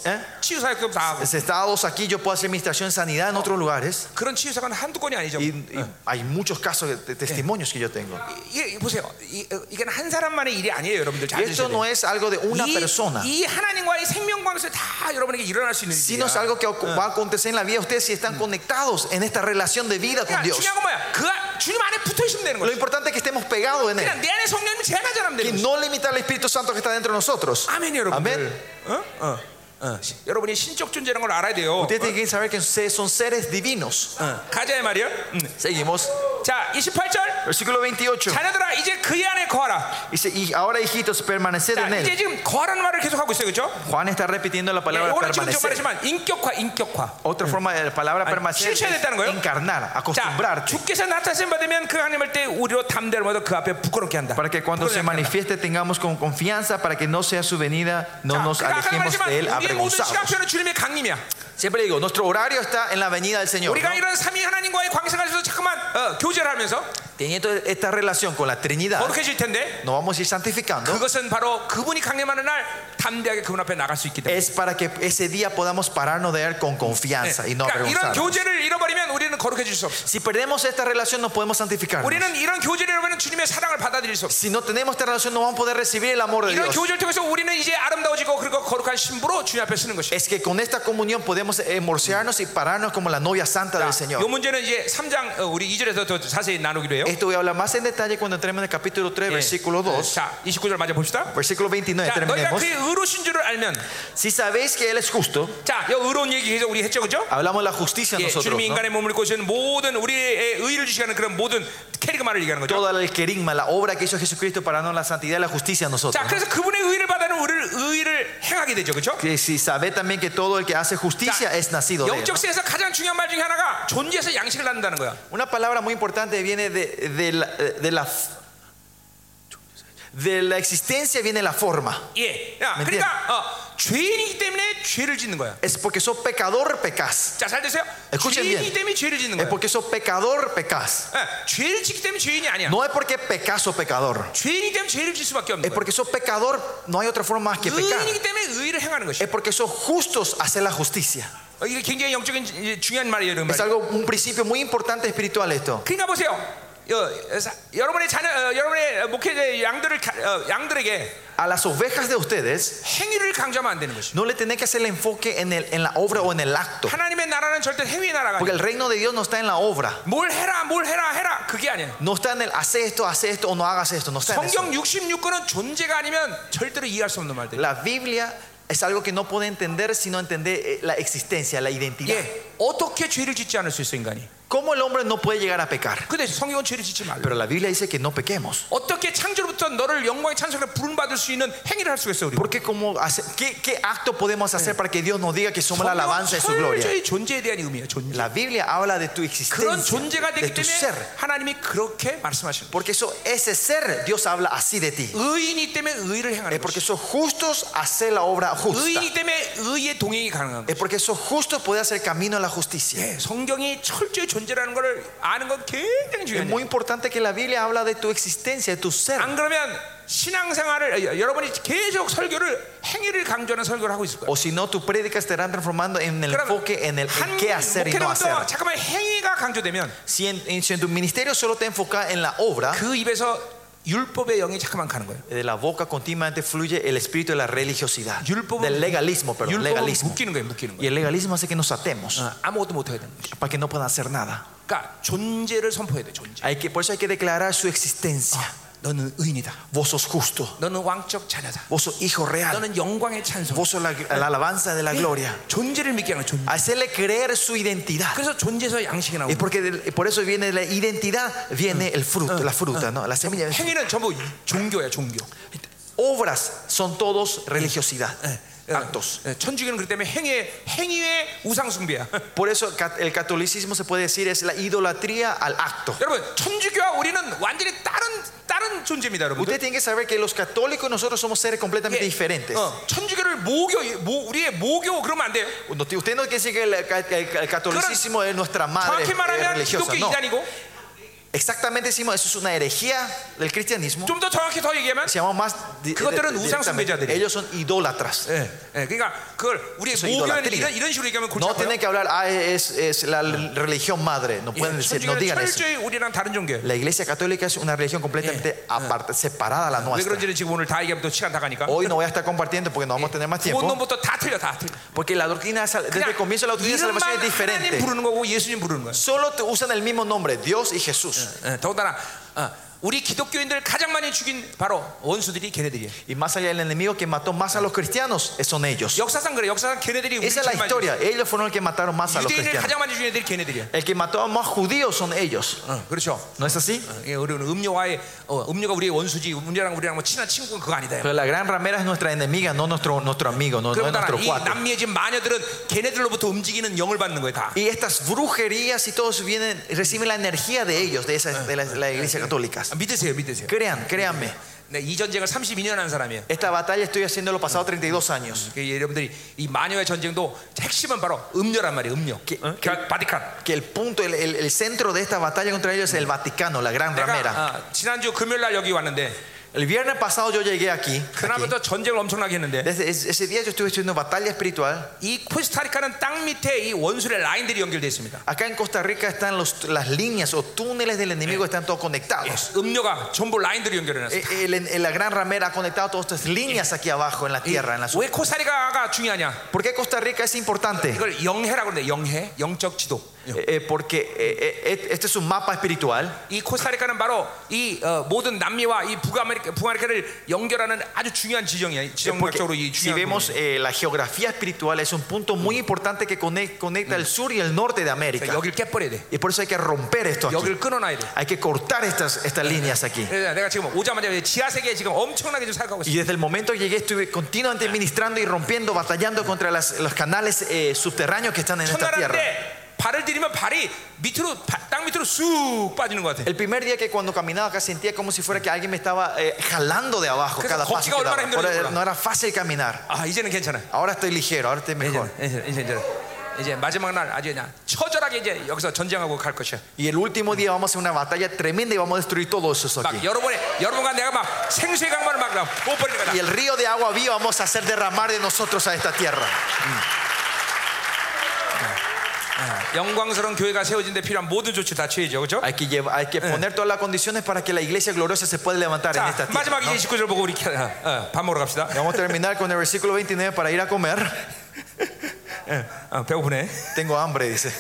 Speaker 2: ¿Eh?
Speaker 1: 치유사역도 다 하고
Speaker 2: Si Estamos aquí, yo puedo hacer administración en sanidad en otros lugares.
Speaker 1: 그런 치유사건 한두 건이 아니죠.
Speaker 2: Y, y hay muchos casos de- de testimonios que yo tengo.
Speaker 1: Ah, 이게 보세요. 이, 어, 이건 한 사람만의 일이 아니에요, 여러분들. 잘
Speaker 2: Y esto
Speaker 1: 아셔야 돼요.
Speaker 2: no es algo de una
Speaker 1: 이-
Speaker 2: persona,
Speaker 1: 이 하나님과의 생명 관계에서 다 여러분에게 일어날 수 있는
Speaker 2: sino
Speaker 1: 일이야.
Speaker 2: es algo que va a acontecer en la vida de ustedes si están conectados en esta relación de vida con
Speaker 1: 그러니까
Speaker 2: Dios.
Speaker 1: 중요한 건 뭐야? 그 안- 주님 안에 붙어 있으면 되는
Speaker 2: Lo
Speaker 1: 거야.
Speaker 2: importante es que estemos pegados en
Speaker 1: 그냥
Speaker 2: Él
Speaker 1: 내 안에 그러니까 성령님이 제한하자면
Speaker 2: y
Speaker 1: 되는 거야.
Speaker 2: no limitar al Espíritu Santo que está dentro de nosotros.
Speaker 1: 아멘 여러분들.
Speaker 2: 아멘.
Speaker 1: 어? 어. 어. 시- 여러분이 신적 존재라는 걸 알아야 돼요.
Speaker 2: Ustedes tienen que saber que ustedes son seres divinos.
Speaker 1: 어. 가자 이 말이요. 음.
Speaker 2: Seguimos.
Speaker 1: 자, 28절.
Speaker 2: Versículo 28.
Speaker 1: 자녀들아 이제 그의 안에 거하라.
Speaker 2: Dice, y ahora hijitos, permaneced
Speaker 1: 자,
Speaker 2: en
Speaker 1: 이제
Speaker 2: Él.
Speaker 1: 지금 거하라는 말을 계속 하고 있어요. 그렇죠?
Speaker 2: Juan está repitiendo la palabra
Speaker 1: 이거는 지금 좀
Speaker 2: permanecer.
Speaker 1: 말했지만 인격화, 인격화.
Speaker 2: Otra forma de la palabra permanecer es
Speaker 1: 실체가 됐다는 거예요?
Speaker 2: encarnar,
Speaker 1: 자,
Speaker 2: acostumbrarte.
Speaker 1: 주께서 나타나신 바 되면 그 하나님 할때 우리로 담대하면서 그 앞에 부끄럽게 한다.
Speaker 2: Para que cuando se
Speaker 1: 부끄럽게 한다.
Speaker 2: manifieste tengamos con confianza, para que no sea su venida, no
Speaker 1: 자,
Speaker 2: nos
Speaker 1: 그러니까 아까
Speaker 2: alejemos de él
Speaker 1: 말했지만 우리의 모든
Speaker 2: avergonzados.
Speaker 1: 시각표는 주님의 강림이야.
Speaker 2: Siempre digo, nuestro horario está en la venida del Señor.
Speaker 1: 우리가
Speaker 2: ¿no?
Speaker 1: 이런 삼위 하나님과의 관계에서 잠깐만 어, 교제를 하면서
Speaker 2: Teniendo esta relación con la Trinidad,
Speaker 1: 거룩해질 텐데
Speaker 2: nos vamos a ir santificando.
Speaker 1: 그것은 바로 그분이 강림하는 날 담대하게 그분 앞에 나갈 수 있기 때문에.
Speaker 2: Es para que ese día podamos pararnos de él con confianza Eh, y no
Speaker 1: 그러니까 이런
Speaker 2: avergonzarnos.
Speaker 1: 교제를 잃어버리면 우리는 거룩해질 수 없어.
Speaker 2: Si perdemos esta relación, no podemos santificarnos.
Speaker 1: 우리는 이런 교제를 잃어버리면 주님의 사랑을 받아들일 수 없어.
Speaker 2: Si no tenemos esta relación, no vamos a poder recibir el amor de
Speaker 1: 이런
Speaker 2: Dios.
Speaker 1: 교제를 통해서 우리는 이제 아름다워지고 그리고 거룩한 신부로 주님 앞에 서는 것이.
Speaker 2: Es que con esta comunión podemos emborciarnos y pararnos como la novia santa del
Speaker 1: 이
Speaker 2: Señor.
Speaker 1: 문제는 이제 3장 어, 우리 2절에서 더 자세히 나누기로 해요. 예.
Speaker 2: Esto voy a hablar más en detalle cuando entremos en el capítulo
Speaker 1: 네,
Speaker 2: 3, versículo 2.
Speaker 1: 자, 29절 맞아 봅시다.
Speaker 2: Versículo 29,
Speaker 1: 자, 너희가
Speaker 2: terminemos.
Speaker 1: 그의 의로신 줄을 알면
Speaker 2: Si sabéis que Él es justo,
Speaker 1: 자, 여 의로운 얘기 계속 우리 했죠. 그죠?
Speaker 2: hablamos de la justicia
Speaker 1: 예,
Speaker 2: nosotros.
Speaker 1: 주님이
Speaker 2: ¿no?
Speaker 1: 인간의 몸을 입고 오신 모든 우리의 의를 주시는 그런 모든 캐리그마를 얘기하는 거죠.
Speaker 2: Toda la querigma, la obra que hizo Jesucristo para darnos la santidad y la justicia a nosotros.
Speaker 1: 자, 그래서 그분의 의를 받아는 우리를 의를 행하게 되죠. 그죠?
Speaker 2: Que si sabéis también que todo el que hace justicia es nacido de Él. ¿no?
Speaker 1: 영적 세에서 가장 중요한 말 중에 하나가 존재에서 양식을 낳는다는 거야.
Speaker 2: Una palabra muy importante viene de, de la, de la de la existencia viene la forma.
Speaker 1: 예. 야,
Speaker 2: 네,
Speaker 1: 그러니까 어, 죄인이기 때문에 죄를 짓는 거야.
Speaker 2: Es porque sos pecador pecas.
Speaker 1: 자, 잘 되세요?
Speaker 2: Escuchen bien.
Speaker 1: 죄인이기 때문에 죄를 짓는
Speaker 2: Es
Speaker 1: 거야.
Speaker 2: porque sos pecador pecas.
Speaker 1: 예, 죄를 짓기 때문에 죄인이 아니야.
Speaker 2: No es porque pecas o pecador.
Speaker 1: 죄인이기 때문에 죄를 짓을 수밖에 없는
Speaker 2: Es
Speaker 1: 거야.
Speaker 2: porque sos pecador, no hay otra forma más que pecar.
Speaker 1: 의인이기 때문에 의를 행하는 것이야.
Speaker 2: Es porque sos justos hacer la justicia.
Speaker 1: 어, 이게 굉장히 영적인 이제 중요한 말이에요, 여러분.
Speaker 2: Es algo un principio muy importante espiritual esto.
Speaker 1: 그러니까 보세요. 여, 사- 여러분의 자녀, 어, 여러분의 목회 양들을 가- 어, 양들에게
Speaker 2: A las ovejas de ustedes
Speaker 1: 행위를 강조하면 안 되는 것이.
Speaker 2: no le tenés que hacer el enfoque en, el- en la obra o en el acto,
Speaker 1: 하나님의 나라는 절대 행위의 나라가
Speaker 2: porque
Speaker 1: 아니야.
Speaker 2: el reino de Dios no está en la obra.
Speaker 1: 뭘 해라, 뭘 해라, 해라. 그게 아니야.
Speaker 2: No está en el hace esto, hace esto o no hagas esto. No está en eso.
Speaker 1: 성경 66권은 존재가 아니면 절대로 이해할 수 없는 말들.
Speaker 2: La Biblia es algo que no puede entender sino entender eh, la existencia, la identidad.
Speaker 1: 예, 어떻게 죄를 짓지 않을 수 있어 인간이?
Speaker 2: ¿Cómo el hombre no puede llegar a pecar?
Speaker 1: 근데 성경은 죄를 짓지 말라.
Speaker 2: Pero la Biblia dice que no pequemos.
Speaker 1: 어떻게 창조로부터 너를 영광의 찬송으로 부름받을 수 있는 행위를 할 수가 있어 우리?
Speaker 2: Porque como hace- ¿qué, qué acto podemos hacer para que Dios nos diga que somos la alabanza de su gloria?
Speaker 1: 철저히 존재에 대한 의미예요. 존재.
Speaker 2: La Biblia habla de tu
Speaker 1: 그런
Speaker 2: existencia,
Speaker 1: 존재가
Speaker 2: de
Speaker 1: 되기
Speaker 2: tu
Speaker 1: 때문에
Speaker 2: ser.
Speaker 1: 하나님이 그렇게 말씀하시는. 거예요.
Speaker 2: Porque eso, ese ser, Dios habla así de ti.
Speaker 1: 의인이 때문에 의를
Speaker 2: Es
Speaker 1: 행하는
Speaker 2: porque
Speaker 1: 것이
Speaker 2: sos justos, hacer la obra justa.
Speaker 1: 의인이 때문에 의의 동행이 가능한
Speaker 2: Es porque sos justos, poder hacer camino a la justicia.
Speaker 1: 거예요. 성경이 철저히 존재라는 걸 아는 건 굉장히
Speaker 2: Es
Speaker 1: 중요한
Speaker 2: muy
Speaker 1: 거예요.
Speaker 2: importante que la Biblia habla de tu existencia, de tu ser.
Speaker 1: 안 그러면 신앙생활을 여- 여러분이 계속 설교를 행위를 강조하는 설교를 하고 있을 거예요.
Speaker 2: O si no, tus prédicas te estarán transformando en el
Speaker 1: 그러면
Speaker 2: enfoque en el en
Speaker 1: 한
Speaker 2: qué hacer y no
Speaker 1: 목회자도
Speaker 2: hacer.
Speaker 1: 잠깐만 행위가 강조되면
Speaker 2: Si en, en- si en tu ministerio solo te enfocas en la obra,
Speaker 1: 그 입에서 율법의 영이 잠깐만 가는 거예요.
Speaker 2: de la boca continuamente fluye el espíritu de la religiosidad, del legalismo, perdón,
Speaker 1: 율법은
Speaker 2: legalismo.
Speaker 1: 묶이는 거예요. 묶이는
Speaker 2: Y
Speaker 1: 거예요.
Speaker 2: el legalismo hace que nos atemos
Speaker 1: 어, 아무것도 못하게 되는 거죠.
Speaker 2: para que no puedan hacer nada.
Speaker 1: 그러니까 존재를 선포해야 돼. 존재.
Speaker 2: Hay que, por eso hay que declarar su
Speaker 1: Ah.
Speaker 2: existencia.
Speaker 1: 너는 의인이다.
Speaker 2: Vos sos justo,
Speaker 1: 너는 왕적 자녀다.
Speaker 2: vos sos hijo real,
Speaker 1: 너는 영광의 찬송.
Speaker 2: vos sos la, la alabanza de la gloria.
Speaker 1: 존재를 믿게 하는 거예요, 존재.
Speaker 2: Hacerle creer su identidad.
Speaker 1: 그래서 존재에서 양식이
Speaker 2: Y
Speaker 1: 나오고
Speaker 2: porque del- por eso viene la identidad, viene el fruto, la fruta, ¿no? la semilla.
Speaker 1: 행위는 전부 종교야 종교.
Speaker 2: Obras son todos religiosidad,
Speaker 1: eh,
Speaker 2: actos.
Speaker 1: 예, 천주교는 그렇기 때문에 행위의 행위의 우상 숭배야.
Speaker 2: Por eso ca- el catolicismo se puede decir es la idolatría al acto.
Speaker 1: 여러분 천주교와 우리는 완전히 다른 다른 존재입니다, 여러분.
Speaker 2: Usted tiene que saber que los católicos nosotros somos seres completamente diferentes.
Speaker 1: Oh. 어, 천주교를 모교 모, 우리의 모교 그러면 안 돼요.
Speaker 2: No te-
Speaker 1: Ah,
Speaker 2: 아, 네. Usted no quiere decir que el, ca- el- el catolicismo es nuestra madre
Speaker 1: 정확히
Speaker 2: eh,
Speaker 1: 말하면
Speaker 2: religiosa.
Speaker 1: 기독교
Speaker 2: No.
Speaker 1: 이단이고
Speaker 2: Exactamente decimos, eso es una herejía del cristianismo.
Speaker 1: 좀 더 정확히 더 얘기하면
Speaker 2: Si vamos más di-
Speaker 1: 그것들은
Speaker 2: di-
Speaker 1: 우상
Speaker 2: directamente,
Speaker 1: 숭배자들이에요.
Speaker 2: ellos son idólatras.
Speaker 1: 예, 예, 그러니까 그걸 우리
Speaker 2: 그래서
Speaker 1: 모교는
Speaker 2: 이더라트리가.
Speaker 1: 이런, 이런 식으로 얘기하면 골치
Speaker 2: No
Speaker 1: 아파요.
Speaker 2: tienen que hablar, ah, es, es la religión madre. No
Speaker 1: 예,
Speaker 2: pueden decir, no
Speaker 1: 천주교는
Speaker 2: digan eso.
Speaker 1: 철저히 우리랑 다른 종교예요.
Speaker 2: La iglesia católica es una religión completamente aparte, separada a la
Speaker 1: 왜
Speaker 2: nuestra.
Speaker 1: 그런지는 지금 오늘 다 얘기하면 또 시간 다 가니까.
Speaker 2: Hoy no voy a estar compartiendo porque no vamos a tener más tiempo.
Speaker 1: 원론부터 다 틀려, 다 틀려.
Speaker 2: Porque la doctrina, de sal- desde el comienzo la doctrina de
Speaker 1: 이름만 하나님
Speaker 2: salvación es diferente.
Speaker 1: 부르는 거고 예수님 부르는 거야.
Speaker 2: Solo te usan el mismo nombre, Dios y Jesús.
Speaker 1: 예, 더군다나 어, 우리 기독교인들 가장 많이 죽인 바로 원수들이 걔네들이에요.
Speaker 2: Y más allá del enemigo que mató más a los cristianos, eh, son ellos.
Speaker 1: 역사상 그래. 역사상 걔네들이 우리
Speaker 2: Esa es la historia. Ellos fueron los que mataron más a los
Speaker 1: 유대인을
Speaker 2: cristianos.
Speaker 1: 가장 많이 죽인 애들이 걔네들이야.
Speaker 2: El que mató a más judíos son ellos.
Speaker 1: 어, 그렇죠.
Speaker 2: ¿No es así?
Speaker 1: 예, 우리는 음료와의 어, 음료가 우리의 원수지. 음료랑 우리랑 뭐 친한 친구는 그거 아니다.
Speaker 2: Pero la gran ramera es nuestra enemiga, no nuestro, nuestro amigo, no, no es
Speaker 1: 그러나
Speaker 2: nuestro
Speaker 1: 이
Speaker 2: cuatro.
Speaker 1: 남미의 집 마녀들은 걔네들로부터 움직이는 영을 받는 거예요 다.
Speaker 2: Y estas brujerías y todos vienen, reciben la energía de ellos, de, esas, de las, la iglesia católica.
Speaker 1: 아, 믿으세요, 믿으세요.
Speaker 2: Crean, créanme.
Speaker 1: 네, 이 전쟁을 32년 한 사람이에요.
Speaker 2: Esta batalla estoy haciendo los pasados 32 años.
Speaker 1: 그 여러분들이 이 마녀의 전쟁도 핵심은 바로 음료란 말이에요. 음료. 어? 그 바티칸.
Speaker 2: Que el punto, el, el- el centro de esta batalla contra ellos es el Vaticano, la gran ramera.
Speaker 1: 내가 어, 지난주 금요일 날 여기 왔는데
Speaker 2: El viernes pasado yo llegué aquí. aquí.
Speaker 1: 그날부터 전쟁을 엄청나게 했는데
Speaker 2: Desde ese ese día yo estuve haciendo batalla espiritual.
Speaker 1: 이 코스타리카는 땅 밑에 이 원수의 라인들이 연결돼 있습니다.
Speaker 2: Acá en Costa Rica están los- las líneas o túneles del enemigo, están todos conectados.
Speaker 1: 음료가 전부 라인들이 연결해놨어요.
Speaker 2: Eh, el- el- la gran ramera ha conectado todas estas líneas aquí abajo en la tierra, en la
Speaker 1: 왜 코스타리카가 중요하냐?
Speaker 2: ¿Por qué Costa Rica es importante?
Speaker 1: 이걸 영해라고 그러는데 영해, 영적 지도.
Speaker 2: Eh, eh, porque eh, eh, este es un mapa espiritual.
Speaker 1: 이 코스타리카는 바로 이 어, 모든 남미와 이 북아메리카, 북아메리카를 연결하는 아주 중요한 지정이야.
Speaker 2: Porque
Speaker 1: 지정학적으로 이
Speaker 2: si
Speaker 1: 중요한.
Speaker 2: vemos
Speaker 1: 부분이에요.
Speaker 2: eh, la geografía espiritual es un punto muy importante que conec- conecta el sur y el norte de
Speaker 1: 그러니까
Speaker 2: América.
Speaker 1: 여길 깨버려야 돼.
Speaker 2: Y por eso hay que romper esto aquí.
Speaker 1: 여길 끊어놔야 돼.
Speaker 2: Hay que cortar estas, estas líneas aquí.
Speaker 1: 그래서 내가 지금 오자마자 지하 세계에 지금 엄청나게 지금 생각하고 있어.
Speaker 2: Y desde el momento que llegué estuve continuamente ministrando y rompiendo, batallando contra las- los canales eh, subterráneos que están en esta tierra.
Speaker 1: 첫날인데 발을 들이면 발이 밑으로 바- 땅 밑으로 쑥 빠지는 것 같아.
Speaker 2: El primer día que cuando caminaba acá sentía como si fuera que alguien me estaba eh, jalando de abajo
Speaker 1: Entonces,
Speaker 2: cada paso.
Speaker 1: 걷기가
Speaker 2: que daba.
Speaker 1: 얼마나 힘들어요, 몰라.
Speaker 2: Ahora, no era fácil caminar.
Speaker 1: 아 이제는 괜찮아.
Speaker 2: Ahora estoy ligero, ahora estoy mejor.
Speaker 1: 이제 이제 이제 이제, 이제 마지막 날 아주 그냥 처절하게 이제 여기서 전쟁하고 갈 것이야.
Speaker 2: Y el último día vamos a hacer una batalla tremenda y vamos a destruir todo eso
Speaker 1: 막
Speaker 2: aquí.
Speaker 1: 여러분의 여러분과 내가 막 생수의 강만을 막못 버리는 거다.
Speaker 2: Y el río de agua viva vamos a hacer derramar de nosotros a esta tierra.
Speaker 1: 영광스러운 교회가 세워진 데 필요한 모든 조치 다 취해죠, 그렇죠?
Speaker 2: Hay que, llevar- hay que poner todas las condiciones para que la iglesia gloriosa se pueda levantar en
Speaker 1: 자
Speaker 2: esta tierra.
Speaker 1: 마지막
Speaker 2: ¿no?
Speaker 1: 이제 19절 보고 우리 어, 어, 밥 먹으러 갑시다.
Speaker 2: Y Vamos a terminar con el versículo 29 para ir a comer.
Speaker 1: 어, 배고프네.
Speaker 2: Tengo hambre, dice.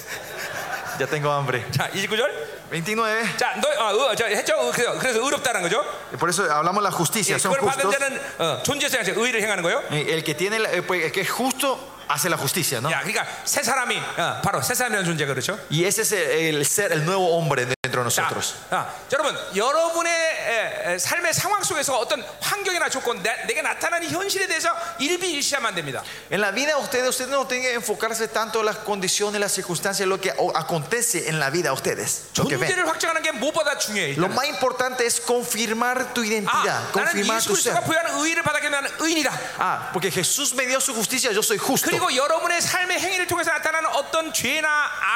Speaker 2: Ya tengo hambre.
Speaker 1: 자 29절.
Speaker 2: 29.
Speaker 1: 자너 어, 어, 저 했죠? 어, 그래서, 그래서 의롭다는 거죠.
Speaker 2: Y eh, Por eso hablamos de la
Speaker 1: 예,
Speaker 2: justicia, son
Speaker 1: 그걸 받은
Speaker 2: justos.
Speaker 1: 자는 어, 존재성 자체 의를 행하는 거예요.
Speaker 2: Y El que, tiene, la- eh, pues, el que es justo hace la justicia, ¿no?
Speaker 1: 야, 그러니까 새 사람이 어, 바로 새 사람이라는 존재가 그렇죠.
Speaker 2: Y ese es el, el ser, el nuevo hombre dentro de
Speaker 1: 자,
Speaker 2: nosotros.
Speaker 1: 아, 여러분, 여러분의 에, 에, 삶의 상황 속에서 어떤 환경이나 조건, 내, 내게 나타나는 현실에 대해서 일비일시하면 안 됩니다.
Speaker 2: En la vida de ustedes, ustedes no tienen que enfocarse tanto en las condiciones, las circunstancias, lo que o- acontece en la vida a ustedes. Lo, que ven.
Speaker 1: 존재를 확정하는 게 무엇보다 중요해요.
Speaker 2: Lo
Speaker 1: 일단은.
Speaker 2: más importante es confirmar tu identidad,
Speaker 1: 아, 나는
Speaker 2: confirmar
Speaker 1: 예수
Speaker 2: tu ser.
Speaker 1: 그리스도가 부여하는 의를 받았기 때문에 나는 의인이다.
Speaker 2: Ah, porque Jesús me dio su justicia, yo soy justo.
Speaker 1: 그리고 여러분의 삶의 행위를 통해서 나타나는 어떤 죄나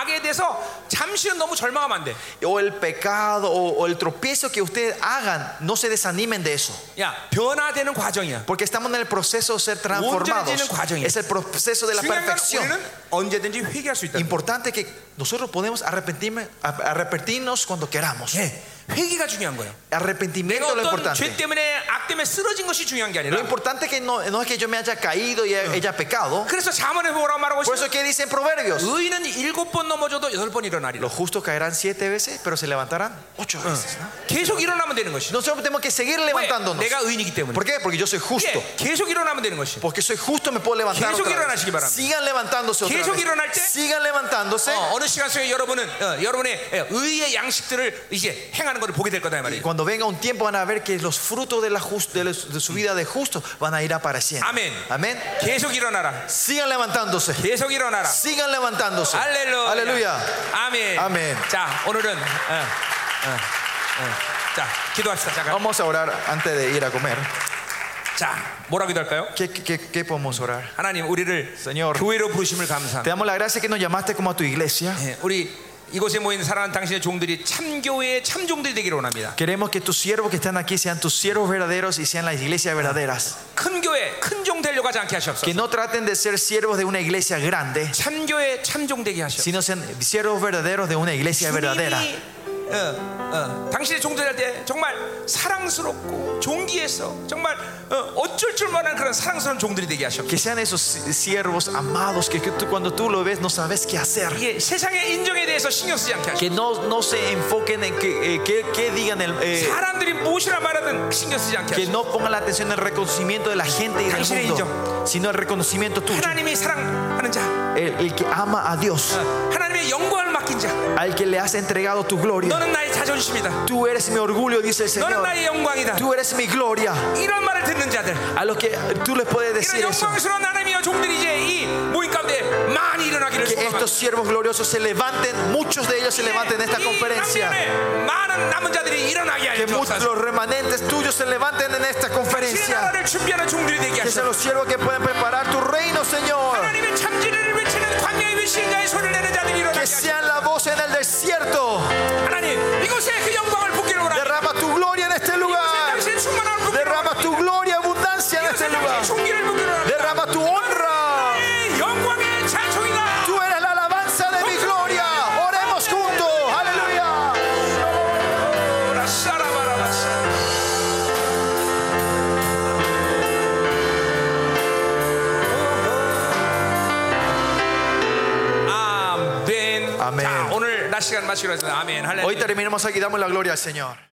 Speaker 1: 악에 대해서 잠시는 너무 절망하면 안 돼.
Speaker 2: O el pecado o, o el tropiezo que ustedes hagan, no se desanimen de eso.
Speaker 1: 야, 변화되는 과정이야.
Speaker 2: Porque estamos en el proceso de ser transformados.
Speaker 1: 온전해지는 과정이에요.
Speaker 2: Es el proceso de la
Speaker 1: 중요한 건
Speaker 2: perfección.
Speaker 1: 우리는 언제든지 회개할 수 있다.
Speaker 2: Importante que nosotros podemos arrepentirme- arrepentirnos cuando queramos.
Speaker 1: 예, 회개가 중요한 거예요. 내가
Speaker 2: Arrepentimiento es lo
Speaker 1: 어떤 죄
Speaker 2: importante.
Speaker 1: 때문에 악 때문에 쓰러진 것이 중요한 게
Speaker 2: Lo
Speaker 1: 아니라
Speaker 2: importante que no, no es que yo me haya caído y he- haya pecado.
Speaker 1: 그래서 자문해 보라고 말하고
Speaker 2: Por
Speaker 1: 있어요.
Speaker 2: eso que dicen proverbios.
Speaker 1: 의인은 일곱 번 넘어져도 여덟 번 일어나리라.
Speaker 2: Los justos caerán siete veces, pero se levantarán ocho veces. ¿no?
Speaker 1: 계속 일어나면 되는 것이.
Speaker 2: Nosotros tenemos que seguir
Speaker 1: 왜?
Speaker 2: levantándonos.
Speaker 1: 내가 의인이기 때문에.
Speaker 2: ¿Por qué? Porque yo soy justo.
Speaker 1: 예, 계속 일어나면 되는 것이.
Speaker 2: Porque soy justo me puedo levantar.
Speaker 1: 계속
Speaker 2: Otra vez.
Speaker 1: 일어나시기 바랍니다.
Speaker 2: Sigan levantándose otra
Speaker 1: 계속
Speaker 2: vez.
Speaker 1: 일어날 때-
Speaker 2: Sigan levantándose.
Speaker 1: 어, 느 시간 속에 여러분은 어, 여러분의 예, 의의 양식들을 이제 행하는 것을 보게 될 거다 이
Speaker 2: Y
Speaker 1: 말이에요.
Speaker 2: Cuando venga un tiempo van a ver que los frutos de, la jus- de, los- de su vida de justo van a ir apareciendo.
Speaker 1: Amén.
Speaker 2: Amén.
Speaker 1: 계속 일어나라.
Speaker 2: Sigan levantándose.
Speaker 1: 계속 일어나라.
Speaker 2: Sigan levantándose.
Speaker 1: 할렐루야.
Speaker 2: Aleluya.
Speaker 1: 아멘.
Speaker 2: 아멘.
Speaker 1: 자, 오늘은 어, 어, 어. 자, 기도합시다. 잠깐.
Speaker 2: Vamos a orar antes de ir a comer.
Speaker 1: 자, 뭐라고 기도할까요?
Speaker 2: ¿Qué, qué, qué podemos orar?
Speaker 1: 하나님, 우리를
Speaker 2: Señor.
Speaker 1: 교회로 부르심을 감사합니다.
Speaker 2: Te damos la gracia que nos llamaste como a tu iglesia.
Speaker 1: 예, 우리 이곳에 모인 사랑하는 당신의 종들이 참교회의 참종들이 되기를 원합니다.
Speaker 2: Queremos que tus siervos que están aquí sean tus siervos verdaderos y sean las iglesias verdaderas.
Speaker 1: 큰 교회, 큰 종 되려고 하지 않게 하시옵소서.
Speaker 2: Que no traten de ser siervos de una iglesia grande,
Speaker 1: 참교회 참종 되게 하시옵소서.
Speaker 2: sino sean siervos verdaderos de una iglesia verdadera.
Speaker 1: 주님이 어, 어, 당신의 종들 할때 정말 사랑스럽고 존귀해서 정말 어, 쩔줄 모르는 그런 사랑스러운 종들이 되게 하시옵소서.
Speaker 2: Que sean esos siervos amados que, que tú- cuando tú lo ves no sabes qué hacer.
Speaker 1: 이게 세상의 인정에 대해서 신경 쓰지 않게 하시옵소서.
Speaker 2: Que no, no se enfoquen en que, eh, que- que digan el, eh,
Speaker 1: 사람들이 무엇이라 말하든 신경 쓰지 않게
Speaker 2: que
Speaker 1: 하시옵소서.
Speaker 2: no pongan la atención en el reconocimiento de la gente y del
Speaker 1: 당신의
Speaker 2: mundo, sino el reconocimiento tuyo.
Speaker 1: 하나님이 사랑하는 자,
Speaker 2: El, el que ama a Dios,
Speaker 1: 어, 하나님의 영광을 맡긴 자,
Speaker 2: al que le has entregado tu gloria.
Speaker 1: 너는 나의 자존심이다.
Speaker 2: Tú eres mi orgullo, dice el
Speaker 1: 너는
Speaker 2: Señor.
Speaker 1: 나의 영광이다.
Speaker 2: Tú eres mi gloria.
Speaker 1: 이런 말을 듣는 자들.
Speaker 2: A los que tú les puedes
Speaker 1: 이런
Speaker 2: decir eso.
Speaker 1: 영광스러운 하나님이여 종들이 이제 이 모임 가운데 많이 일어나기를
Speaker 2: Que estos siervos gloriosos se levanten, muchos de ellos se levanten en esta conferencia.
Speaker 1: 에 많은 남은 자들이 일어나게 하여
Speaker 2: Que muchos,
Speaker 1: 주옵소서
Speaker 2: los remanentes tuyos se levanten en esta
Speaker 1: 당신의
Speaker 2: conferencia.
Speaker 1: 나라를 준비하는 종들이 되게
Speaker 2: Que sean
Speaker 1: 하소서
Speaker 2: los siervos que pueden preparar tu reino, Señor.
Speaker 1: 하나님의 참지를 외치는 광야의 외신자의 소리를 내는 자들이 일어나게
Speaker 2: Que
Speaker 1: 하소서
Speaker 2: sean la voz en el desierto.
Speaker 1: 하나님 이곳에 그 영광을 붓기를 원합니다
Speaker 2: Derrama tu gloria en este lugar.
Speaker 1: 당신의 충만함을 붓기를
Speaker 2: Derrama
Speaker 1: 원합니다
Speaker 2: tu gloria, abundancia en este lugar.
Speaker 1: 당신의 총기를 붓기를 원합니다
Speaker 2: Derrama tu honra.
Speaker 1: 이 영광의 찬송이다
Speaker 2: Tú eres la alabanza de mi gloria. Oremos juntos. Aleluya.
Speaker 1: 라샤라바라바샤. 아멘.
Speaker 2: 아멘.
Speaker 1: 자, 오늘 낮 시간 마치기로 했습니다. 아멘. 할렐루야.
Speaker 2: Hoy terminamos aquí. Damos la gloria al Señor.